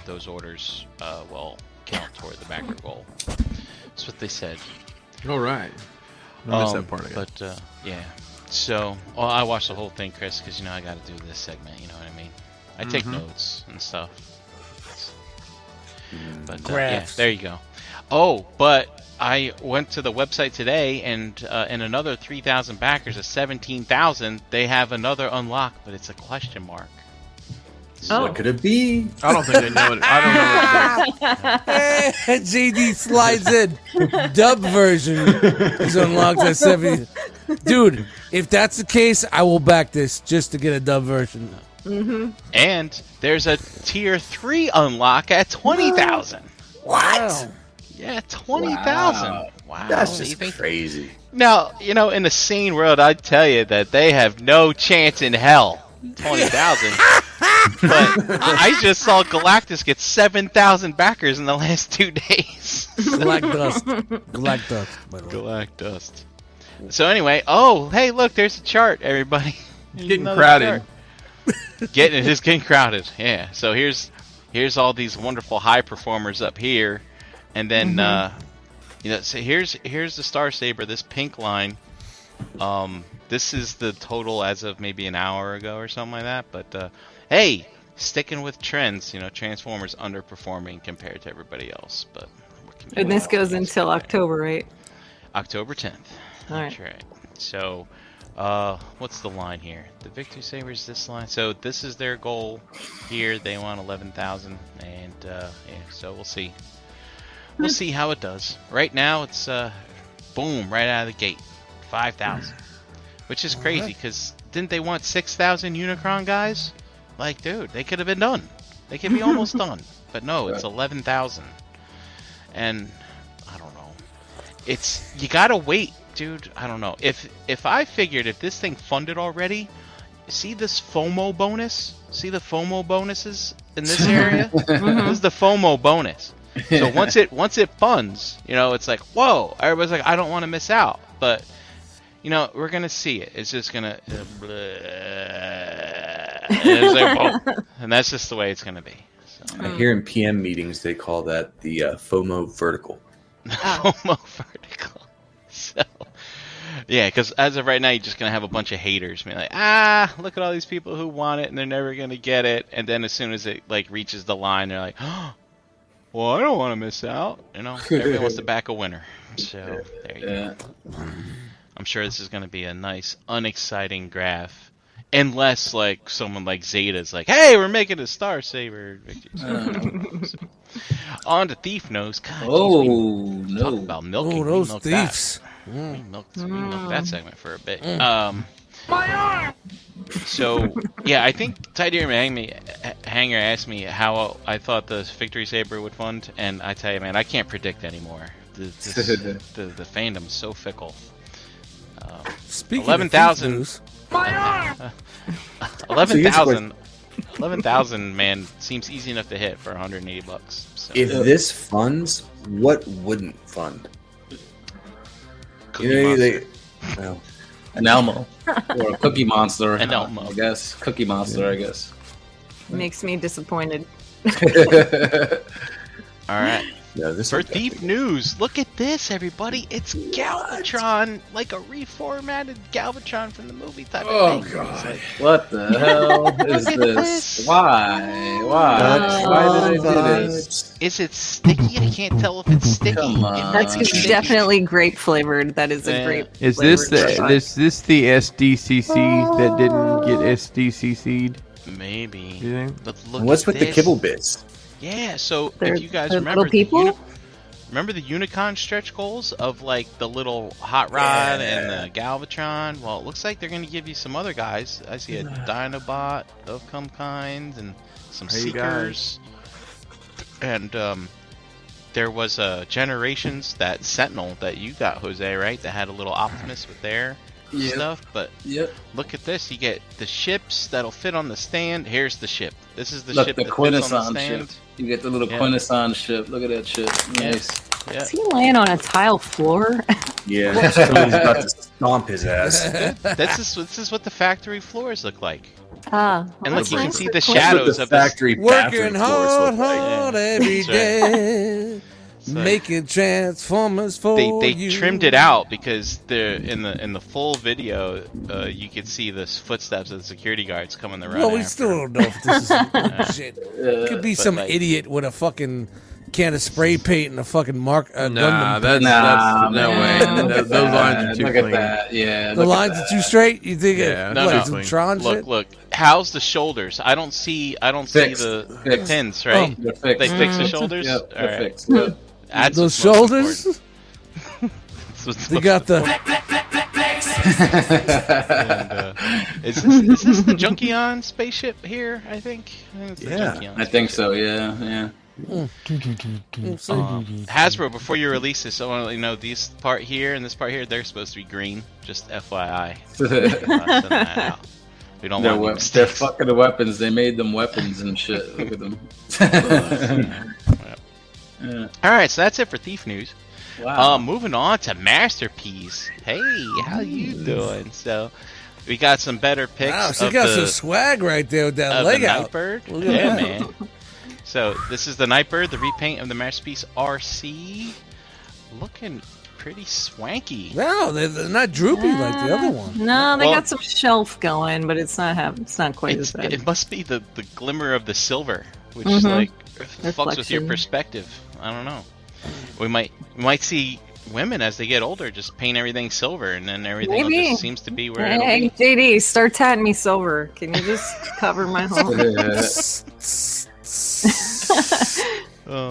E: those orders uh, will count toward the backer goal. That's what they said.
B: All right, I missed
E: Um,
B: that part. I guess.
E: But uh, yeah, so well, I watched the whole thing, Chris, because you know I got to do this segment. You know what I mean? I take
B: Mm-hmm.
E: notes and stuff. But uh, yeah,
D: Graphs.
E: there you go. Oh, but I went to the website today, and uh, in another three thousand backers, a seventeen thousand, they have another unlock, but it's a question mark.
C: Oh.
A: What could it be?
B: I don't think they know it. I don't know. What it is.
D: Eh, JD slides in. Dub version is unlocked at seventy. Dude, if that's the case, I will back this just to get a dub version.
E: And there's a tier three unlock at twenty thousand.
D: What?
E: Yeah, twenty thousand. Wow.
A: That's
E: So you
A: just
E: think-
A: crazy.
E: Now, you know, in the sane world, I'd tell you that they have no chance in hell. 20,000. but I just saw Galactus get 7,000 backers in the last two days.
D: Black dust. Black dust. By the way.
E: Galactus. So, anyway, oh, hey, look, there's a chart, everybody.
B: It's getting
E: Another
B: crowded.
E: chart. Getting It is getting crowded, yeah. So, here's here's all these wonderful high performers up here. And
C: Mm-hmm.
E: then, uh, you know, so here's here's the Star Saber, this pink line. Um, this is the total as of maybe an hour ago or something like that. But uh, hey, sticking with trends, you know, Transformers underperforming compared to everybody else. But we're comparing
C: And this
E: everybody
C: goes
E: else
C: until
E: compared.
C: October, right?
E: October 10th.
C: All right.
E: That's right. So, uh, what's the line here? The Victory Sabers. This line. So this is their goal here. They want 11,000, and uh, yeah. So we'll see.
C: Hmm.
E: We'll see how it does. Right now, it's uh, boom right out of the gate, 5,000, which is crazy because didn't they want 6,000 Unicron guys? Like, dude, they could have been done. They could be almost done. But no, it's 11,000. And I don't know. It's you got to wait, dude. I don't know. If if I figured if this thing funded already, see this FOMO bonus? See the FOMO bonuses in this area? this is the FOMO bonus. So once it once it funds, you know, it's like, "Whoa, everybody's like, I don't want to miss out." But you know, we're gonna see it. It's just gonna, uh, bleh. and, it's like, boom. and that's just the way it's gonna be. So,
A: I hear in PM meetings they call that the uh, FOMO vertical.
D: Oh.
E: FOMO vertical. So, yeah, because as of right now, you're just gonna have a bunch of haters being like, ah, look at all these people who want it and they're never gonna get it. And then as soon as it like reaches the line, they're like, oh, well, I don't want to miss out. You know, everybody wants to back a winner. So there you go.
F: Yeah.
E: I'm sure this is going to be a nice, unexciting graph. Unless, like, someone like Zeta's like, hey, we're making a Star Saber.
D: Uh.
E: On to Thief Nose. God, jeez,
F: Oh
E: we talk
F: no!
E: about milking.
D: Oh,
E: We
D: those
E: milked that.
D: thieves.
E: We milked, we milked
A: Mm.
E: that segment for a bit. Um, So, yeah, I think Tidear Hanger asked me how I thought the Victory Saber would fund, and I tell you, man, I can't predict anymore. The, this- the, the fandom's so fickle.
D: Speaking of
E: Eleven thousand.
D: things,
E: Eleven
A: here's a
E: thousand. Eleven thousand, man, seems easy enough to hit for 180 bucks. So,
A: If this funds, what wouldn't fund?
E: Cookie
A: You know,
E: Monster.
A: they, well,
F: An Elmo or a Cookie Monster.
E: An Elmo.
F: I guess Cookie Monster. I guess.
C: Makes me disappointed.
E: All right.
A: no, this
E: For
A: one's gotta
E: Thief
A: be-
E: News, look at this, everybody. It's Galvatron, like a reformatted Galvatron from the movie type
F: Oh
E: of thing.
F: god! What the hell is
E: Look at
F: this?
E: this.
F: Why? Why?
C: That's
F: Why did I do this?
E: Is it sticky? I can't tell if it's sticky.
F: Come
E: It might
C: That's
E: be
F: Uh,
E: sticky.
C: definitely grape flavored. That is a
E: Yeah.
C: grape.
B: Is this
C: flavored
B: the
C: shot.
B: this this the SDCC that didn't get SDCC'd?
E: Maybe.
B: You think?
E: But look
A: And What's
E: at
A: with the
E: this.
A: kibble bits?
E: Yeah, so
C: They're-
E: if you guys
C: they're
E: remember
C: little people?
E: the uni- remember the Unicon stretch goals of like the little hot rod and the Galvatron. Well, it looks like they're going to give you some other guys. I see a Dinobot of some kind and some
B: Hey,
E: Seekers. And um, there was uh, Generations that Sentinel that you got, Jose, right? That had a little Optimus with their
F: Yep.
E: stuff, but
F: Yep.
E: Look at this. You get the ships that'll fit on the stand. Here's the ship. This is the
F: Look,
E: ship
F: the
E: that fits on
F: Quintesson
E: the
F: ship.
E: stand.
F: You get the little
E: Yeah.
F: Quintesson ship. Look at that ship.
E: Yeah.
C: Is
F: Nice.
C: he laying on a tile floor?
A: Yeah, someone's about to stomp his ass.
E: this is this is what the factory floors look like.
C: ah,
E: And look, you can see the
A: That's what
E: shadows
A: the
E: of the
A: factory
D: working
A: bathroom floors
D: hard,
A: look like.
D: hard
E: Yeah.
D: every
E: That's right.
D: day,
E: So
D: making transformers for
E: they they
D: you.
E: trimmed it out because they're in the in the full video. Uh, you could see the footsteps of the security guards coming the run.
D: Well, we
E: after
D: still
E: them.
D: don't know if this is shit.
F: Uh,
D: Could be
E: but,
D: some
E: like-
D: idiot with a fucking can of spray paint and a fucking mark. Uh,
B: Nah,
D: Gundam.
B: that's,
F: Nah,
B: that's no
C: man.
B: way.
F: look
B: Th-
F: at
B: Those lines
F: that.
B: are too
F: Look
B: clean.
F: at that.
D: The
F: Yeah. look at
D: lines
F: that.
D: are too straight. You think
B: Yeah,
D: it,
B: no,
D: what,
E: no.
D: is it
B: Look,
D: Tron
E: Look,
D: shit?
E: look. How's the shoulders? I don't see. I don't
F: Fixed.
E: see the
F: Fixed.
E: pins. Right?
D: Um,
F: They're fixed.
E: They fix the
C: Mm.
E: shoulders.
F: Yep,
E: All
F: they're
E: right.
F: fixed. Yep.
E: That's
D: Those
E: what's most
D: shoulders.
E: important. That's what's
D: They
E: most
D: got the
E: And, uh, is, this, is this the Junkion spaceship here? I think. I think it's the
A: Yeah,
E: Junkion
F: I
E: spaceship.
F: think so. Yeah. Yeah.
D: Oh.
E: Um,
D: Mm-hmm.
E: Hasbro, before you release this, I want to let you know these part here and this part here. They're supposed to be green. Just FYI.
F: they're,
E: I'm not sending that out. We don't want any
F: we- they're
E: mistakes.
F: fucking the weapons. They made them weapons and shit. Look at them. Yeah.
E: All right, so that's it for thief news.
F: Wow.
E: Uh, moving on to masterpiece. Hey, how you doing? So, we got some better picks.
D: Wow, she
E: of
D: got
E: the,
D: some swag right there with that
E: of
D: leg
E: the
D: out.
E: Nightbird.
D: Look at
E: yeah,
D: that.
E: man. So this is the Nightbird, the repaint of the masterpiece RC, looking pretty swanky.
D: No, they're, they're not droopy like the other one.
C: No, they
E: Ah. Well-
C: got some shelf going, but it's not have, it's not quite
E: It's-
C: as bad.
E: it must be the, the glimmer of the silver, which
C: Mhm.
E: like fucks with your
C: Reflection.
E: perspective. I don't know. We might we might see women as they get older just paint everything silver, and then everything will
C: Maybe.
E: just seems to be where. it'll
C: hey,
E: be.
C: JD, start tatting me silver. Can you just cover my hole?
E: Oh.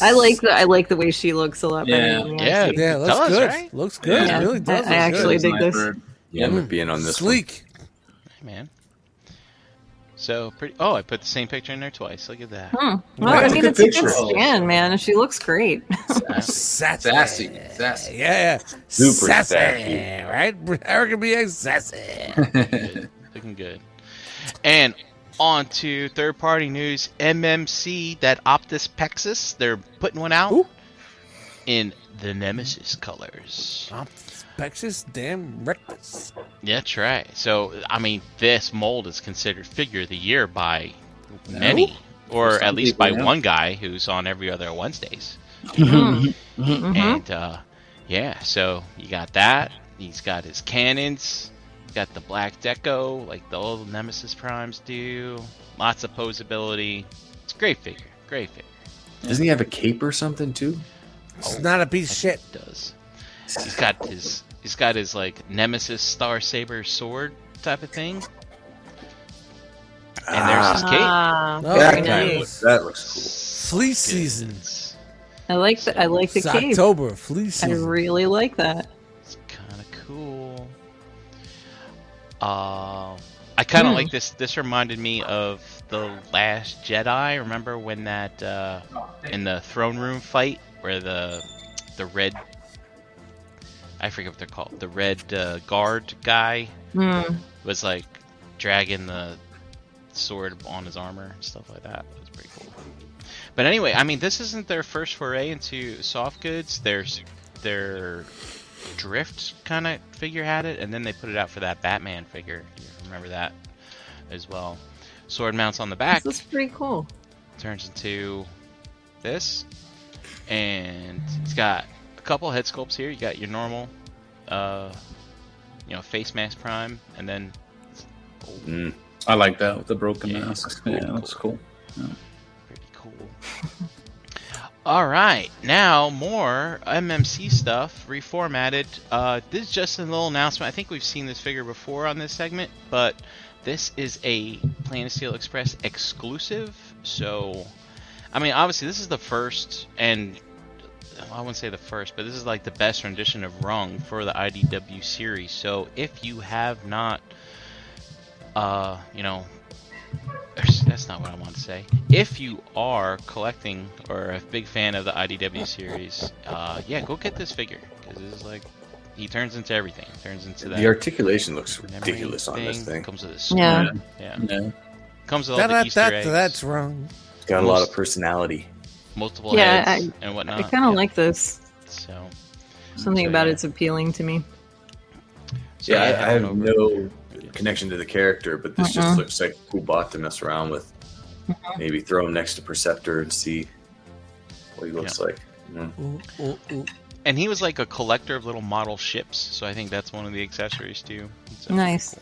C: I like the I like the way she looks a lot
F: Yeah.
C: better. Than the
E: Yeah.
C: rest of you.
D: Yeah,
E: It
D: looks
E: does,
D: good.
E: right?
D: Looks good.
F: Yeah.
D: It really does.
C: I- I
D: look good.
C: actually did
F: Nice
C: this.
F: bird.
A: Yeah, I'm being on this
D: Sleek.
E: man. So pretty. Oh, I put the same picture in there twice. Look at that.
C: Hmm. Well, I
A: That's a
C: mean,
A: good
C: it's a
A: picture.
C: good scan, man. She looks great.
D: Sassy.
F: Sassy. Sassy.
D: Yeah.
A: Super
D: sassy.
A: sassy.
D: Right? Erica B. Sassy.
E: Looking good. And on to third party news MMC, that Optus Pexus, they're putting one out
D: Ooh.
E: in the Nemesis colors.
D: I'm suspicious, damn reckless.
E: That's right. So, I mean, this mold is considered figure of the year by many, or
F: Some
E: at least
F: people,
E: by
F: yeah.
E: one guy who's on every other Wednesdays.
C: Mhm.
E: And uh, yeah, so you got that. He's got his cannons. He's got the black deco, like the old Nemesis primes do. Lots of posability. It's a great figure. Great figure.
A: Doesn't he have a cape or something too?
E: Oh.
D: It's not a piece of shit.
E: It does. He's got his. He's got his like Nemesis Star Saber sword type of thing. And there's his cape.
C: Ah,
D: No,
C: very
A: that,
D: kinda
A: guy
C: nice.
A: looks, that looks
E: Flea
D: Fleece season.
C: I like the I like the
D: It's
C: cape.
D: October, fleece
C: I
D: season.
C: really like that.
E: It's kind of cool. Uh, I kind of
C: Hmm.
E: like this. This reminded me of the Last Jedi. Remember when that uh, in the throne room fight where the the red I forget what they're called. The red uh, guard guy
C: Hmm.
E: was like dragging the sword on his armor and stuff like that. That was pretty cool. But anyway, I mean, this isn't their first foray into soft goods. Their their drift kind of figure had it, and then they put it out for that Batman figure. You remember that as well. Sword mounts on the back,
C: This looks pretty cool.
E: turns into this, and it's got a couple head sculpts here. You got your normal, uh, you know, face mask prime, and then
F: I like that with the broken mask. Yeah, that's cool.
E: All right, now more MMC stuff, reformatted. Uh, this is just a little announcement. I think we've seen this figure before on this segment, but this is a Planet of Steel Express exclusive. So, I mean, obviously, this is the first, and I wouldn't say the first, but this is like the best rendition of Rung for the IDW series. So, if you have not, uh, you know, that's not what I want to say. If you are collecting or a big fan of the IDW series, uh, yeah, go get this figure because it's like he turns into everything. Turns into that.
A: The articulation looks
E: memory
A: ridiculous on this thing.
E: Comes with a sword.
A: Yeah.
E: Yeah. Comes with all
D: That-
E: the
D: that-
E: Easter
D: that-
E: eggs,
D: that's wrong.
A: It's got a lot of personality.
E: multiple
C: yeah,
E: heads,
C: I,
E: and whatnot.
C: I kind of like this.
E: Ah, So,
C: Something
A: So,
C: about
A: yeah.
C: it's appealing to me.
A: yeah, I, I have no connection to the character, but this
C: Uh-uh.
A: just
H: Uh-huh.
A: looks like a cool bot to mess around with. Maybe throw him next to Perceptor and see what he looks like. Mm.
E: And he was like a collector of little model ships, so I think that's one of the accessories too. So,
C: Nice.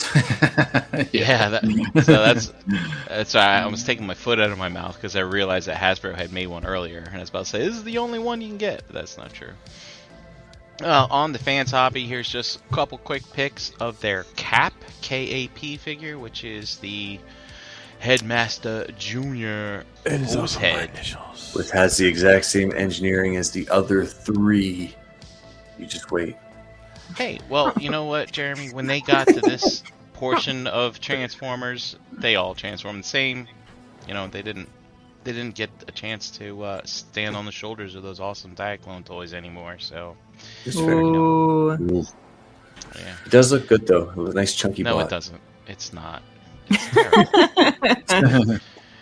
E: Yeah, that, so that's that's why I was taking my foot out of my mouth because I realized that Hasbro had made one earlier, and I was about to say this is the only one you can get, but that's not true. Uh, on the fans hobby, here's just a couple quick pics of their cap K A P figure, which is the Headmaster Junior
B: It is
E: Hose
B: also my
E: Head.
A: Which has the exact same engineering as the other three. You just wait.
E: Hey, well, you know what, Jeremy? When they got to this portion of Transformers, they all transformed the same. You know, they didn't they didn't get a chance to uh, stand on the shoulders of those awesome Diaclone toys anymore. So,
A: It's fair. Ooh. It does look good though. It was a nice chunky
E: no,
A: bot.
E: it doesn't. It's not. It's terrible.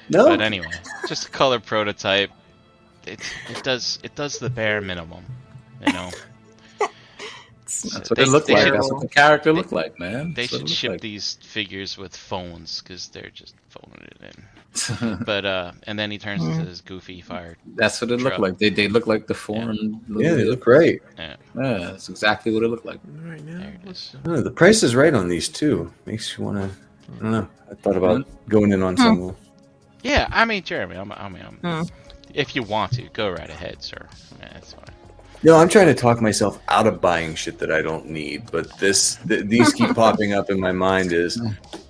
A: No.
E: But anyway, just a color prototype. It it does it does the bare minimum. You know.
F: That's what it looked like. That's what the character looked like, man.
E: They
F: That's what
E: should
F: it looked
E: ship
F: like.
E: these figures with phones because they're just phoning it in. but uh, and then he turns
C: Mm.
E: into this goofy fire.
F: That's what it looked
E: truck.
F: like. They they look like the form.
A: Yeah, they look right.
E: Yeah.
F: Yeah, that's exactly what it looked like.
B: Right now.
A: No, the price is right on these too. Makes you want to. I don't know. I thought about going in on
E: Hmm.
A: some.
E: Yeah, I mean Jeremy, I'm, I mean, I'm,
C: Hmm.
E: if you want to, go right ahead, sir. Yeah, that's fine.
A: No, I'm trying to talk myself out of buying shit that I don't need. But this, th- these keep popping up in my mind. Is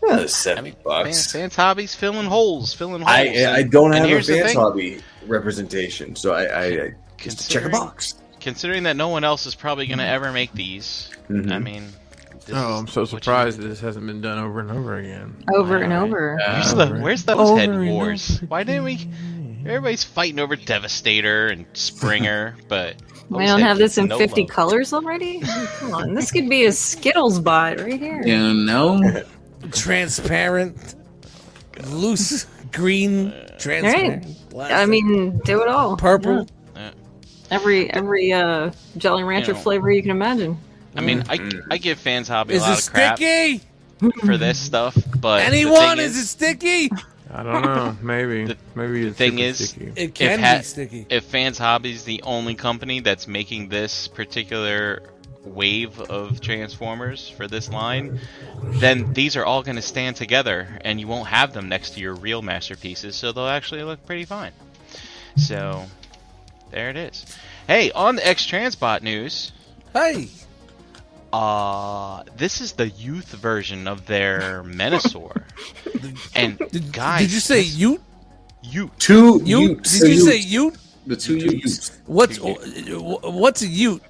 A: yeah, seventy
E: Man,
A: bucks.
E: fans hobbies filling holes, filling holes.
A: I I don't
E: And
A: have a
E: here's the
A: fans
E: thing.
A: hobby representation, so I, I, I just check a
E: Considering-
A: box.
E: Considering that no one else is probably going to ever make these,
A: Mhm.
E: I mean,
B: Hmm.
E: this
B: Oh,
E: is
B: I'm so surprised that this hasn't been done over and over again.
C: Over and over.
E: Where's, the, where's those head wars? Why didn't we? Everybody's fighting over Devastator and Springer, but
C: We
E: those
C: don't
E: head
C: have this
E: gets
C: in
E: no
C: 50
E: love.
C: colors already? Come on. This could be a Skittles bot right here.
F: You know,
D: Transparent, loose green, transparent,
C: Right. I mean, do it all.
D: purple.
E: Yeah.
C: Yeah. Every every uh, Jolly Rancher
E: know.
C: flavor you can imagine.
E: I mean, I, I
A: Mm-hmm.
E: give fans hobby
D: Is
E: a
D: it
E: lot of crap
D: sticky?
E: for this stuff, but
D: Mm-hmm. Anyone?
E: the thing
D: Is, it sticky?
B: I don't know. Maybe. Maybe it's
E: thing
B: super
E: is,
B: sticky.
D: It can
E: if ha-
D: be sticky.
E: If Fans Hobbies the only company that's making this particular wave of Transformers for this line, then these are all going to stand together, and you won't have them next to your real masterpieces, so they'll actually look pretty fine. So, there it is. Hey, on the X Transbot news,
D: Hey,
E: uh, this is the youth version of their Menasor. and guys,
D: did you say you?
E: you?
A: Two
D: You?
A: utes.
D: Did you say you?
F: the two youths.
D: What's what's a ute?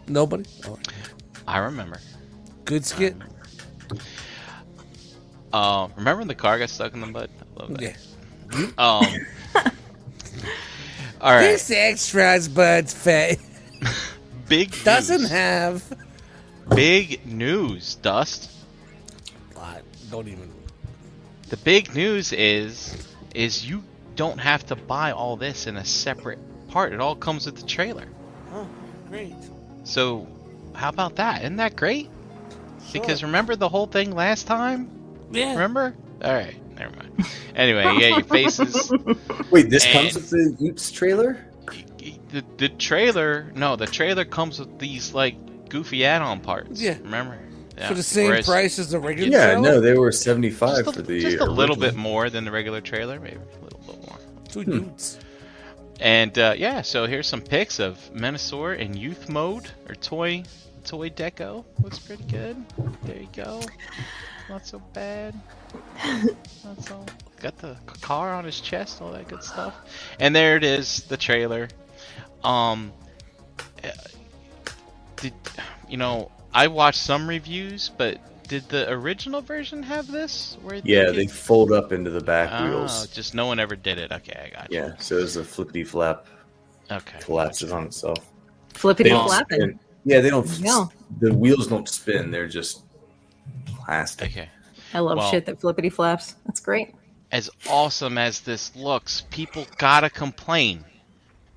D: Nobody. All right.
E: I remember.
D: Good skit.
E: Uh, remember when the car got stuck in the mud? I love that.
D: Yeah.
E: Um, All right.
D: This extra's bird's face
E: Big
D: doesn't
E: news.
D: have.
E: Big news, Dust.
D: I don't even.
E: The big news is is you don't have to buy all this in a separate part. It all comes with the trailer.
D: Oh, great.
E: So, how about that? Isn't that great? Because
D: Sure.
E: remember the whole thing last time?
D: Yeah.
E: Remember? All right, never mind. Anyway, yeah, your faces.
A: Wait, this
E: And-
A: comes with the Oops trailer?
E: The, the trailer, no, the trailer comes with these like goofy add-on parts.
D: Yeah.
E: remember? Yeah.
D: For the same
E: Whereas-
D: price as the regular.
A: Yeah,
D: trailer?
A: no, they were seventy five
E: just
A: for
E: a,
A: the
E: just a
A: original.
E: little bit more than the regular trailer, maybe a little bit more.
D: Two dudes.
E: And uh, yeah, so here's some pics of Menosaur in youth mode or toy toy deco. Looks pretty good. There you go. Not so bad. Not so. Got the c- collar on his chest, all that good stuff. And there it is, the trailer. Um, uh, did you know? I watched some reviews, but did the original version have this? Where
A: Yeah,
E: could-
A: they fold up into the back
E: Oh,
A: wheels.
E: just no one ever did it. Okay, I got you.
A: Yeah, so there's a flippity flap
E: Okay.
A: collapses on itself.
C: Flippity
A: don't
C: flapping.
A: spin. Yeah, they don't.
C: No.
A: The wheels don't spin. They're just plastic.
E: Okay.
C: I love
E: Well-
C: shit that flippity flaps. That's great.
E: as awesome as this looks, people gotta complain.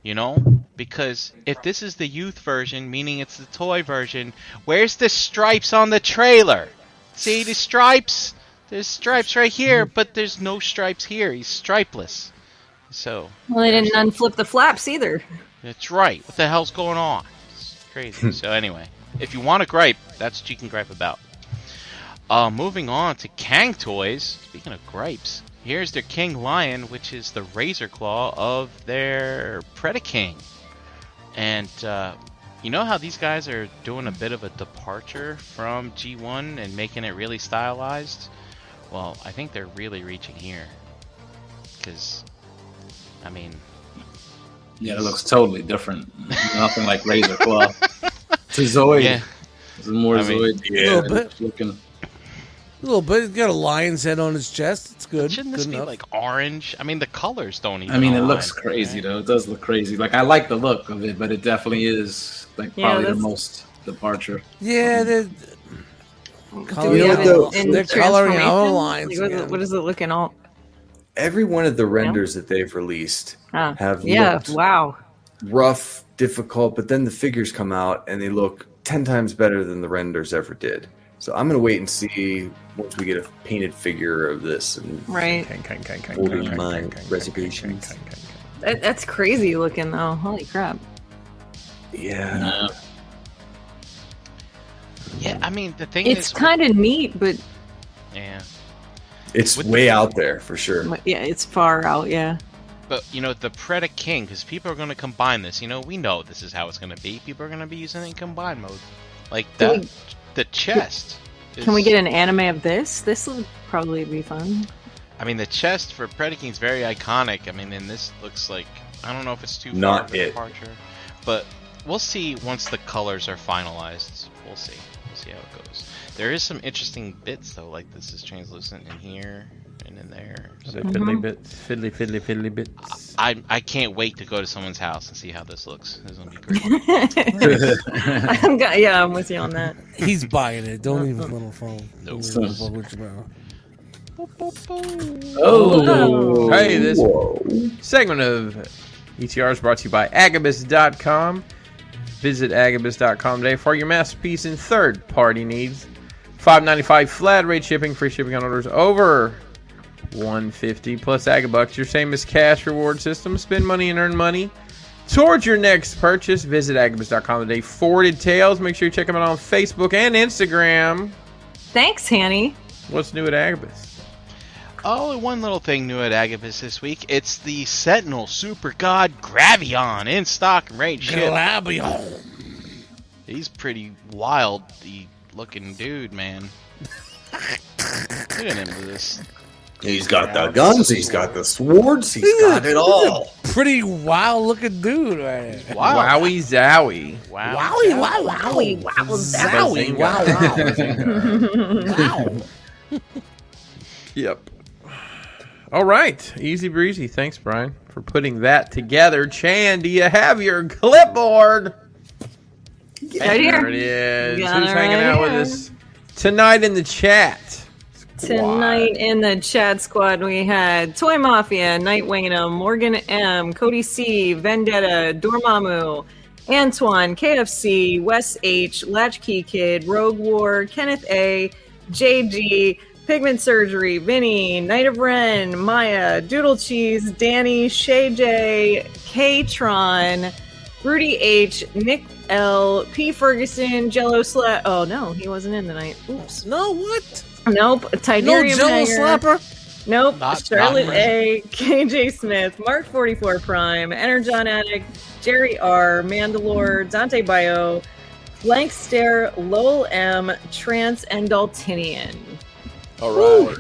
E: You know? Because if this is the youth version, meaning it's the toy version, where's the stripes on the trailer? See the stripes? There's stripes right here, but there's no stripes here. He's stripeless. So,
C: Well, they didn't unflip the flaps either.
E: that's right. What the hell's going on? It's crazy. so anyway, if you want to gripe, that's what you can gripe about. Uh, moving on to Kang toys. Speaking of gripes, here's their King Lion, which is the Razor Claw of their Predaking. And uh, you know how these guys are doing a bit of a departure from G1 and making it really stylized. Well, I think they're really reaching here. Because, I mean,
F: Yeah, it looks totally different. Nothing like Razor Claw. It's a Zoid.
E: Yeah.
F: It's a more
E: I mean,
F: Zoid.
D: yeah. Little bit.
F: Looking,
D: A little bit. He's got a lion's head on his chest. It's good.
E: Shouldn't
D: good
E: this be
D: enough.
E: like orange? I mean, the colors don't even.
F: I mean, it
C: Oh,
E: align,
F: looks crazy
E: right?
F: though. It does look crazy. Like I like the look of it, but it definitely is like
C: Yeah,
F: probably the
C: that's-
F: most departure.
D: Yeah, they're Oh,
C: Do we
A: You know
C: have
A: what,
C: it
A: though?
C: in
D: They're coloring
C: transformation?
D: our lines
C: Like, what-
D: again.
C: what is it looking all?
A: Every one of the renders that they've released
C: Ah,
A: have
C: yeah.
A: looked
C: Wow.
A: rough, difficult, but then the figures come out and they look ten times better than the renders ever did. So I'm gonna wait and see once we get a painted figure of this. And
C: Right.
A: Holding my reservations.
C: That, that's crazy looking though. Holy crap.
A: yeah,
F: Uh,
E: Yeah, I mean, the thing
C: It's
E: is,
C: kind of neat, but
E: yeah,
A: it's
E: With the-
A: way out there for sure.
C: but yeah, it's far out. Yeah.
E: but you know, the Preda King, because people are going to combine this. You know, we know this is how it's going to be. People are going to be using it in combine mode, like
C: Can
E: the the chest.
C: Can we
E: is-
C: get an anime of this? This would probably be fun.
E: I mean, the chest for Preda King's very iconic. I mean, and this looks like I don't know if it's too
A: Not
E: far of a
A: it.
E: departure, but we'll see once the colors are finalized. We'll see. We'll see how it goes. There is some interesting bits though, like this is translucent in here and in there. So
B: Fiddly bits, fiddly, fiddly, fiddly bits.
E: I I can't wait to go to someone's house and see how this looks. This is gonna be great.
C: I'm go- yeah, I'm with you on that.
D: he's buying it. Don't even let him phone.
E: Nope.
F: oh,
B: Hey, this
A: Whoa.
B: segment of ETR is brought to you by Agabus.com. Visit Agabus.com today for your masterpiece and third party needs. Five ninety five flat rate shipping, free shipping on orders over one fifty plus Agabucks, your same as cash reward system. Spend money and earn money. Towards your next purchase, visit Agabus.com today for details. Make sure you check them out on Facebook and Instagram.
C: Thanks, Hanny.
B: What's new at Agabus?
E: oh, and one little thing new at Agabus this week. It's the Sentinel Super God Gravion in stock and ready to ship.
D: Glabion.
E: He's pretty wild, the looking dude, man. Look at him with this.
A: He's got the guns. He's got the swords. He's
D: Look at-
A: got it all.
D: Pretty wild looking dude right there.
E: Wow.
B: Wowie zowie.
E: Wow.
D: Wowie, wow, wowie, wow, zowie, wow, wow, wow.
B: Yep. All right, easy breezy. Thanks, Brian, for putting that together. Chan, do you have your clipboard?
C: Right here.
B: There it is.
C: Got
B: Who's
C: it
B: hanging
C: right
B: out with
C: here.
B: us tonight in the chat?
C: Tonight in the chat squad, we had Toy Mafia, Nightwingena, Morgan M, Cody C, Vendetta, Dormammu, Antoine, KFC, Wes H, Latchkey Kid, Rogue War, Kenneth A, JG, Pigment Surgery, Vinny, Knight of Ren, Maya, Doodle Cheese, Danny, Shay J, K-Tron, Rudy H, Nick L, P Ferguson, Jello Sla. Oh no, he wasn't in tonight. Oops.
D: No, what?
C: Nope.
D: No
C: Tidarium
D: Jello
C: Hanger.
D: slapper.
C: Nope.
E: Not-
C: Charlotte
E: not
C: A, KJ Smith, Mark 44 Prime, Energon Addict, Jerry R, Mandalore, Dante Bio, Blank Stare, Lowell M, Trance, and Daltinian.
B: All right.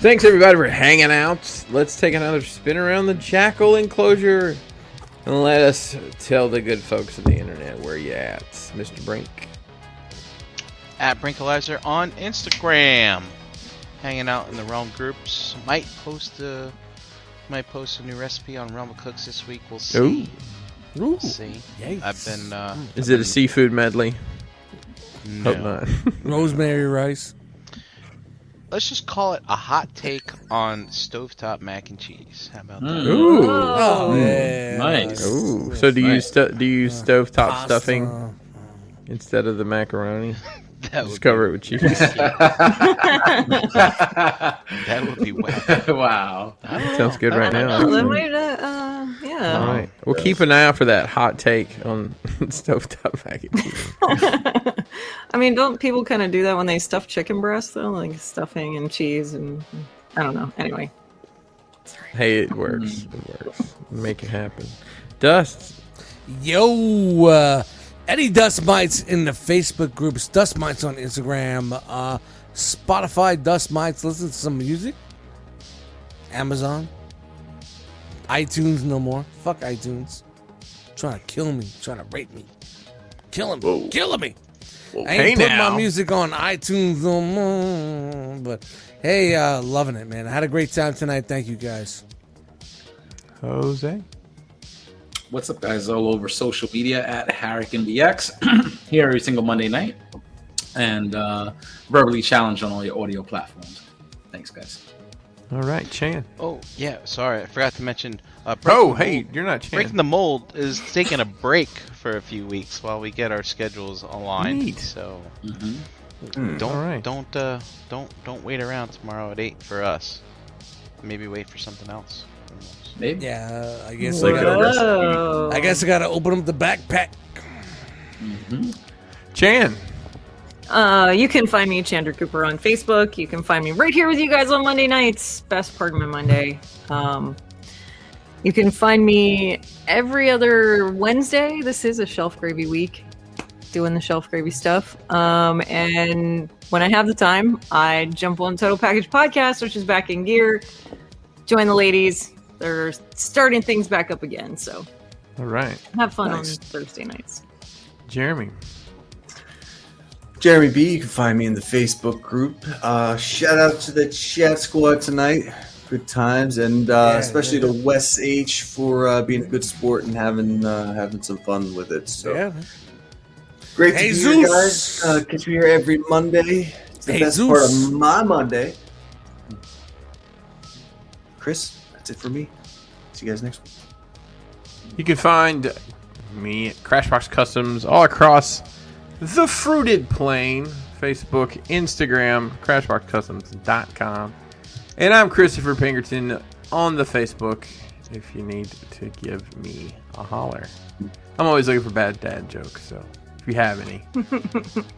B: Thanks everybody for hanging out. Let's take another spin around the jackal enclosure and let us tell the good folks of the internet where you at, Mr. Brink.
E: at Brinkalizer on Instagram. Hanging out in the Realm groups. Might post a might post a new recipe on Realm of Cooks this week. We'll see.
B: Ooh. Hmm.
D: Ooh.
E: See, I've been. Uh,
B: Is it a seafood medley?
E: no.
B: Hope not.
D: Rosemary rice.
E: Let's just call it a hot take on stovetop mac and cheese. How
B: Hmm.
E: about that?
B: Ooh.
D: Oh,
C: Mm.
D: yeah.
F: nice.
B: Ooh. So do you
F: Nice.
B: stu- do you stovetop
D: Pasta.
B: stuffing instead of the macaroni?
E: That
B: Just
E: would,
B: cover it with cheese.
E: that would be whack.
F: wow.
B: Sounds good right now.
C: Oh, that
B: actually.
C: might, uh, uh,
B: All
C: yeah.
B: right. We'll keep an eye out for that hot take on stovetop mac and cheese.
C: I mean, don't people kind of do that when they stuff chicken breast, though? Like stuffing and cheese and I don't know. Anyway.
B: Hey, it works. It works. Make it happen. Dust.
D: Yo, uh, Eddie Dust Mites in the Facebook groups, Dust Mites on Instagram, uh, Spotify, Dust Mites. Listen to some music. Amazon, iTunes, no more. Fuck iTunes. Trying to kill me, trying to rape me, killing me, killing me. I ain't
B: hey
D: putting
B: now.
D: my music on iTunes no more. But hey, uh, loving it, man. I had a great time tonight. Thank you guys.
B: Jose.
F: What's up, guys? All over social media at HarricanBX. Here every single Monday night. And uh, verbally challenged on all your audio platforms. Thanks, guys.
B: All right, Chan.
E: Oh yeah, sorry, I forgot to mention. Uh,
B: Oh,
E: Breaking the
B: hey,
E: Mold-
B: you're not Chan.
E: Breaking the Mold is taking a break for a few weeks while we get our schedules aligned.
B: Neat.
E: So
F: Mhm.
E: don't
B: all right.
E: don't uh, don't don't wait around tomorrow at eight for us. Maybe wait for something else. Who knows?
F: Maybe.
D: Yeah, uh, I guess I
F: Look
D: gotta.
F: at us.
C: Whoa.
D: I guess I gotta open up the backpack.
F: Mm-hmm.
B: Chan.
C: Uh, you can find me Chandra Cooper on Facebook. You can find me right here with you guys on Monday nights. Best part of my Monday. Um, you can find me every other Wednesday. This is a shelf gravy week, doing the shelf gravy stuff. Um, and when I have the time, I jump on Total Package Podcast, which is back in gear. Join the ladies. They're starting things back up again. So
B: All right,
C: have fun
H: Nice.
C: on Thursday nights.
B: Jeremy.
A: Jeremy B, you can find me in the Facebook group. Uh, shout out to the chat squad tonight. Good times, and uh,
D: Yeah,
A: especially
D: yeah.
A: to Wes H for uh, being a good sport and having uh, having some fun with it. So
D: Yeah.
A: great to be here, guys.
D: Jesus.
A: Uh, catch me here every Monday. It's the best
D: Jesus.
A: part of my Monday. Chris, that's it for me. See you guys next week.
B: You can find me at Crashbox Customs all across the fruited plain. Facebook, Instagram, CrashboxCustoms.com. And I'm Christopher Pinkerton on the Facebook if you need to give me a holler. I'm always looking for bad dad jokes, so if you have any,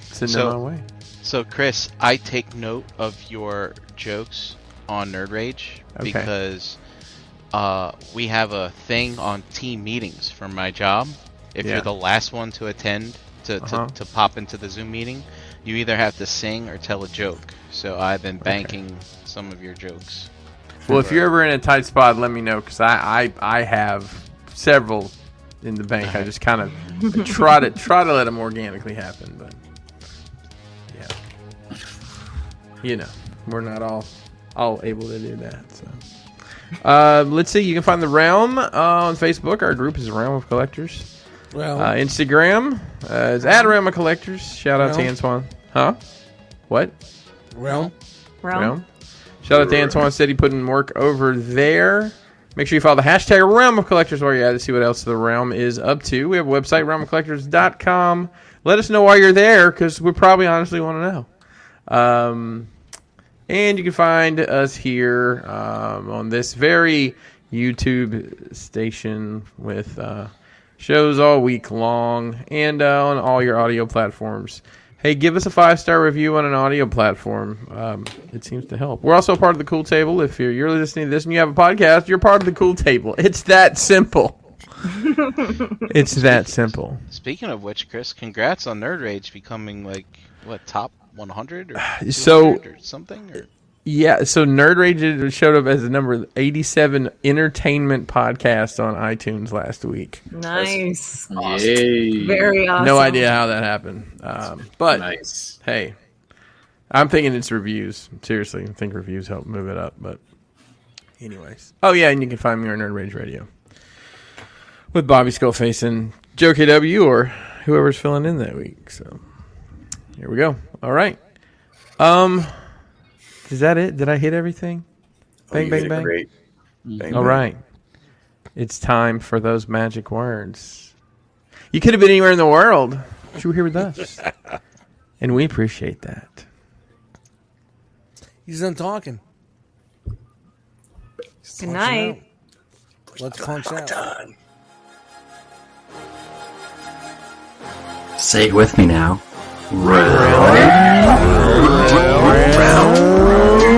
B: send
E: So-
B: them my way.
E: So Chris, I take note of your jokes on Nerd Rage
B: Okay.
E: because uh, we have a thing on team meetings for my job. If
B: Yeah.
E: you're the last one to attend to,
B: Uh-huh.
E: to, to pop into the Zoom meeting, you either have to sing or tell a joke. So I've been banking some of your jokes.
B: Well, if you're ever in a tight spot, let me know because I, I I have several in the bank. I just kind of try to try to let them organically happen, but yeah, you know, we're not all all able to do that. So. Uh, let's see. You can find the Realm uh, on Facebook. Our group is Realm of Collectors.
D: Well,
B: Uh, Instagram uh, is at Realm of Collectors. Shout out
D: Realm.
B: to Antoine. Huh? What?
D: realm.
C: Realm.
B: Realm. Shout out to Antoine. Said he put in work over there. Make sure you follow the hashtag Realm of Collectors while you're at it. See what else the Realm is up to. We have a website, realmofcollectors.com. Let us know why you're there because we probably honestly want to know. Um, and you can find us here um, on this very YouTube station with uh, shows all week long and uh, on all your audio platforms. Hey, give us a five star review on an audio platform. Um, it seems to help. We're also part of the Cool Table. If you're, you're listening to this and you have a podcast, you're part of the Cool Table. It's that simple. it's that simple.
J: Speaking of which, Chris, congrats on Nerd Rage becoming like what top 100 or
B: So-
J: 200 or something or
B: Yeah, so Nerd Rage showed up as the number 87 entertainment podcast on iTunes last week.
C: Nice.
F: Yay.
C: Very awesome.
B: No idea how that happened. Um, but
F: nice.
B: hey, I'm thinking it's reviews. Seriously, I think reviews help move it up. But, anyways. Oh, yeah, and you can find me on Nerd Rage Radio with Bobby Skullface and Joe KW or whoever's filling in that week. So, here we go. All right. Um, Is that it? Did I hit everything? Bang,
A: Oh, you
B: bang,
A: did
B: bang.
A: Great. Bang,
B: All
A: bang.
B: right. It's time for those magic words. You could have been anywhere in the world, but you were here with us. and we appreciate that.
D: He's done talking. He's
C: Good
D: punching
C: night.
D: out. Let's punch out.
H: Say it with me now. Round. Round.